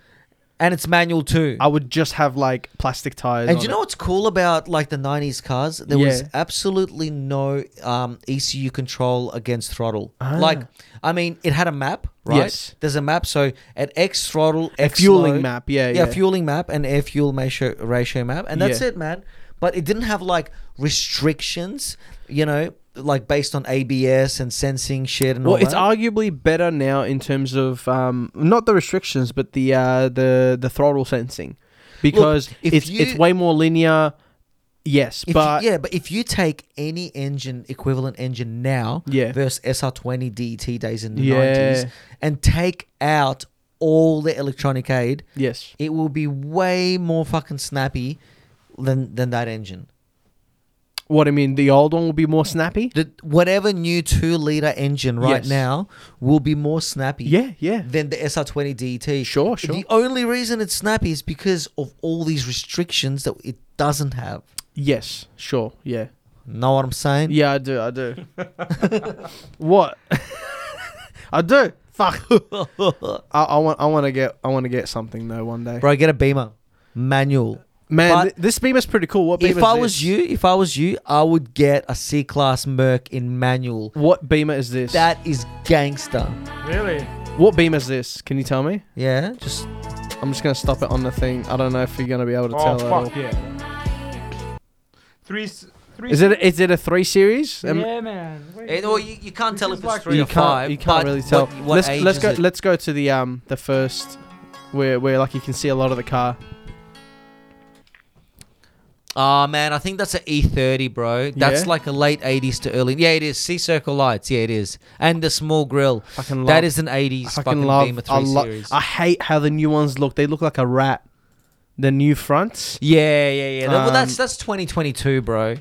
A: and it's manual too.
C: I would just have like plastic tires.
A: and
C: on
A: do you
C: it.
A: know what's cool about like the '90s cars? There was
C: Yeah.
A: absolutely no um, ECU control against throttle.
C: Ah.
A: Like, I mean, it had a map, right?
C: Yes.
A: There's a map. So at X throttle,
C: a
A: X
C: fueling
A: load-
C: map? Yeah,
A: yeah,
C: yeah.
A: fueling map and air fuel ratio, ratio map, and that's
C: Yeah.
A: it, man. But it didn't have like restrictions, you know, like based on ABS and sensing shit and
C: well,
A: all
C: it's
A: that.
C: arguably better now in terms of um, not the restrictions, but the uh, the the throttle sensing, because
A: if
C: it's
A: you-
C: it's way more linear. Yes,
A: If
C: but
A: you, yeah, but if you take any engine equivalent engine now
C: Yeah.
A: versus SR20 DET E days in the
C: Yeah.
A: 90s and take out all the electronic aid,
C: yes,
A: it will be way more fucking snappy than than that engine.
C: What I mean, the old one will be more snappy.
A: The, whatever new two liter engine right
C: Yes.
A: now will be more snappy.
C: Yeah, yeah.
A: Than the SR20 DT.
C: Sure, sure.
A: E The only reason it's snappy is because of all these restrictions that it doesn't have.
C: Yes, sure, yeah,
A: Know what I'm saying?
C: yeah. I do, I do. what? I do. Fuck. I, I want, I want to get, I want to get something though one day.
A: Bro, get a Beamer, manual.
C: Man,
A: But-
C: th- this beamer's pretty cool. What beamer?
A: If
C: is
A: I
C: this?
A: was you, if I was you, I would get a C class Merc in manual.
C: what beamer is this?
A: That is gangster.
B: Really?
C: What beam is this? Can you tell me?
A: Yeah, just
C: I'm just gonna stop it on the thing. I don't know if you're gonna be able to
B: Oh
C: tell. at all.
B: fuck yeah. Three. s- three
C: Is it? Is it a three series? Um,
B: yeah, man. Wait,
A: Eh, well, you, you can't tell
B: This
A: if
B: is like-
A: it's three
C: you
A: or
C: can't.
A: five.
C: you can't
A: but
C: really tell.
A: What, what
C: let's
A: age
C: let's
A: is
C: go.
A: it?
C: Let's go to the um the first, where where like you can see a lot of the car.
A: Oh man, I think that's an E30, bro. That's
C: Yeah?
A: like a late 80s to early. Yeah, it is. C circle lights. Yeah, it is. And the small grill.
C: Fucking love.
A: That is an 80s
C: I
A: fucking,
C: fucking love.
A: Beamer 3
C: I, lo-
A: series.
C: I hate how the new ones look. They look like a rat. The new fronts,
A: yeah, yeah, yeah. well, that's
C: Um,
A: that's 2022, bro.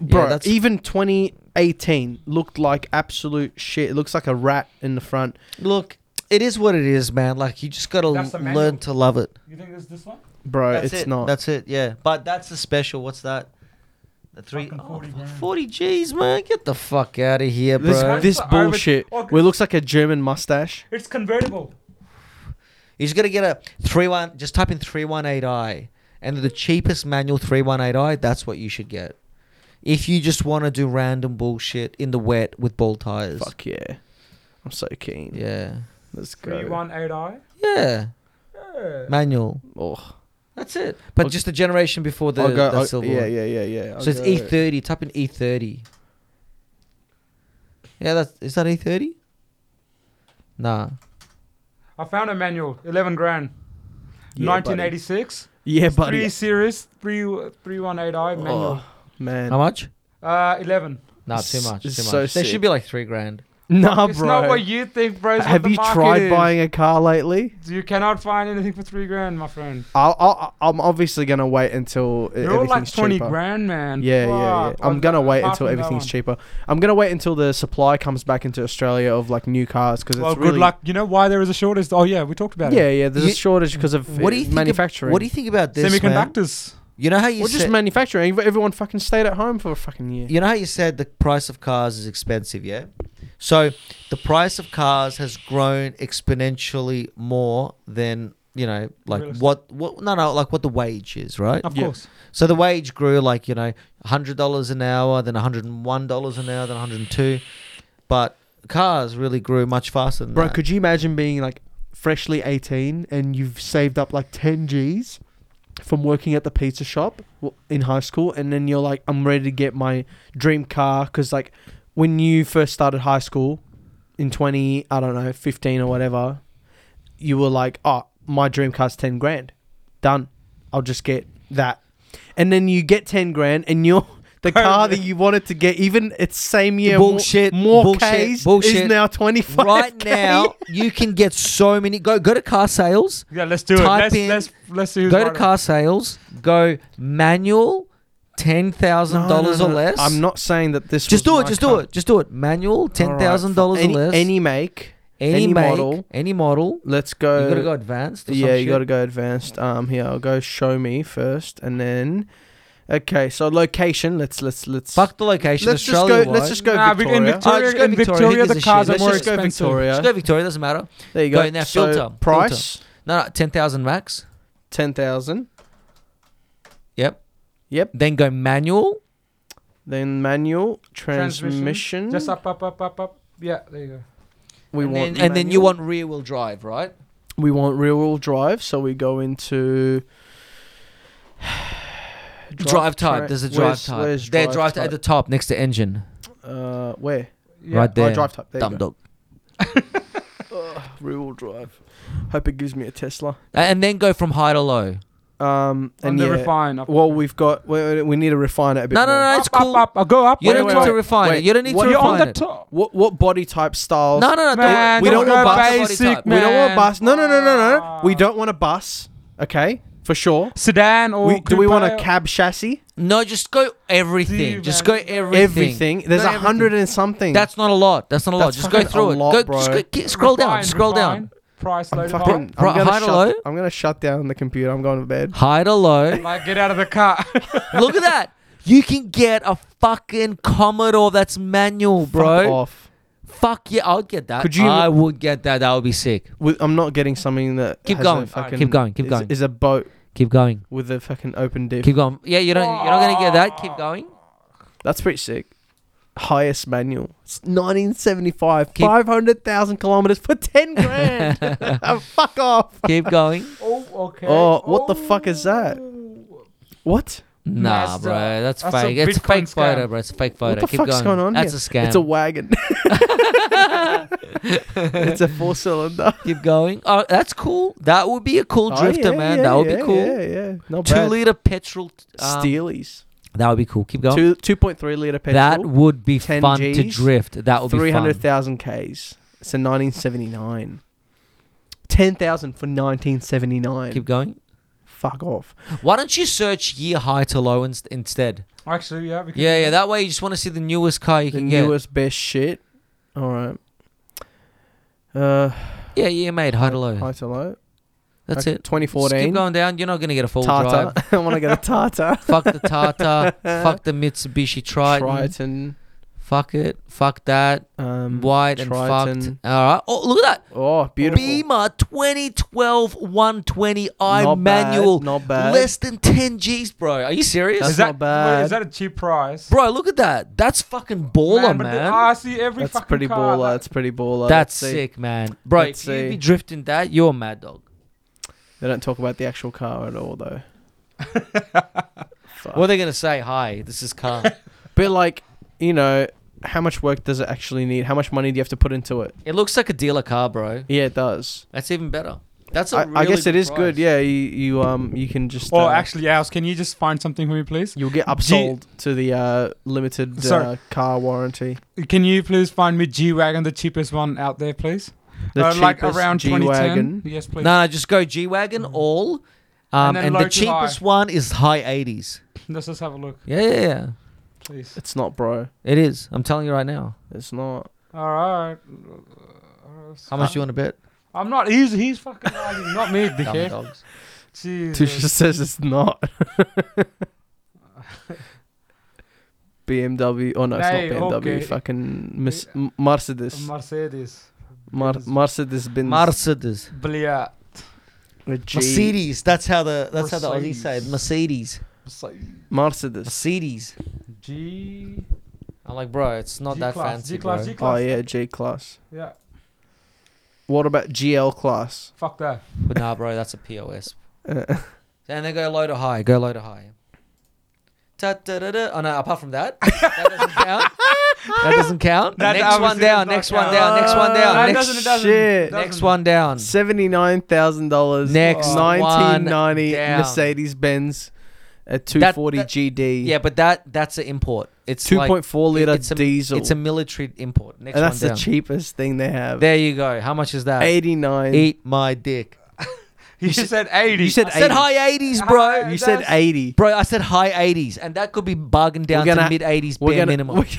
C: bro.
A: that's-
C: even 2018 looked like absolute shit. It looks like a rat in the front.
A: Look, it is what it is, man. Like you just gotta
B: That's the manual.
A: learn to love it.
B: You think it's this one?
C: Bro,
A: That's
C: it's
A: it.
C: not.
A: That's it. Yeah, but that's the special. What's that? The three
B: Fucking 40
A: oh,
B: grand.
A: 40 G's, man. Get the fuck out of here, bro.
C: this this
B: Over-
C: bullshit.
B: okay.
C: Where it looks like a German mustache.
B: It's convertible.
A: You just gotta get a three one. Just type in three one eight i, and the cheapest manual three one eight i. That's what you should get. If you just want to do random bullshit in the wet with ball tires.
C: Fuck yeah. I'm so keen.
A: Yeah.
C: Let's go.
B: Three one eight I.
A: Yeah. Manual.
C: Oh,
A: That's it. But
C: I'll-
A: just a generation before the,
C: I'll go.
A: the
C: I'll-
A: silver.
C: yeah,
A: one.
C: yeah, yeah, yeah. I'll
A: so it's
C: go-
A: E30. Type in E30. Yeah, that's is that E30? Nah.
B: I found a manual. Eleven grand.
C: Yeah, buddy.
B: 1986.
C: Yeah, buddy.
B: Three series. Three three one eight I manual.
C: Oh, man.
A: How much?
C: Oh.
B: Uh, eleven.
A: Nah, too
C: It's-
A: much. Too
C: it's
A: much.
C: so
A: they
C: sick.
A: should be like three grand.
C: nah,
B: it's
C: bro.
B: not what you think, bro. It's what
C: Have
B: the
C: you
B: market
C: tried
B: is.
C: buying a car lately?
B: You cannot find anything for three grand, my friend.
C: I'll, I'll, I'm obviously gonna wait until e-,
B: They're all
C: everything's
B: like twenty
C: cheaper.
B: grand, man.
C: Yeah, yeah, yeah.
B: Fuck.
C: I'm gonna wait
B: Apart
C: until
B: from that
C: everything's
B: one.
C: cheaper. I'm gonna wait until the supply comes back into Australia of like new cars because it's
B: Well,
C: really
B: good luck. You know why there is a shortage? Oh yeah, we talked about
C: Yeah,
B: it.
C: yeah. There's a
A: You-
C: shortage because of
A: What do you
C: uh,
A: think? ab-
C: manufacturing.
A: what do you think about this? man?
B: Semiconductors.
A: You know how you
C: Well, just
A: said,
C: manufacturing. Ev- Everyone fucking stayed at home for a fucking year.
A: you know how you said the price of cars is expensive, yeah? So the price of cars has grown exponentially more than you know, like
B: Real estate.
A: what what no no like what the wage is, right?
B: Of
C: Yeah.
B: course.
A: So the wage grew like you know, hundred dollars an hour, then hundred and one dollars an hour, then hundred and two, but cars really grew much faster than
C: Bro,
A: that.
C: could you imagine being like freshly 18 and you've saved up like 10 G's from working at the pizza shop w- in high school and then you're like I'm ready to get my dream car cuz like when you first started high school in 20, I don't know, 15 or whatever, you were like, "Oh, my dream car's 10 grand. Done. I'll just get that." And then you get 10 grand and you're the car that you wanted to get, even it's same year, more-
A: Bullshit,
C: more,
A: bullshit,
C: Ks, is
A: bullshit.
C: now twenty five.
A: right now you can get so many go go to car sales
B: Yeah, let's do it.
A: Type
B: Let's,
A: in-
B: let's let's see who's
A: go to
B: right.
A: car sales go manual ten thousand dollars or less
C: I'm not saying that this.
A: just
C: was
A: do it
C: my
A: just
C: car.
A: do it just do it manual ten thousand dollars
C: Alright,
A: or
C: fine.
A: less
C: Any, any make.
A: any,
C: any
A: make,
C: model.
A: any model
C: Let's go.
A: you gotta go advanced or
C: yeah, you got to
A: to
C: go advanced. Um, here I'll go show me first, and then. Okay, so location. Let's let's let's.
A: fuck the location
C: let's just
A: Australia
C: go. Let's just go
B: Nah, we- in
C: Victoria.
B: Victoria,
A: Oh, just go
B: in
A: Victoria,
B: Victoria,
A: who
B: the
A: gives a
B: cars
A: shit?
B: are
A: Let's
B: more
A: just go
B: expensive.
C: Victoria.
A: just go Victoria doesn't matter
C: there you
A: go
C: go.
A: in there,
C: So,
A: filter,
C: price
A: no no ten thousand max
C: ten thousand.
A: yep
C: Yep.
A: then go manual
C: Then manual transmission.
B: Just up, up, up, up, up. Yeah, there you go.
C: We
A: and,
C: want
A: then, and then you
C: manual.
A: want rear wheel drive right
C: we want rear wheel drive, so we go into
A: drive, type.
C: tra-
A: There's a drive
C: where's-
A: type.
C: where's
A: Their drive type at the top next to engine.
C: Uh, where?
B: Yeah.
A: Right there.
C: Oh, drive type. There
A: Dumb
C: you go.
A: dog.
C: Rear wheel drive. Hope it gives me a Tesla.
A: A- And then go from high to low.
C: Um, and
B: And the
C: yeah,
B: refine. Up.
C: well, we've got. We, we need to refine it a bit.
A: No, no,
C: more.
A: no,
B: up,
A: it's cool.
B: up, up. I'll go up.
A: You
B: Wait,
A: don't
B: wait,
A: need to
B: wait.
A: refine it.
C: wait.
A: You don't need
C: What-
A: to
B: You're on
A: refine
B: the
A: it.
B: top.
C: What what body type styles?
A: No, no, no.
B: Man,
A: we
C: we
A: don't
C: don't
A: go
C: want
A: bus.
B: basic,
C: we don't want
B: man.
C: a bus. No, no, no, no, no. We don't want a bus. Okay, for sure.
B: Sedan or
C: We, do we
B: coupe
C: want a
B: or-
C: cab chassis?
A: No, just go everything.
B: Dude,
A: just go
B: man.
A: everything.
C: Everything. There's
A: Go
C: a hundred
A: everything.
C: and something.
A: That's not a lot. That's not a lot.
C: That's
A: Just go
C: fucking
A: through
C: a
A: it.
C: lot,
A: go,
C: bro.
A: just go, ke- scroll down.
B: Refine,
A: Scroll down.
B: refine, Price
C: I'm
B: low.
C: fucking.
A: Bro,
C: I'm gonna
A: hide
C: shut.
A: hello?
C: I'm gonna shut down the computer. I'm going to bed.
A: High to low.
B: Like get out of the car.
A: Look at that. You can get a fucking Commodore that's manual, bro.
C: Fuck off.
A: Fuck yeah, I'll get that.
C: Could you-
A: I would get that. That would be sick.
C: With, I'm not getting something that.
A: Keep
C: has
A: going.
C: A fucking,
A: Keep going, keep
C: is,
A: going.
C: Is a boat
A: Keep going.
C: with a fucking open diff.
A: Keep going. Yeah, you don't. You're not gonna get that. Keep going.
C: That's pretty sick. Highest manual. It's 1975.
A: Keep-
C: 500,000 kilometers for 10 grand. Oh, Fuck off.
A: Keep going.
B: oh, okay. Oh.
C: Oh, what the fuck is that? What?
A: Nah,
B: That's
A: bro,
B: a-
A: that's,
B: that's a
A: fake. it's a
B: Bitcoin
A: fake photo,
B: scam.
A: bro. It's a fake photo.
C: What the
A: Keep
C: fuck's
A: going.
C: going on
A: That's
C: here?
A: a scam.
C: It's a wagon. it's a four cylinder.
A: Keep going. Oh, that's cool. That would be a cool drifter, man. that would be cool.
C: Oh, Yeah, yeah. Not
A: Two
C: bad.
A: liter petrol. Um,
C: Steelies.
A: That would be cool. Keep going.
C: Two, 2.3 litre petrol.
A: that would be
C: 10
A: fun to
C: Gs,
A: drift. That would be fun.
C: 300,000 Ks. It's a 1979. 10,000 for 1979.
A: Keep going.
C: Fuck off.
A: Why don't you search year high to low in- instead?
B: Actually, yeah. Because
A: Yeah, yeah. That way you just want to see the newest car you
C: the
A: can
C: newest best shit. All right. Uh,
A: get. Yeah, yeah, mate. High to low.
C: high to low.
A: That's
C: Okay,
A: it. Just
C: 2014.
A: keep going down. You're not gonna get a full drive.
C: Tata. I want to get a Tata.
A: Fuck the Tata. fuck the Mitsubishi Triton.
C: Triton.
A: Fuck it. Fuck that.
C: Um,
A: White and
C: Triton.
A: fucked. All right. Oh, look at that.
C: Oh, beautiful.
A: Beamer 2012 120i
C: Not bad,
A: manual.
C: not bad.
A: Less than 10 G's, bro. Are you serious?
C: That's
B: is that,
C: not bad.
B: wait, is that a cheap price?
A: Bro, look at that. That's fucking baller, man.
B: but the- I see every
C: That's
B: fucking
C: pretty
B: car,
C: baller.
B: like-
C: That's pretty baller.
A: That's
C: Let's see.
A: sick, man. Bro,
C: Let's
A: if you
C: see.
A: be drifting that, you're a mad dog.
C: They don't talk about the actual car at all, though. Fuck.
A: What are they going to say? Hi, this is car.
C: But like, you know, how much work does it actually need? How much money do you have to put into it?
A: it looks like a dealer car, bro.
C: Yeah, it does.
A: That's even better. That's a
C: I,
A: really
C: I guess it is
A: price.
C: good. Yeah, you, you um you can just.
B: Oh,
C: uh,
B: actually, Alice, can you just find something for me, please?
C: you'll get upsold to the uh, limited uh,
B: Sorry.
C: car warranty.
B: Can you please find me G wagon, the cheapest one out there, please?
C: The
B: Uh, like
C: cheapest
B: around
C: G wagon.
B: 2010. Yes, please.
A: No, no, just go G Wagon, all. Um,
B: And then
A: and
B: low
A: the
B: to high.
A: cheapest one is high 80s.
B: Let's just have a look,
A: Yeah, yeah, yeah.
B: please.
C: It's not, bro.
A: It is. I'm telling you right now.
C: It's not.
B: All right.
A: How much do you want to bet?
B: I'm not. He's he's fucking arguing, not me,
A: Dumb
B: dickhead.
A: dogs.
C: Tush
B: Jesus.
C: just says it's not. BMW. Oh no, it's
B: Hey,
C: not BMW.
B: okay.
C: Fucking Mis- M-
A: Oh,
C: Mercedes.
B: Mercedes.
C: Mar- Mercedes Benz.
A: Mercedes.
B: Blia.
C: A G.
A: Mercedes. That's how the that's how the Aussies
B: Mercedes.
A: say it. Mercedes.
C: Mercedes.
A: Mercedes.
B: G.
A: I'm like, bro, it's not that
B: G-class,
A: fancy.
B: G-class,
A: bro.
C: Oh
B: G-class.
C: yeah, G class.
B: Yeah.
C: What about GL class?
B: Fuck that.
A: But nah, bro, that's a POS.
C: Uh,
A: And they go low to high. Go low to high. Ta da da da. Oh no! Apart from that, that doesn't count. That doesn't count.
B: That
A: next one
B: obviously
A: down.
B: does not
A: Next one
B: count. Uh,
A: down. Next one down.
B: That
A: Next,
B: doesn't- it doesn't-
C: shit.
B: doesn't-
A: next one down.
C: Seventy-nine thousand dollars.
A: Hmm. Next
C: nineteen ninety
A: one down.
C: Mercedes Benz at two forty
A: that-
C: GD.
A: Yeah, but that that's an import. It's
C: two
A: like
C: point four liter
A: it's a,
C: diesel.
A: It's a military import. Next
C: and that's
A: one
C: the
A: down.
C: cheapest thing they have.
A: There you go. How much is that?
C: Eighty-nine.
A: Eat my dick.
B: You said 80.
C: you said
A: I said
C: 80.
A: high 80s,
B: High-
A: bro.
C: You said
B: That's-
C: eighty.
A: Bro, I said high 80s, and that could be bargained down
C: We're gonna-
A: to mid 80s
C: We're
A: bare
C: gonna
A: minimum.
B: Would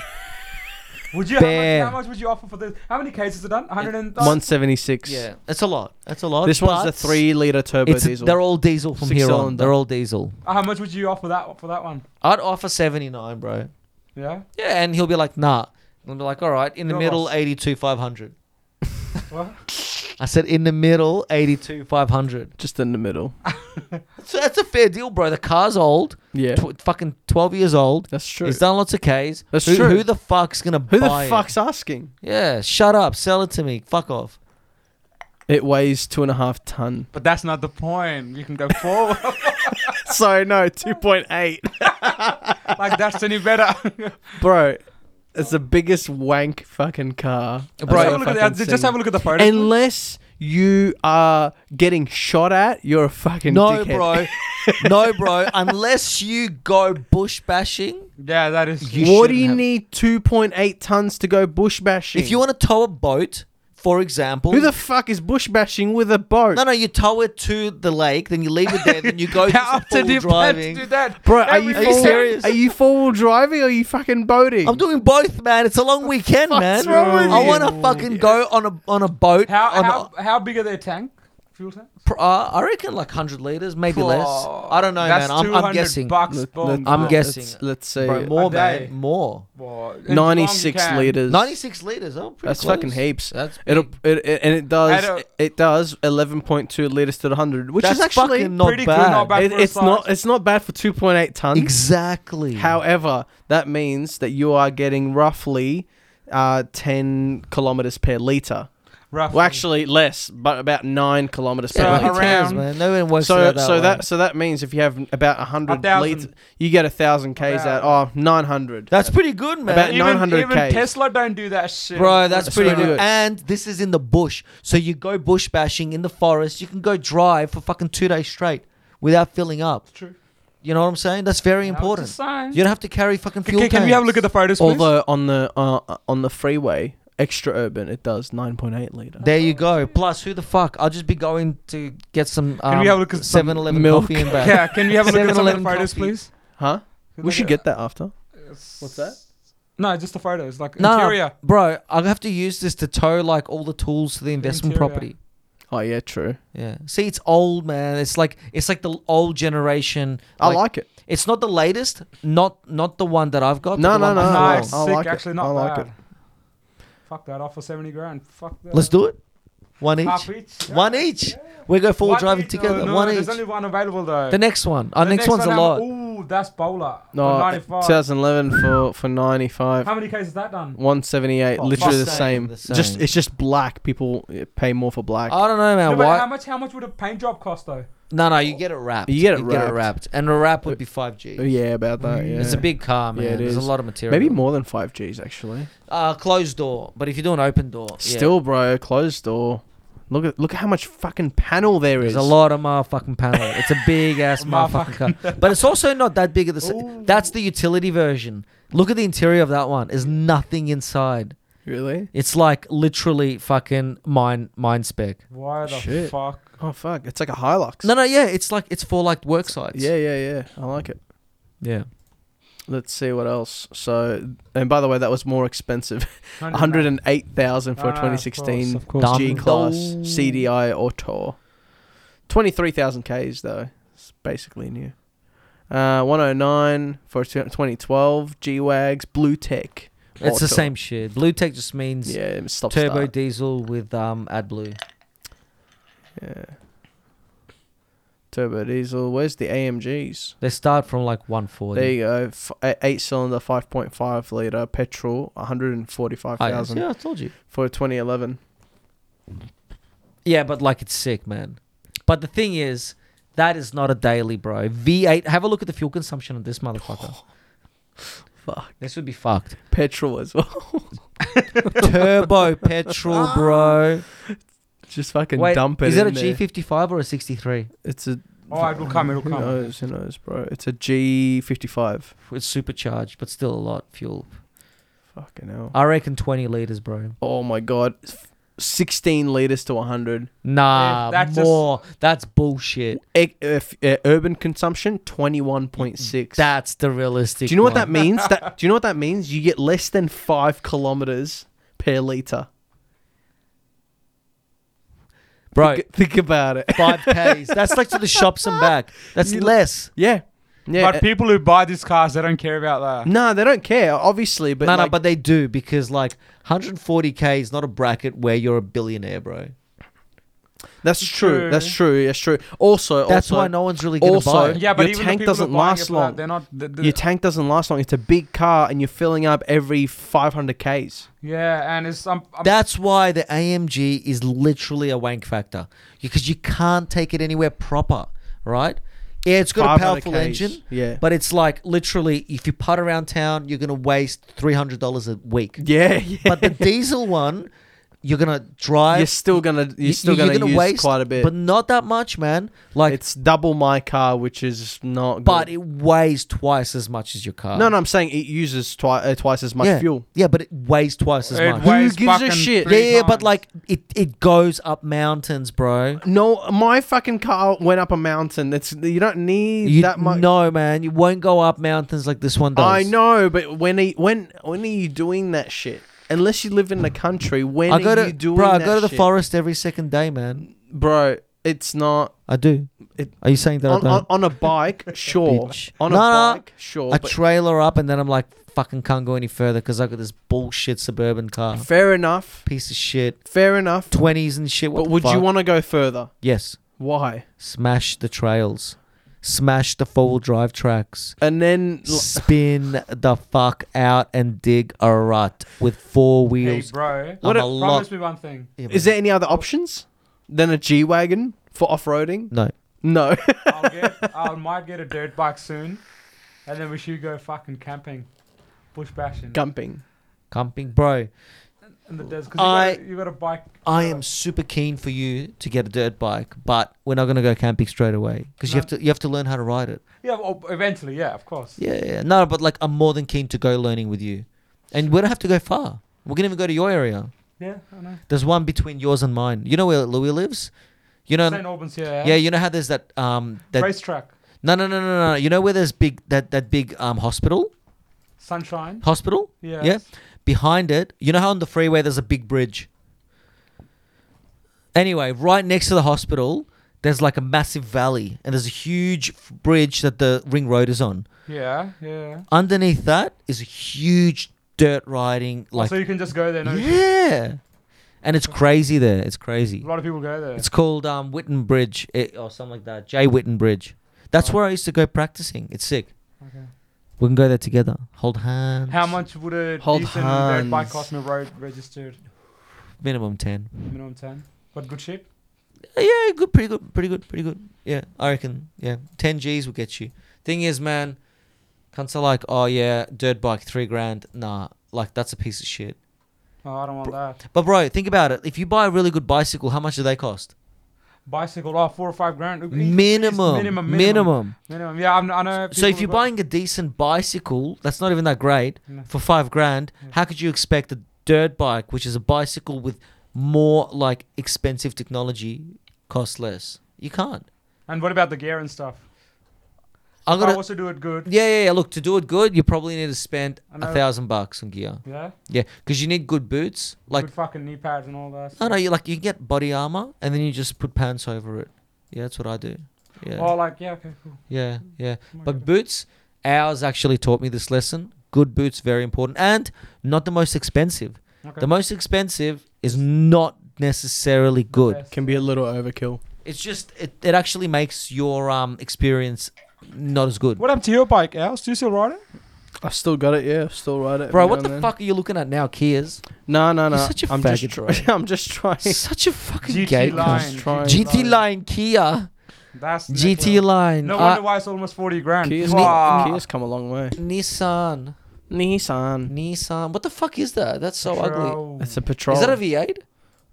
B: you? How much,
A: Bam.
B: how much would you offer for this? How many cases are done? 100.
C: one seventy-six.
A: yeah, that's a lot. That's a lot.
C: This one's a
A: but
C: three liter turbo
A: It's
C: diesel.
A: they're all diesel from
C: Six
A: here on.
C: cylinder.
A: They're all diesel.
B: How much would you offer that for that one?
A: I'd offer 79, bro.
B: Yeah.
A: Yeah, and he'll be like, nah. And I'll be like, all right, in the
B: Your
A: middle,
B: loss.
A: 82, 500.
B: What?
A: I said, in the middle, 82, 500.
C: just in the middle.
A: So that's a fair deal, bro. The car's old,
C: Yeah,
A: tw- fucking 12 years old.
C: that's true.
A: He's done lots of Ks.
C: That's
A: who,
C: true.
A: Who the fuck's gonna
C: Who the
A: buy it?
C: fuck's asking?
A: Yeah, shut up. Sell it to me. Fuck off.
C: It weighs two and a half ton.
B: But that's not the point. You can go forward.
C: Sorry, no, two point eight.
B: like that's any better.
C: Bro, it's the biggest wank fucking car. I've
A: Bro,
B: just,
C: ever
B: have a look at
C: fucking
B: the, just have a
C: seen.
B: look at the photo.
C: Unless you are getting shot at, you're a fucking
A: No,
C: dickhead.
A: bro. no, bro. Unless you go bush bashing,
B: yeah, that is.
A: You
C: what do
A: shouldn't
C: you
A: have-
C: need 2.8 tons to go bush bashing?
A: if you want to tow a boat for example,
C: Who the fuck is bush bashing with a boat?
A: no, no, you tow it to the lake, then you leave it there, then you go
B: How
A: to
B: often do
A: full
B: you plan to
A: driving.
B: do that?
C: Bro, are
B: Every
C: you,
A: Are you
C: four-
A: serious?
C: Are you four wheel driving or are you fucking boating?
A: I'm doing both, man. It's a long weekend, man.
C: What's wrong with
A: I
C: you?
A: want to fucking go on a on a boat.
B: How,
A: on
B: how,
A: a-
B: how big are their tank? Fuel tank?
A: pr- uh, I reckon like hundred liters, maybe less. I don't know,
B: That's
A: man. I'm, I'm
B: 200
A: guessing.
B: Bucks
C: Let-
B: bomb.
C: let-
A: I'm
C: let's-
A: guessing.
C: Let's see.
A: Bro, more,
B: A day.
A: man. More.
B: Well, in
C: Ninety-six
B: bomb can.
C: liters.
A: 96 liters. Oh, pretty
C: That's
A: close.
C: fucking heaps.
A: That's
C: It'll it, it- and it
B: I
C: does
B: don't-
C: it does eleven point two liters to the hundred, which
A: That's
C: is actually
A: fucking not
B: pretty good,
A: bad.
B: not bad.
C: it,
B: for a
C: it's
B: size.
C: not it's not bad for two point eight tons.
A: Exactly.
C: However, that means that you are getting roughly uh, ten kilometers per liter.
B: Roughly.
C: Well, actually less, but about nine kilometers
B: So
C: per
A: Everybody
C: liter.
B: around-
A: tells, man. No one works it
C: So
A: out that
C: so
A: way.
C: that so that means if you have about hundred
B: thousand.
C: liters, you get a thousand k's
B: About-
C: out. Oh, nine hundred.
A: that's pretty good, man.
C: About
B: even,
C: 900
B: even
C: Ks.
B: Tesla don't do that shit.
A: Bro, that's, pretty
C: pretty
A: good.
C: good.
A: And this is in the bush. So you go bush bashing in the forest. You can go drive for fucking two days straight without filling up.
B: true.
A: You know what I'm saying? That's very
B: Now it's
A: important.
B: a sign.
A: You don't have to carry fucking fuel
B: Can, can we have a look at the photos, please?
C: Although on the uh, on the freeway, extra urban, it does nine point eight liter.
A: There you go. Plus, who the fuck? I'll just be going to get some um,
B: Can we have a look at some
A: 7-Eleven
C: milk?
A: coffee and back.
B: yeah, can we have a look at some of
A: 7-Eleven
B: the photos,
A: coffee.
B: please?
C: Huh? We should get that after.
B: What's
C: that?
B: No, just the photos, like
A: No,
B: interior.
A: bro, I'll have to use this to tow like all the tools to the investment
B: interior.
A: property.
C: Oh yeah, true.
A: Yeah. See, it's old, man. It's like it's like the old generation.
C: I like it.
A: It's not the latest, not not the one that I've got.
C: No,
A: but the
C: no,
A: one
C: no,
A: before.
C: I
B: Nice,
C: like
B: sick.
C: it.
B: Actually, not
C: I like
B: bad.
C: it.
B: Fuck that off for seventy grand. Fuck that.
A: Let's do it. One each.
B: Half each.
A: One each. We go full
B: One
A: driving
B: each, Oh,
A: together.
B: No, no,
A: one
B: there's
A: each.
B: only one available though.
A: The next one. Our
B: The
A: next, one's
B: one
A: a lot.
B: I'm- Ooh, that's bowler.
C: No,
B: No,
C: 2011 for for 95.
B: How many Ks is that done?
C: 178,
A: Oh,
C: literally
A: fuck.
C: the
A: Same,
C: same.
A: the same. Oh.
C: Just it's just black. People uh, pay more for black.
A: I don't know,
B: No,
A: man.
B: but
A: Why?
B: how much? How much would a paint job cost though?
A: no, no, you get it wrapped.
C: You get it
A: wrapped. And a wrap would be 5G.
C: Oh, yeah, about that.
B: Mm.
C: Yeah.
A: It's a big car, man.
C: Yeah, it
A: There's a
C: is.
A: lot of material.
C: Maybe more than five Gs actually.
A: Uh, closed door. But if you do an open door, yeah.
C: Still, bro, closed door. Look at look at how much fucking panel there
A: There's
C: is.
A: a lot of motherfucking panel. It's a big ass motherfucking car. But it's also not that big of the. s That's the utility version. Look at the interior of that one. There's nothing inside.
C: Really?
A: It's like literally fucking mine mine spec.
B: Why the
C: Shit.
B: fuck?
C: Oh fuck! It's like a Hilux.
A: No, no, yeah. It's like it's for like work sites.
C: Yeah, yeah, yeah. I like it.
A: yeah.
C: Let's see what else. So, and by the way, that was more expensive.
B: 100.
C: 108,000
B: Ah,
C: for a
B: of course,
C: 2016
B: of course.
C: G
A: Dum
C: class
A: dum.
C: CDI or tour. 23,000 Ks though. It's basically new. Uh, 109 for a t- 2012 G Wags Blue Tech.
A: It's
C: or Tor.
A: the same shit. Blue tech just means
C: Oh, Yeah, it stops
A: turbo
C: start.
A: diesel with um AdBlue.
C: Yeah. Turbo diesel. Where's the AMGs?
A: They start from like 140.
C: There you go. F- a- eight cylinder, 5.5 liter petrol,
A: Oh,
C: 145,000
A: yeah, I told you.
C: for a 2011.
A: Yeah, but like it's sick, man. But the thing is, that is not a daily, bro. V8. Have a look at the fuel consumption of this motherfucker.
C: Fuck.
A: This would be fucked.
C: Petrol as well.
A: Turbo petrol, bro.
C: Just fucking
A: Wait,
C: dump it.
A: is that a
C: in there.
A: G55 or a 63?
C: It's a.
B: Oh, it will come, it'll
C: who
B: come.
C: knows? Who knows, bro? It's a G fifty five.
A: It's supercharged, but still a lot fuel.
C: Fucking hell.
A: I reckon 20 liters, bro.
C: Oh my god, sixteen liters to one hundred.
A: Nah,
B: Eh, that's just-
A: more. That's bullshit.
C: If, uh, urban consumption twenty one point six.
A: That's the realistic.
C: Do you know what
A: one.
C: that means? that do you know what that means? You get less than five kilometers per liter.
A: bro?
C: Think- Think about it.
A: Five Ks. That's like to the shops and back. That's less.
C: Yeah. Yeah.
B: But people who buy these cars, they don't care about that.
C: no, they don't care, obviously. But
A: no, no,
C: like-
A: but they do because like 140k is not a bracket where you're a billionaire, bro.
C: that's true.
B: True.
C: That's true. That's true. Also,
A: That's
C: also,
A: why no one's really gonna
C: also-
A: buy. It.
B: Yeah, but
C: Your
B: even the
C: tank
B: people who are
C: doesn't
B: buying
C: last
B: it for that,
C: long.
B: They're not. The, the,
C: your tank doesn't last long. It's a big car, and you're filling up every 500 ks.
B: yeah, and it's um, um,
A: That's why the AMG is literally a wank factor because you can't take it anywhere proper, right? Yeah, it's got a
C: 500
A: powerful
C: Ks,
A: engine,
C: yeah.
A: but it's like literally if you putt around town, you're gonna waste three hundred dollars a week.
C: Yeah, yeah.
A: But the diesel one, You're gonna drive.
C: You're still gonna you're
A: y-
C: still gonna, use quite a bit.
A: but not that much, man. Like,
C: it's double my car, which is not.
A: but
C: good.
A: it weighs twice as much as your car.
C: no, no, I'm saying it uses twi- uh, twice as much
A: yeah,
C: fuel.
A: Yeah, but it weighs twice as
B: It
A: much.
B: weighs
C: gives a
B: fucking
C: shit?
A: yeah,
B: three
A: yeah, but
B: times.
A: like it, it goes up mountains, bro.
C: No, my fucking car went up a mountain. It's you don't need
A: You,
C: that much.
A: no, man, you won't go up mountains like this one does.
C: I know, but when are you, when when are you doing that shit? Unless you live in the country, when
A: I go
C: are
A: to
C: you doing
A: bro. I
C: that
A: go to the
C: shit?
A: forest every second day, man.
C: bro. It's not
A: I do.
C: It-
A: Are you saying that I
C: on,
A: don't?
C: on, on a bike, sure.
A: Bitch.
C: On a
A: Nah,
C: bike, sure.
A: I
C: but
A: trailer up, and then I'm like, fucking can't go any further because I got this bullshit suburban car,
C: fair enough,
A: piece of shit,
C: fair enough.
A: twenties and shit.
C: But
A: What the
C: would you
A: fuck?
C: want to go further?
A: Yes,
C: Why?
A: smash the trails, smash the four wheel drive tracks,
C: And then l-
A: spin the fuck out and dig a rut with four
B: Hey,
A: wheels.
B: bro.
A: What a
B: promise
A: lot.
B: me one thing.
A: Yeah, man.
C: is there any other options than a G wagon for off roading?
A: no?
C: No.
B: I'll get, I might get a dirt bike soon, and then we should go fucking camping, bush bashing
C: Gumping.
A: Camping, bro.
B: in the desert. Cause
A: I-
B: you, got a, you got a bike.
A: I am super keen for you to get a dirt bike, but we're not gonna go camping straight away because you have to you have to learn how to ride it.
B: Yeah, well, eventually, yeah, of course.
A: Yeah, yeah, no, but like I'm more than keen to go learning with you, and we don't have to go far. We can even go to your area.
B: Yeah, I know.
A: There's one between yours and mine. You know where Louis lives? You
C: Um,
A: know,
B: St. Albans, yeah.
A: yeah. You know how there's that um that
B: Racetrack,
A: no no no no no. no. You know where there's big that that big um hospital
B: sunshine.
A: hospital.
B: Yeah.
A: Yeah. Behind it, you know how on the freeway there's a big bridge. Anyway, right next to the hospital, there's like a massive valley, and there's a huge f- bridge that the ring road is on.
B: Yeah, yeah.
A: Underneath that is a huge dirt riding like
B: Oh, so you can just go there. No,
A: yeah, and it's crazy there. It's crazy.
B: a lot of people go there.
A: It's called um, Witten Bridge it, or something like that. J Witten Bridge. That's where I used to go practicing. It's sick.
B: Okay.
A: We can go there together. Hold hands.
B: How much would a
C: Hold
B: decent dirt bike
C: hands.
B: cost on a road registered?
A: Minimum ten.
B: Minimum ten. But good shit.
A: Uh, Yeah, good, pretty good, pretty good, pretty good. Yeah, I reckon. Yeah, ten G's will get you. Thing is, man, cunts are like, oh yeah, dirt bike three grand. Nah, like that's a piece of shit.
B: Oh, I don't want that.
A: But bro, think about it. If you buy a really good bicycle, how much do they cost?
B: Bicycle, oh, four or five grand. It's
A: Minimum, minimum, minimum.
B: Minimum. Yeah, I'm, I know.
A: So
B: people
A: if
B: who
A: you're
B: got-
A: buying a decent bicycle, that's not even that great
B: No.
A: for five grand. How could you expect a dirt bike, which is a bicycle with more like expensive technology, cost less? You can't.
B: And what about the gear and stuff?
A: I'm
B: I
A: gonna.
B: also do it good.
A: Yeah, yeah, yeah. Look, to do it good, you probably need to spend
B: I know.
A: a thousand bucks on gear.
B: Yeah.
A: Yeah, because you need good boots. Like,
B: good fucking knee pads and all that.
A: no,
B: stuff.
A: no, you like you get body armor and then you just put pants over it. Yeah, that's what I do. Yeah,
B: Oh, like yeah, okay, cool.
A: yeah, yeah.
B: my
A: But
B: God.
A: boots, ours actually taught me this lesson. Good boots, very important, and not the most expensive.
B: Okay.
A: The most expensive is not necessarily good.
B: Yes.
C: Can be a little overkill.
A: It's just it, it actually makes your um experience not as good.
B: What happened to your bike, Al? Do you still ride it?
C: I've still got it, yeah. I've still ride it.
A: Bro,
C: every
A: what
C: now
A: the
C: and then.
A: fuck are you looking at now, Kias?
C: No, no, no.
A: You're such a
C: I'm
A: faggot,
C: just
A: bro.
C: I'm just trying.
A: Such a fucking
B: GT
A: gay.
B: line.
A: cunt.
C: just trying.
A: GT line Kia.
B: That's next
A: GT
B: level.
A: line.
B: No
A: uh,
B: wonder why it's almost forty grand.
C: Kia's,
B: Fuck.
C: Kia's come a long way.
A: Nissan.
C: Nissan.
A: Nissan. What the fuck is that? That's so ugly.
B: Bro.
C: It's a petrol.
A: Is that a V8?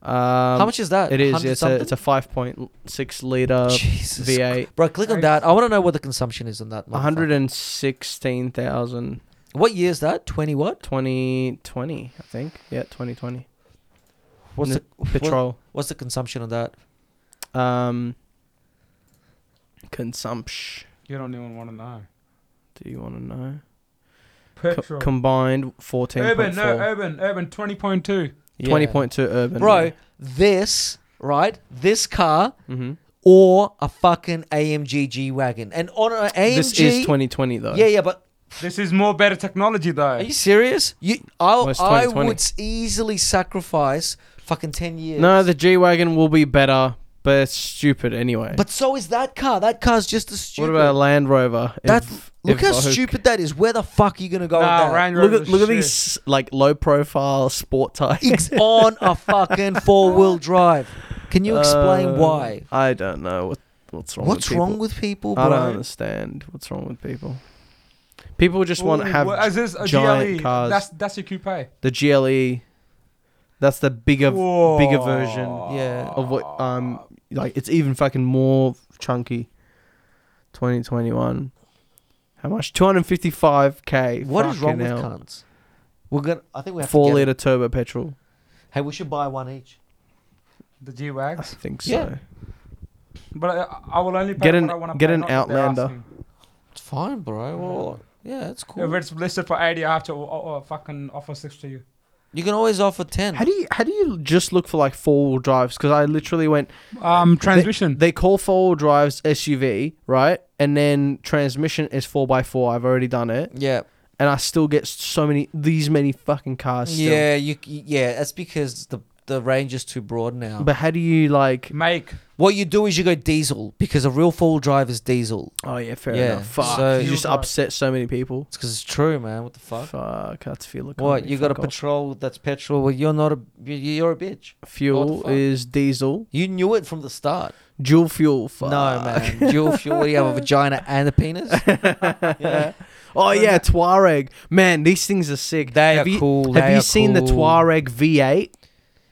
C: Um,
A: How much is that?
C: It is.
A: 100
C: It's a, it's
A: something?
C: a 5.6 liter
A: Jesus.
C: V8.
A: Bro, click on that. I want to know what the consumption is on that. motherfucker.
C: 116,000.
A: What year is that? 20 what?
C: 2020, I think. Yeah, 2020.
A: What's
C: N-
A: the, what,
C: Petrol.
A: what's the consumption on that?
C: Um, consumption.
B: You don't even want to know.
C: Do you want to know? Co-
B: Petrol.
C: combined 14.4.
B: urban, no, urban, urban. Twenty point two.
A: Yeah.
C: 20.2 urban.
A: Bro, this, right? This car
C: Mm-hmm.
A: or a fucking AMG G Wagon. And on an AMG.
C: This is 2020 though.
A: E Yeah, yeah, but
B: This is more better technology though.
A: Are you serious? You, I,
C: it's
A: I
C: 2020.
A: would s- easily sacrifice fucking 10 years.
C: No, the G wagon will be better, but it's stupid anyway.
A: But so is that car. That car's just as
C: what
A: stupid.
C: about a Land Rover?
A: that?
C: If-
A: Look
C: if
A: how
C: Vogue-
A: stupid that is. Where the fuck are you going to go with
B: nah,
A: that?
B: Range
C: Look at
B: Rover's
C: look at
B: shit.
C: these like low profile sport types.
A: It's on a fucking four wheel drive. Can you explain
C: Uh,
A: why?
C: I don't know what what's wrong.
A: What's
C: with
A: wrong
C: people.
A: with people,
C: I don't
A: bro?
C: understand what's wrong with people. People just want to
B: Ooh,
C: have
B: what- is this a E.
C: giant
B: GLE?
C: cars.
B: That's that's your coupe.
C: the GLE. E, That's the bigger bigger version.
A: Yeah.
C: Of what um like it's even fucking more chunky. 2021. How much? 255k.
A: What is wrong
C: Fucking hell.
A: with cunts? We're gonna. I think we have
C: Four
A: to get
C: liter turbo petrol.
A: it. Hey, we should buy one each.
B: The G
C: I
B: wags,
C: think so.
A: Yeah.
B: but I, I will only pay
C: Get an-
B: what I want to
C: get
B: pay,
C: an
B: not what they're
C: Outlander.
B: asking.
A: It's fine, bro. Well, yeah, it's cool.
B: If it's listed for eighty, I have to o- o- o- fucking offer six to you.
A: You can always offer ten.
C: How do you how do you just look for like four wheel drives? Because I literally went.
B: Um,
C: they-
B: transmission.
C: They, call four wheel drives SUV, right? And then transmission is four x four. I've already done it,
A: yeah.
C: and I still get so many these many fucking cars. Still.
A: Yeah, you. Yeah, that's because the the range is too broad now.
C: But how do you like?
B: Make
A: what you do is you go diesel because a real four wheel drive is diesel.
C: Oh yeah, fair
A: Yeah,
C: enough. Fuck,
A: so-
C: you just upset so many people.
A: It's because it's true, man. What the fuck?
C: Fuck, that's fuel.
A: What
C: economy,
A: you got a
C: fuck off.
A: patrol that's petrol? Well, you're not a you- you're a bitch. What the
C: Fuel
A: fuck?
C: is diesel.
A: You knew it from the start.
C: Dual fuel. Fuck.
A: No, man. Dual fuel. What do you have a vagina and a penis? yeah.
C: Oh yeah, Tuareg. Man, these things are sick.
A: They
C: have
A: are
C: you,
A: cool.
C: Have
A: they
C: you
A: are
C: seen the
A: cool.
C: Tuareg V8?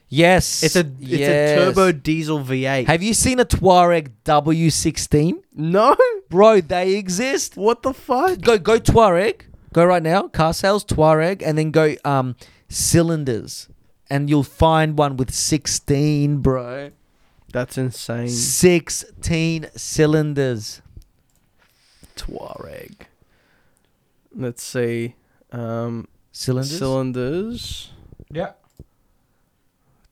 A: Yes.
C: It's a it's
A: yes.
C: a turbo diesel V8.
A: Have you seen a Tuareg W16?
C: no?
A: Bro, they exist.
C: What the fuck?
A: Go go Tuareg. Go right now. Car sales Tuareg, and then go um cylinders, and you'll find one with 16, bro.
C: That's insane.
A: 16 cylinders.
C: Tuareg. Let's see. Um,
A: Cylinders.
C: cylinders.
B: yeah.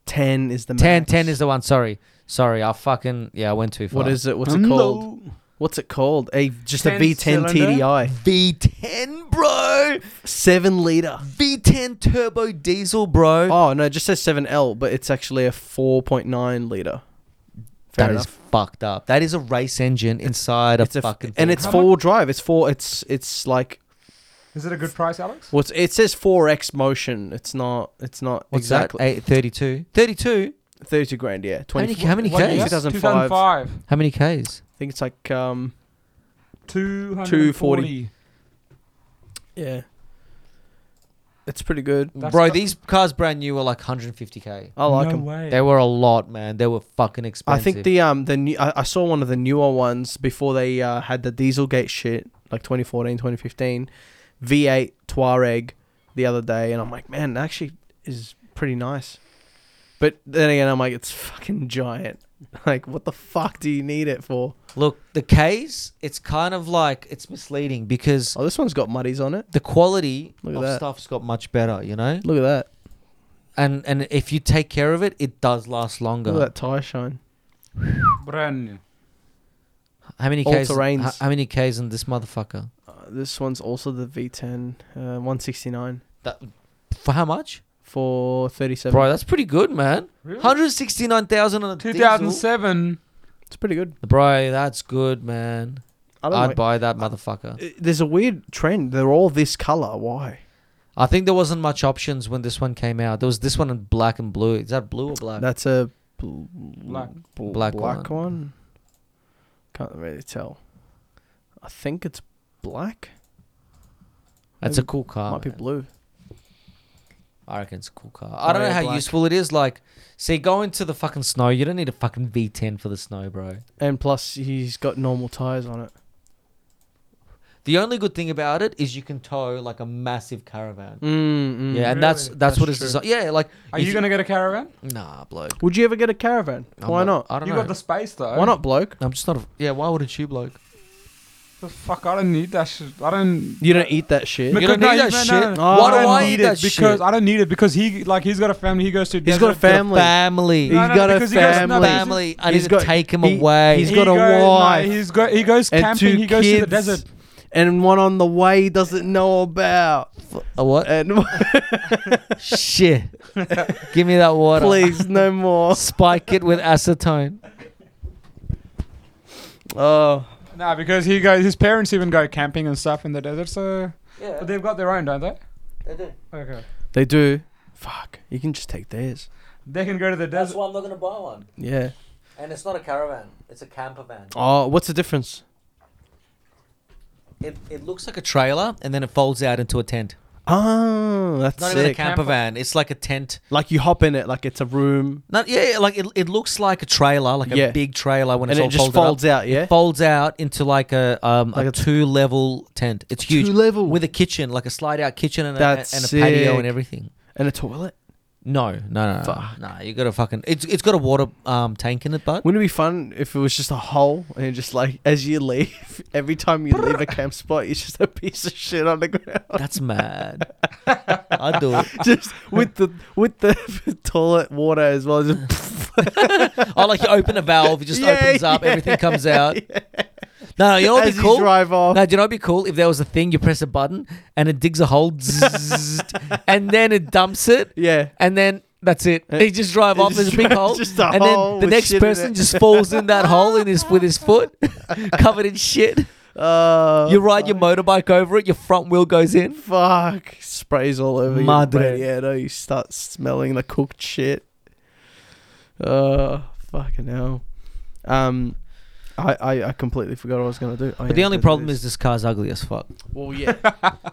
C: Ten is the max.
A: 10 10 is the one. Sorry. Sorry. I fucking yeah. I went too far.
C: What is it? What's it called? What's it called? A just a
B: 10
C: V10
B: cylinder?
C: TDI,
A: V10, bro.
C: seven liter.
A: V10 turbo diesel, bro.
C: Oh no, it just says seven L, but it's actually a four point nine liter. Fair
A: That is
C: enough.
A: fucked up. That is a race engine inside a
C: it's a
A: fucking.
C: and
A: thing.
C: it's four wheel drive. It's four. It's it's like
B: Is it a good price, Alex?
C: what's it says four X motion. It's not. It's not
A: What's
C: exactly
A: that? Eight, 32. 32?
C: thirty grand. Yeah,
A: How many,
C: twenty.
A: how many
B: What year?
A: Ks?
C: 2005.
B: 2005.
A: How many Ks?
C: I think it's like um
B: 240.
C: yeah. It's pretty good.
B: That's
A: Bro,
B: not-
A: these cars brand new were like 150K.
C: I like
B: no
C: them.
B: way.
A: They were a lot, man. They were fucking
C: I
A: expensive.
C: think the um the new, I, I saw one of the newer ones before they uh, had the Dieselgate shit like 2014 2015 V8 Tuareg the other day and I'm like man that actually is pretty nice but then again I'm like it's fucking giant like what the fuck do you need it for
A: Look, the Ks, it's kind of like. It's misleading because
C: oh this one's got muddies on it
A: the quality
C: Look at
A: of
C: that.
A: stuff's got much better, you know?
C: look at that
A: And and if you take care of it, it does last longer.
C: look at that tire shine
B: Brand new.
A: How many
C: All
A: Ks?
C: terrains.
A: How, how many Ks in this motherfucker?
C: uh, this one's also the V10 uh, 169
A: That, for how much?
C: for 37
A: Bro, that's pretty good, man.
B: Really?
A: 169,000 on a diesel.
B: 2007.
C: it's pretty good
A: Bro, that's good, man.
C: I don't
A: I'd
C: like-
A: buy that motherfucker.
C: Uh, there's a weird trend they're all this color why
A: I think there wasn't much options when this one came out. There was this one in black and blue. Is that blue or black?
C: That's a bl-
B: Black.
C: bl-
A: Black
C: black
A: one.
C: one. Can't really tell. I think it's black.
A: that's a cool car.
C: Might be
A: man.
C: blue.
A: I reckon it's a cool car. I don't
C: yeah,
A: know how
C: black.
A: useful it is. Like, see, go into the fucking snow. You don't need a fucking V10 for the snow, bro.
C: And plus, he's got normal tires on it.
A: The only good thing about it is you can tow like a massive caravan.
C: Mm,
A: Yeah,
C: mm.
A: and that's
B: Really?
A: that's, what it's
C: That's
A: designed. Yeah, like
B: Are
A: if
B: you gonna get a caravan?
A: Nah, bloke.
C: Would you ever get a caravan?
A: I'm
C: Why not?
A: I don't
B: You
A: know.
B: got the space though.
C: Why not, bloke?
A: I'm just not. A, yeah, why wouldn't you, bloke?
B: The fuck, I don't need that shit. I don't.
C: You don't eat that shit.
A: don't need that shit.
B: no,
C: Why do
B: don't
A: I
B: need
A: eat
B: it
A: that shit?
B: because I don't need it because he like he's got a family. He goes to.
C: He's got a
B: desert.
C: family.
A: Family.
B: No,
C: He's
B: no,
C: got a
B: because he goes- no,
C: family.
B: because
A: family. I
C: He's
A: need
C: got-
A: to take him
C: he-
A: away.
C: he's
B: he
C: got a
B: goes- no,
C: wife
B: he's got. He goes
C: and
B: camping.
C: two
B: He goes
C: kids,
B: to the desert.
C: and one on the way he doesn't know about.
A: a what?
C: And
A: Shit. Give me that water.
C: please, no more.
A: Spike it with acetone.
C: Oh,
B: Nah, because he goes. His parents even go camping and stuff in the desert. So, but they've got their own, don't they?
A: They do.
B: Okay.
C: they do. Fuck, you can just take theirs.
B: They can go to the desert.
A: I'm not going to buy one.
C: Yeah.
A: And it's not a caravan. It's a camper van.
C: Oh, what's the difference?
A: It, it looks like a trailer and then it folds out into a tent.
C: Oh, that's
A: Not even a
C: sick.
A: camper van. It's like a tent.
C: Like you hop in it, like it's a room.
A: Not, yeah, yeah, like it, it looks like a trailer, like
C: Yeah.
A: a big trailer when
C: And
A: it's
C: it
A: all
C: just
A: folded up.
C: folds out, yeah?
A: It folds out into like a um
C: Like
A: a
C: a-
A: two level tent. It's huge.
C: Two-level?
A: with a kitchen, like a slide out kitchen and,
C: That's
A: a, and a patio
C: sick.
A: and everything.
C: And a toilet.
A: No, no, no, no,
C: Fuck.
A: no. You got to fucking. It's it's got a water um tank in it, but
C: Wouldn't it be fun if it was just a hole and it just like as you leave, every time you leave a camp spot, it's just a piece of shit on the ground.
A: that's mad. I do it.
C: just with the with the toilet water as well. Just
A: Oh, like you open a valve, it just
C: Yeah,
A: opens up,
C: yeah,
A: everything comes out. No, no, you know what'd
C: as
A: be cool?
C: you drive off.
A: No, do you know what'd be cool? If there was a thing, you press a button and it digs a hole, zzzzt, and then it dumps it,
C: yeah.
A: and then that's it.
C: Uh,
A: They just drive
C: it's
A: off. There's a
C: just-
A: big hole,
C: just a
A: and
C: hole
A: then the
C: with
A: next
C: shit in
A: person
C: it.
A: just falls in that hole in his with his foot, covered in shit.
C: Oh,
A: You ride your motorbike over it. Your front wheel goes in.
C: Fuck. Sprays all over you.
A: Madre.
C: Madre. Yeah, no, you start smelling the cooked shit. Oh, fucking hell. Um, I, I, I completely forgot what I was going to do. Oh,
A: But the only problem is this car's ugly as fuck.
C: Well, yeah.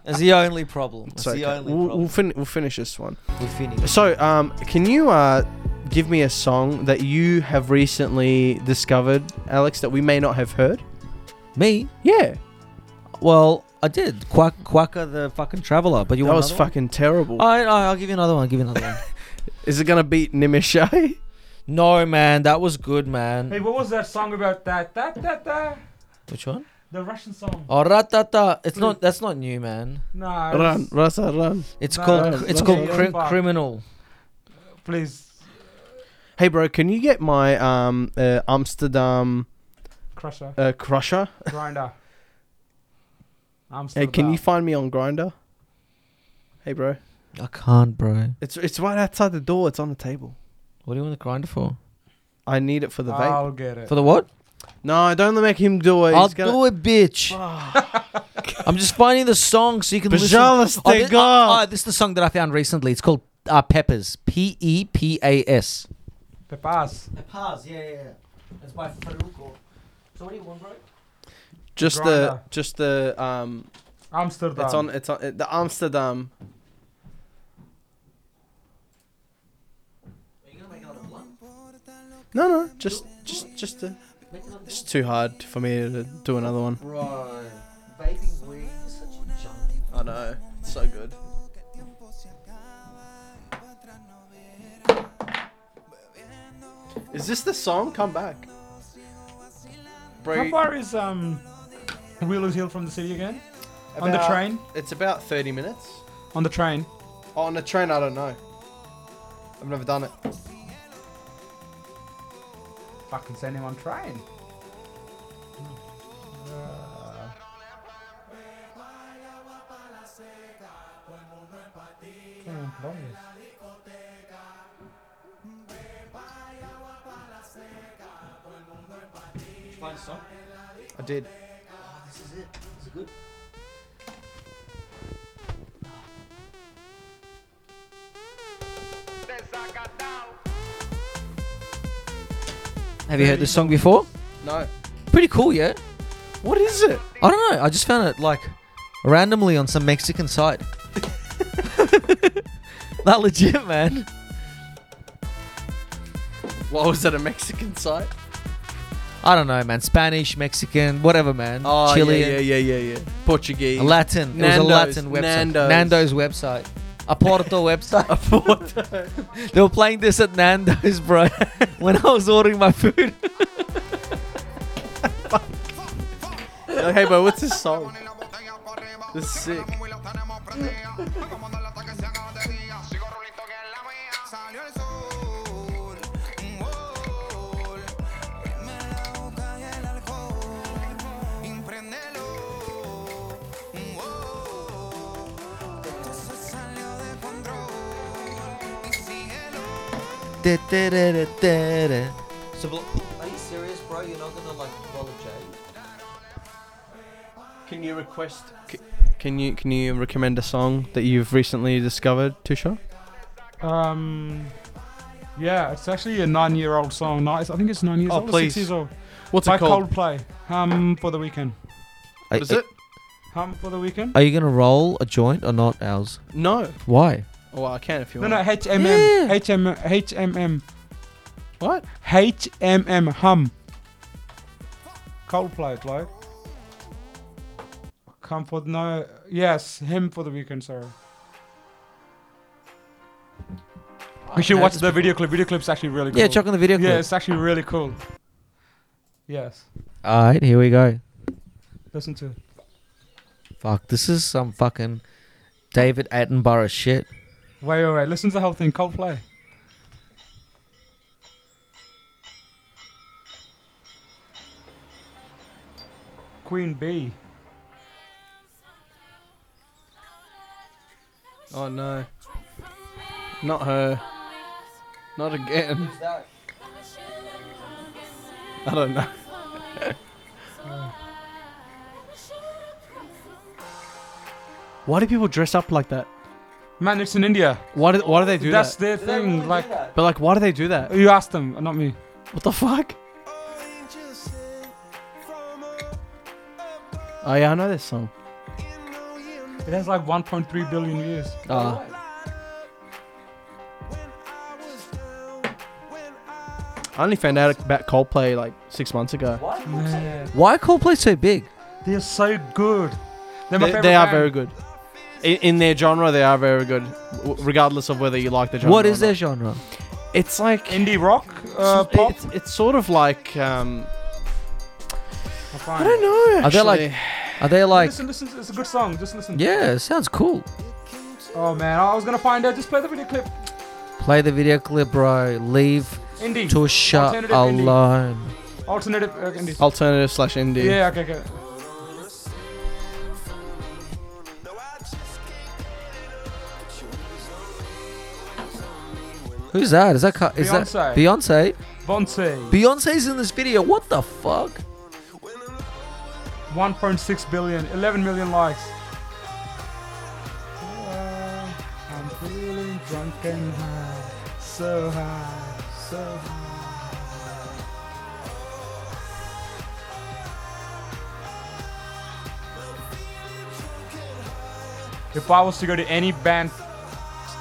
A: That's the only problem. That's
C: it's okay.
A: the only
C: we'll, we'll,
A: problem.
C: fin- we'll finish this one.
A: We finished.
C: So, um, can you uh, give me a song that you have recently discovered, Alex, that we may not have heard?
A: Me?
C: Yeah.
A: Well, I did. Quack, Quacka the fucking traveler. But you
C: that
A: want
C: was
A: another one?
C: fucking terrible.
A: I, I, I'll give you another one. I'll give you another one.
C: Uh, is it going to beat Nimishay?
A: No, man, that was good, man.
B: Hey, what was that song about that? That, that, that.
A: Which one?
B: The Russian song.
A: Oh, ratata. It's not. That's not new, man.
B: No.
C: Run,
B: it's-
C: Rasa, run.
A: It's
B: No,
A: called.
C: no,
A: it's
C: no,
A: called
B: no.
A: cri-
B: Fuck.
A: criminal.
B: Please.
C: Hey, bro, can you get my um uh, Amsterdam
B: Crusher.
C: uh, crusher?
B: Grinder. I'm still
C: Hey, can you
B: about-
C: find me on Grinder? Hey, bro,
A: I can't, bro.
C: it's it's right outside the door. It's on the table. Ah.
A: What do you want the grinder for?
C: I need it for the vape.
B: I'll get it.
A: For the what?
C: No, don't make him do it.
A: I'll
C: He's gonna- Ah.
A: do it, bitch. I'm just finding the song so you can listen.
C: Пожалуйста,
A: Oh, this,
C: God.
A: oh, oh, this is the song that I found recently. It's called uh, Peppers. P E P A S.
B: The pass.
A: Peppers. Yeah, yeah, yeah. It's by Faruko. So what do you want, bro?
C: Just the
B: Grinder.
C: just the um.
B: Amsterdam.
C: It's on. It's on it, the Amsterdam. No, no, just just just the. It's too hard for me to do another one.
A: Bro, vaping weed is such a junk.
C: I know. It's so good. Is this the song? Come back.
B: How
C: Bro,
B: far is um, Wheelers Hill from the city again? on the
C: about-
B: train?
C: It's about 30 minutes.
B: On the train.
C: Oh, on the train, I don't know. I've never done it.
B: Fucking send him on train.
C: I did.
A: Have you heard this song before?
C: No.
A: Pretty cool, yeah.
C: What is it?
A: I don't know. I just found it like randomly on some Mexican site. Not legit, man.
C: What was it? A Mexican site?
A: I don't know, man. Spanish, Mexican, whatever, man.
C: Oh,
A: Chilean,
C: yeah, yeah, yeah, yeah, yeah. Portuguese.
A: a Latin. it was a
C: Nando's,
A: Latin website.
C: Nando's.
A: Nando's, website. A Porto website. they were playing this at Nando's, bro. when I was ordering my food.
C: hey, bro, what's this song? This is sick.
A: are you serious, bro? You're not gonna like follow Jay?
C: Can you request? Can you can you recommend a song that you've recently discovered, Tusha?
B: Um, yeah, it's actually a nine-year-old song. Ni- I think it's nine years
C: Oh,
B: old. or
C: please.
B: Six years old.
C: What's
B: By Coldplay. Um, for the weekend.
C: Is it?
B: Hum for the weekend?
A: Are you gonna roll a joint or not, Al's?
C: No.
A: Why?
C: Well, I can if you
B: No,
C: want.
B: no, HMM.
A: Yeah.
B: HMM. HMM.
C: What?
B: HMM. Hum. Coldplay, like. Come for the, no. Yes, him for the weekend, sorry. You should watch the video clip. Video clip's actually really cool.
A: Yeah, chuck on the video clip.
B: Yeah, it's actually really cool. Yes.
A: All right, here we go.
B: Listen to it.
A: Fuck, this is some fucking David Attenborough shit.
B: Wait, wait, wait. Listen to the whole thing. Coldplay. Queen B.
C: Oh no. Not her. Not again. I don't know. Why do people dress up like that?
B: Man, it's in India.
C: Why do, why do they do
B: That's
C: that?
B: their thing. Like,
C: But like, why do they do that?
B: you asked them, not me.
C: What the fuck? Oh yeah, I know this song.
B: It has like 1.3 billion views.
A: Uh,
C: Ah. I only found out about Coldplay like six months ago.
B: Man,
A: Why Coldplay so big?
B: they're so good. They're my
C: They,
B: favorite
C: they are
B: band.
C: very good. In, in their genre, they are very good, w- regardless of whether you like the genre.
A: What is
C: or
A: their
C: not.
A: genre?
C: It's like
B: Indie rock, uh,
C: it's,
B: pop.
C: It's, it's sort of like um,
B: I don't know.
C: actually,
A: Are they like- Are they like?
B: listen, listen, it's a good song. Just listen.
A: Yeah, it sounds cool.
B: Oh man, I was gonna find out. Just play the video clip.
A: Play the video clip, bro. Leave
B: Indie.
A: Tusha
B: Alternative indie.
A: alone.
B: Alternative uh,
C: Oh,
B: indie.
C: alternative slash indie?
B: Yeah, okay, okay.
A: Who's that? Is that Ka- is that Beyonce?
B: Beyonce.
A: Beyonce's in this video. What the fuck?
B: 1.6 billion, 11 million likes. Uh, I'm feeling drunk and high, so high, so high. If I was to go to any band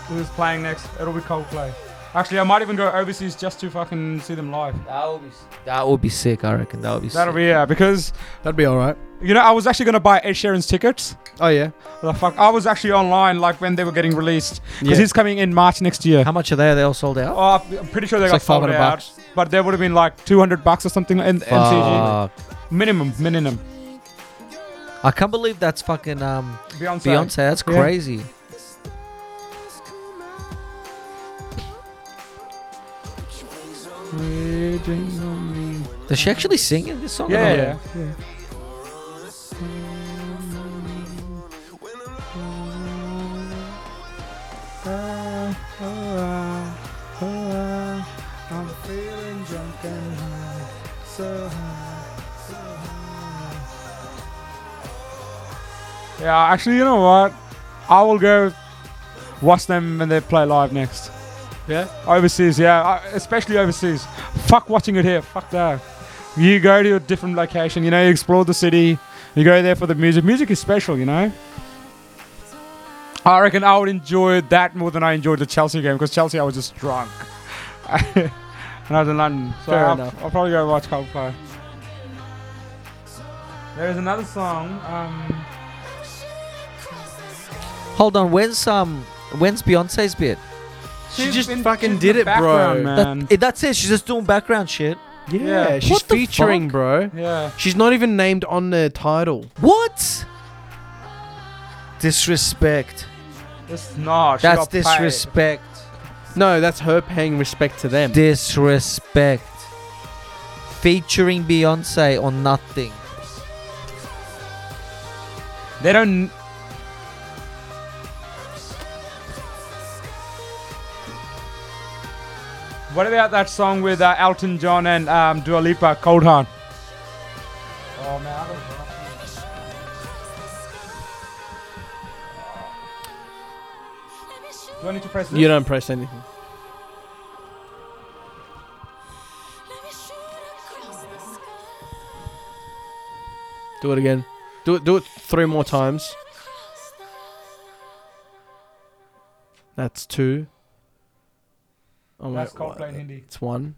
B: who's playing next, it'll be Coldplay. Actually, I might even go overseas just to fucking see them live.
A: That would be that would be sick. I reckon that would be.
B: That'll
A: sick.
B: be yeah, because
C: that'd be all right.
B: you know I was actually gonna buy Ed Sheeran's tickets.
C: Oh yeah,
B: The fuck, I was actually online like when they were getting released because
C: Yeah.
B: he's coming in March next year.
A: How much are they? Are they all sold out?
B: Oh, I'm pretty sure they
C: It's
B: got
C: like
B: sold
C: 500
B: out,
C: bucks.
B: but there would have been like 200 bucks or something in MCG
A: Fuck.
B: minimum, minimum.
A: I can't believe that's fucking um
B: Beyonce.
A: Beyonce. That's
B: Yeah.
A: crazy. Does she actually sing in this song? or
B: Yeah,
A: not?
B: yeah. yeah. I'm feeling drunk and high, so high, so high. Yeah, actually, you know what? I will go watch them when they play live next.
C: yeah.
B: Overseas, yeah, I- especially overseas. Fuck watching it here. Fuck that. You go to a different location. You know, you explore the city. You go there for the music. Music is special, you know. I reckon I would enjoy that more than I enjoyed the Chelsea game because Chelsea, I was just drunk. and I was in London, so
C: Fair
B: I'll,
C: enough.
B: I'll probably go watch Coldplay. There is another song. Um,
A: Hold on. When's um when's Beyonce's bit?
C: She
B: she's
C: just
B: been-
C: fucking
B: she's in
C: did
B: the
C: it, bro.
B: background, Man.
A: That, eh, that's it. She's just doing background shit.
C: Yeah,
B: Yeah.
C: she's
A: What the
C: featuring,
A: fuck?
C: bro.
B: yeah.
C: She's not even named on the title.
A: What? Disrespect.
B: It's not. She
A: That's
B: got paid.
A: disrespect.
C: No, that's her paying respect to them.
A: Disrespect. Featuring Beyonce on nothing.
B: They don't. What about that song with uh, Elton John and um, Dua Lipa, Cold Heart? Oh man, I don't know. Do I need to press this?
C: You don't press anything. Do it again. Do it. Do it three more times. That's two. Oh,
B: That's
C: wait, what?
B: Coldplay in Hindi.
C: It's one.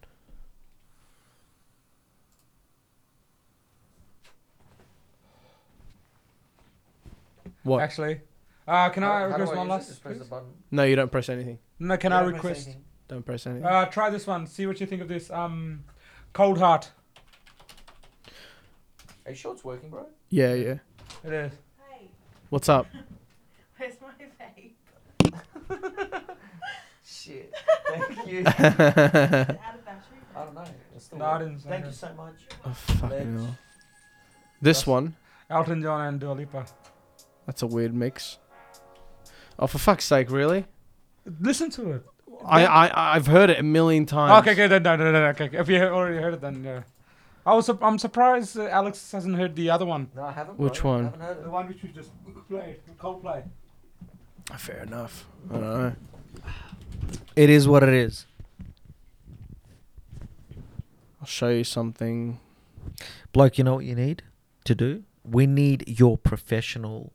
C: What?
B: Actually, uh, can I request one last?
C: No, you don't press anything.
B: No, can I request?
C: Don't press anything.
B: Uh, try this one. See what you think of this. Um, Cold Heart.
A: Are you sure it's working, bro?
C: yeah, yeah.
B: It is.
C: What's up?
I: Where's my vape?
A: Shit. Thank you.
C: oh,
I: Out of battery?
A: I don't know. It's still
B: No, I
A: working.
B: didn't say
A: Thank
B: that.
A: you so much.
C: fucking hell. This one.
B: Elton John and Dua Lipa.
C: That's a weird mix. Oh, for fuck's sake, really?
B: Listen to it.
C: I, I, I've heard it a million times.
B: Okay, okay, then, no, no, no, no, okay. okay. If you already heard it, then yeah. I was, sup- I'm surprised that Alex hasn't heard the other one.
A: No, I haven't.
C: Which
A: bro. I
C: one?
A: haven't heard it.
B: one which we just played, Coldplay.
C: Fair enough. I don't know.
A: It is what it is.
C: I'll show you something.
A: Bloke, you know what you need to do? We need your professional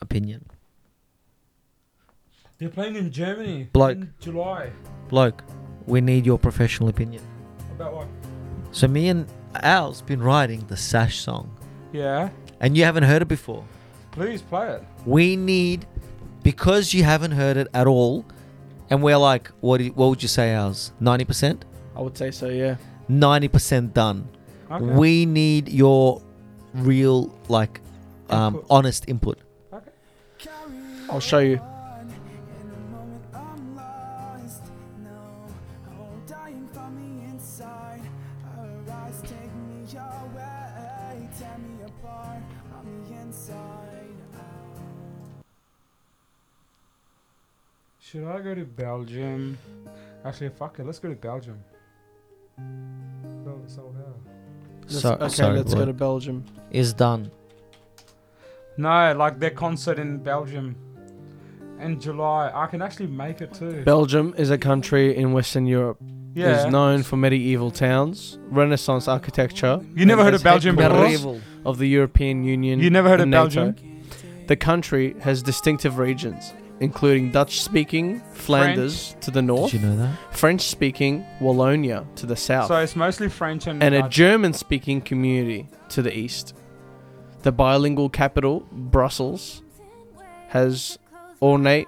A: opinion.
B: They're playing in Germany.
A: Bloke.
B: In July.
A: Bloke, we need your professional opinion.
B: About what?
A: So me and Al's been writing the Sash song,
B: Yeah.
A: and you haven't heard it before.
B: Please play it.
A: We need, because you haven't heard it at all, and we're like, what? Do you, what would you say ours? Ninety percent,
C: I would say so, yeah.
A: ninety percent done.
B: Okay.
A: We need your real, like, um,
B: Input.
A: honest input.
B: okay.
C: I'll show you.
B: Should I go to Belgium? Actually, fuck it. Let's go to Belgium. No, it's sold out.
C: Let's-
A: So-
C: okay,
A: sorry,
C: let's go
A: what?
C: to Belgium.
A: Is done.
B: No, like their concert in Belgium in July. I can actually make it too.
C: Belgium is a country in Western Europe. It
B: yeah.
C: is known for medieval towns, Renaissance architecture.
B: You never
C: and
B: heard
C: is
B: of Belgium
C: headquarters
B: before?
C: Of the European Union.
B: You never heard
C: and
B: of
C: NATO. The country has distinctive regions, including Dutch-speaking Flanders to the north,
A: Did you know that?
C: French-speaking Wallonia to the south.
B: So it's mostly French and,
C: and a
B: Dutch.
C: German speaking community to the east. The bilingual capital, Brussels, has ornate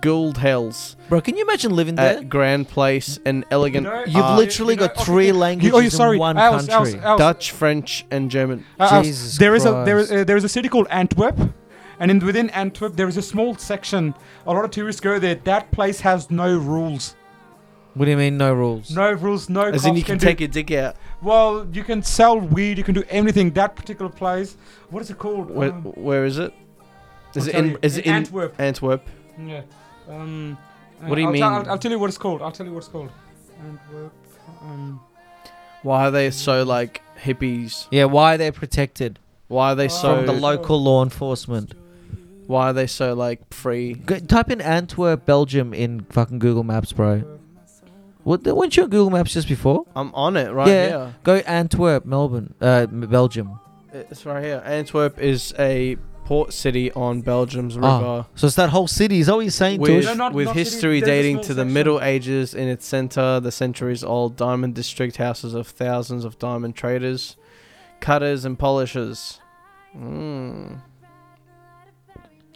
C: guild hells
A: Bro, can you imagine living there?
C: at Grand Place and elegant
B: No.
A: You've
C: art,
A: literally
B: Uh, You know,
A: got
B: okay,
A: three
B: you-
A: languages
B: oh, you're sorry.
A: in one
B: Else,
A: country.
B: else, else.
C: Dutch, French, and German.
B: Uh, uh,
A: Jesus
B: there is a there is
A: Christ.
B: uh, there is a city called Antwerp, and in within Antwerp there is a small section. A lot of tourists go there. That place has no rules.
A: What do you mean, no rules?
B: No rules. No.
C: As in,
B: cops
C: you can
B: do-
C: take your dick out.
B: Well, you can sell weed. You can do anything. That particular place. What is it called?
C: Where,
B: Um,
C: where is it? Is
B: I'll
C: it
B: tell
C: in,
B: you.
C: is
B: In
C: it in
B: Antwerp.
C: Antwerp.
B: yeah. Um, uh,
C: What do you
B: I'll
C: mean?
B: tell- I'll, I'll tell you what it's called. I'll tell you what it's called. Antwerp. Um,
C: Why are they so like hippies?
A: Yeah, why are they protected
C: Why are
B: Uh,
C: they so?
A: from the local law enforcement?
C: why are they so like free?
A: Go, type in Antwerp, Belgium in fucking Google Maps, bro. What, the- weren't you on Google Maps just before?
C: I'm on it right
A: Yeah.
C: here.
A: Go Antwerp, Melbourne, uh, M- Belgium.
C: It's right here. Antwerp is a port city on Belgium's river.
A: Ah, so it's that whole city. Is that what you're saying,
C: With,
B: No,
A: Tush?
B: not-
C: with
B: not city,
C: history
B: there's a
C: dating
B: small
C: to the
B: section.
C: Middle Ages in its center, the centuries old diamond district houses of thousands of diamond traders, cutters, and polishers. Mm.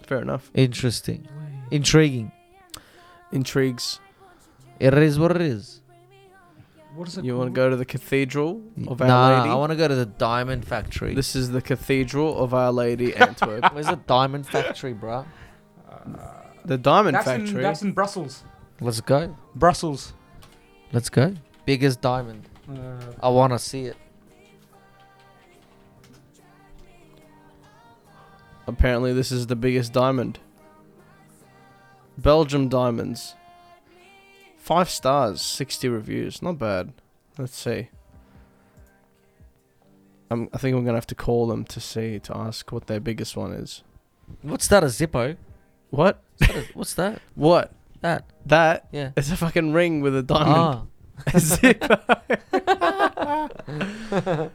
C: Fair enough.
A: Interesting. Intriguing.
C: Intrigues.
A: It is what it is.
B: what is it?
C: You want to
B: called?
C: go to the Cathedral of Our
A: nah,
C: Lady?
A: I want to go to the diamond factory.
C: this is the Cathedral of Our Lady Antwerp.
A: Where's the diamond factory, bro?
C: the Diamond
B: Uh, That's in,
C: Factory.
B: that's in Brussels.
A: Let's go.
B: Brussels.
A: Let's go. Biggest diamond.
B: Uh,
A: I want to see it.
C: Apparently, this is the biggest diamond. Belgium diamonds. Five stars, 60 reviews. Not bad. Let's see. Um, I think I'm going to have to call them to see, to ask what their biggest one is.
A: What's that, a Zippo?
C: What?
A: What's that? What's that?
C: What?
A: That.
C: That
A: Yeah.
C: Ah.
A: Ah.
C: is a fucking ring with a diamond. Zip.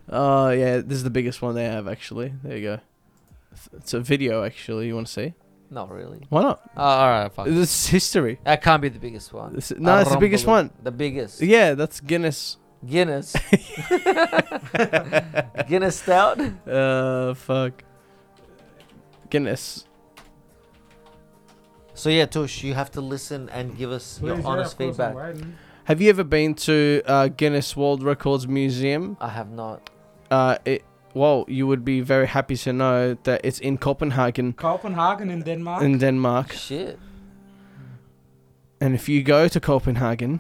C: Oh yeah, this is the biggest one they have actually. There you go. It's a video actually. You want to see?
K: Not really.
C: Why not?
K: Uh,
A: Ah,
K: all right, fine.
C: This is history.
K: That can't be the biggest one.
C: This- no, it's the biggest
K: Arromboloo.
C: one.
K: The biggest.
C: Yeah, that's Guinness.
K: Guinness. Guinness stout.
C: Uh, fuck. Guinness.
A: So yeah, Tush, you have to listen and give us your honest feedback.
C: Have you ever been to uh, Guinness World Records Museum?
K: I have not.
C: Uh, it. Well, you would be very happy to know that it's in Copenhagen,
B: Copenhagen in Denmark.
C: in Denmark.
K: Shit.
C: And if you go to Copenhagen,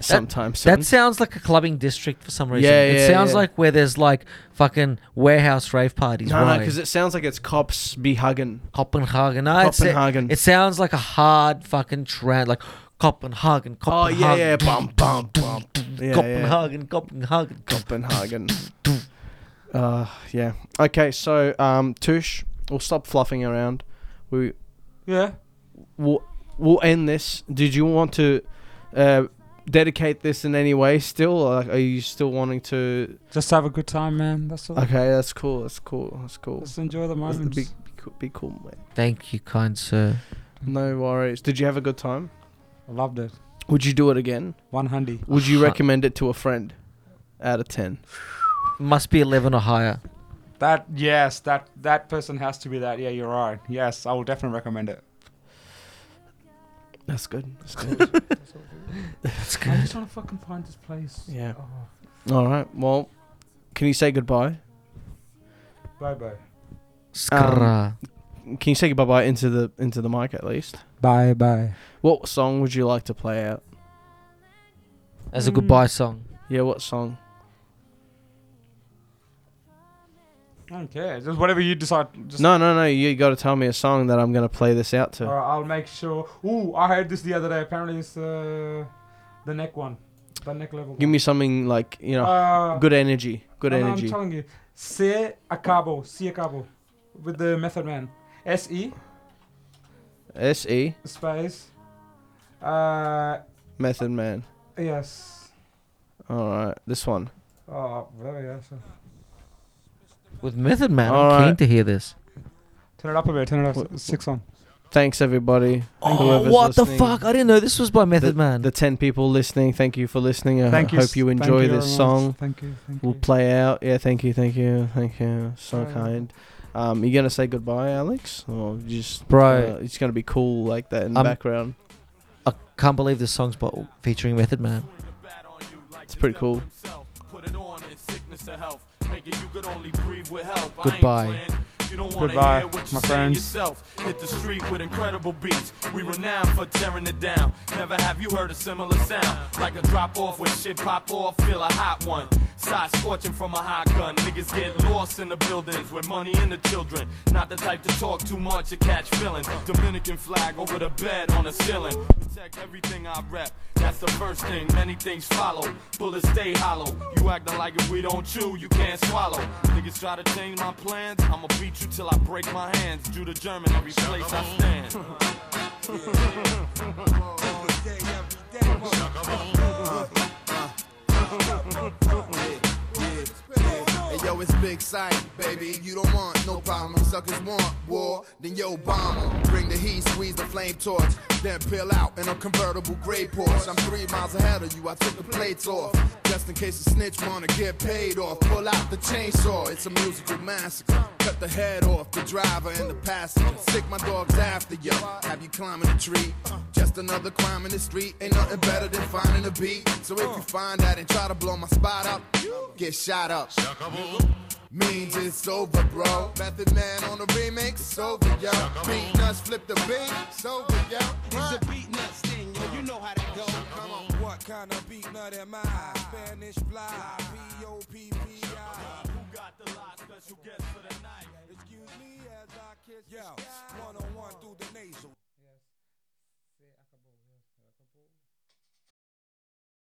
C: sometime soon.
A: That sounds like a clubbing district for some reason.
C: Yeah,
A: it
C: yeah,
A: sounds
C: yeah.
A: like where there's like fucking warehouse rave parties.
C: no, no,
A: right?
C: because it sounds like it's cops be hugging.
A: Copenhagen. No, it's-
C: Copenhagen.
A: It sounds like a hard fucking trend, like Copenhagen,
C: Oh
A: Copenhagen.
C: yeah, yeah, bum bum bum. Yeah, yeah.
A: Copenhagen, Copenhagen.
C: Copenhagen. Uh, yeah. Okay, so um, Tush, we'll stop fluffing around. We
B: Yeah.
C: we'll, we'll end this. Did you want to uh, dedicate this in any way? Still, like, are you still wanting to?
B: Just have a good time, man. That's all.
C: Okay, that's cool. That's cool. That's cool.
B: Just enjoy the
C: That's
B: moment.
C: Be, be, cool, be cool, man.
A: Thank you, kind sir.
C: No worries. Did you have a good time?
B: I loved it.
C: Would you do it again?
B: One hundy.
C: Would you
A: Huh.
C: recommend it to a friend? Out of ten.
A: Must be eleven or higher.
B: That yes, that that person has to be that. Yeah, you're right. Yes, I will definitely recommend it.
C: That's good. That's good.
A: That's
B: I
A: good.
B: just want to fucking find this place.
C: yeah. All right. Well, can you say goodbye?
B: Bye bye.
A: Skra.
C: Can you say bye bye into the into the mic at least?
B: Bye bye.
C: What song would you like to play out?
A: As a goodbye song.
C: Yeah, what song?
B: I don't care. Just whatever you decide. Just
C: No, no, no. You got to tell me a song that I'm gonna play this out to.
B: Alright, I'll make sure. Ooh, I heard this the other day. Apparently, it's uh, the neck one, the neck level.
C: Give me something like you know,
B: uh,
C: good energy, good
B: no, no,
C: energy.
B: I'm telling you, se acabo, se acabo, with the Method Man. S E
C: S E
B: space. Uh,
C: Method Man.
B: yes.
C: All right, this one.
B: Oh, whatever. Yeah. So.
A: With Method Man, I'm
C: Alright.
A: keen to hear this.
B: Turn it up a bit. Turn it up. Six on.
C: Thanks everybody.
A: Oh,
C: whoever's
A: what the
C: listening.
A: fuck? I didn't know this was by Method
C: the,
A: Man.
C: The ten people listening, thank you for listening. I
B: Thank you.
C: hope you
B: s- thank
C: enjoy
B: you
C: this
B: very much.
C: song.
B: Thank you. Thank
C: We'll
B: you.
C: play out. Yeah, thank you, thank you, thank you. So
B: Sorry.
C: kind. Um, you gonna say goodbye, Alex, or you just
A: Bro.
C: uh, it's gonna be cool like that in the
A: Um,
C: background.
A: I can't believe this song's by, featuring Method Man.
C: It's pretty cool.
A: Goodbye.
B: Goodbye, my friends.
J: Hit the street with incredible beats. We renowned for tearing it down. Never have you heard a similar sound. Like a drop off when shit pop off, feel a hot one. Side scorching from a hot gun. Niggas get lost in the buildings with money and the children. Not the type to talk too much or catch feelings. Dominican flag over the bed on the ceiling. Protect everything I rep. That's the first thing. Many things follow. Bullets stay hollow. You acting like if we don't chew, you can't swallow. Niggas try to change my plans. I'ma beat you till I break my hands. Drew the German every place I stand.
H: And yo, it's big sight, baby. You don't want no problem. Suckers want war, then yo bomb 'em. Bring the heat, squeeze the flame torch. Then peel out in a convertible gray Porsche. I'm three miles ahead of you. I took the plates off. Just in case a snitch wanna get paid off. Pull out the chainsaw. It's a musical massacre. Cut the head off the driver and the passenger. Sick my dogs after you. Have you climbing a tree? Just another crime in the street. Ain't nothing better than finding a beat. So if you find that and try to blow my spot up, get shot up means it's over, bro. Method Man on the remix, it's over, yo. Beat nuts, flip the beat, it's over, yo. What?
L: beat nut sting, yo. You know how that go. Come on. What kind of beat nut am I? Spanish fly. P O P P I. Who got the lot? Special guest for the night. Excuse me as I kiss. Yo. One on one through the nasal.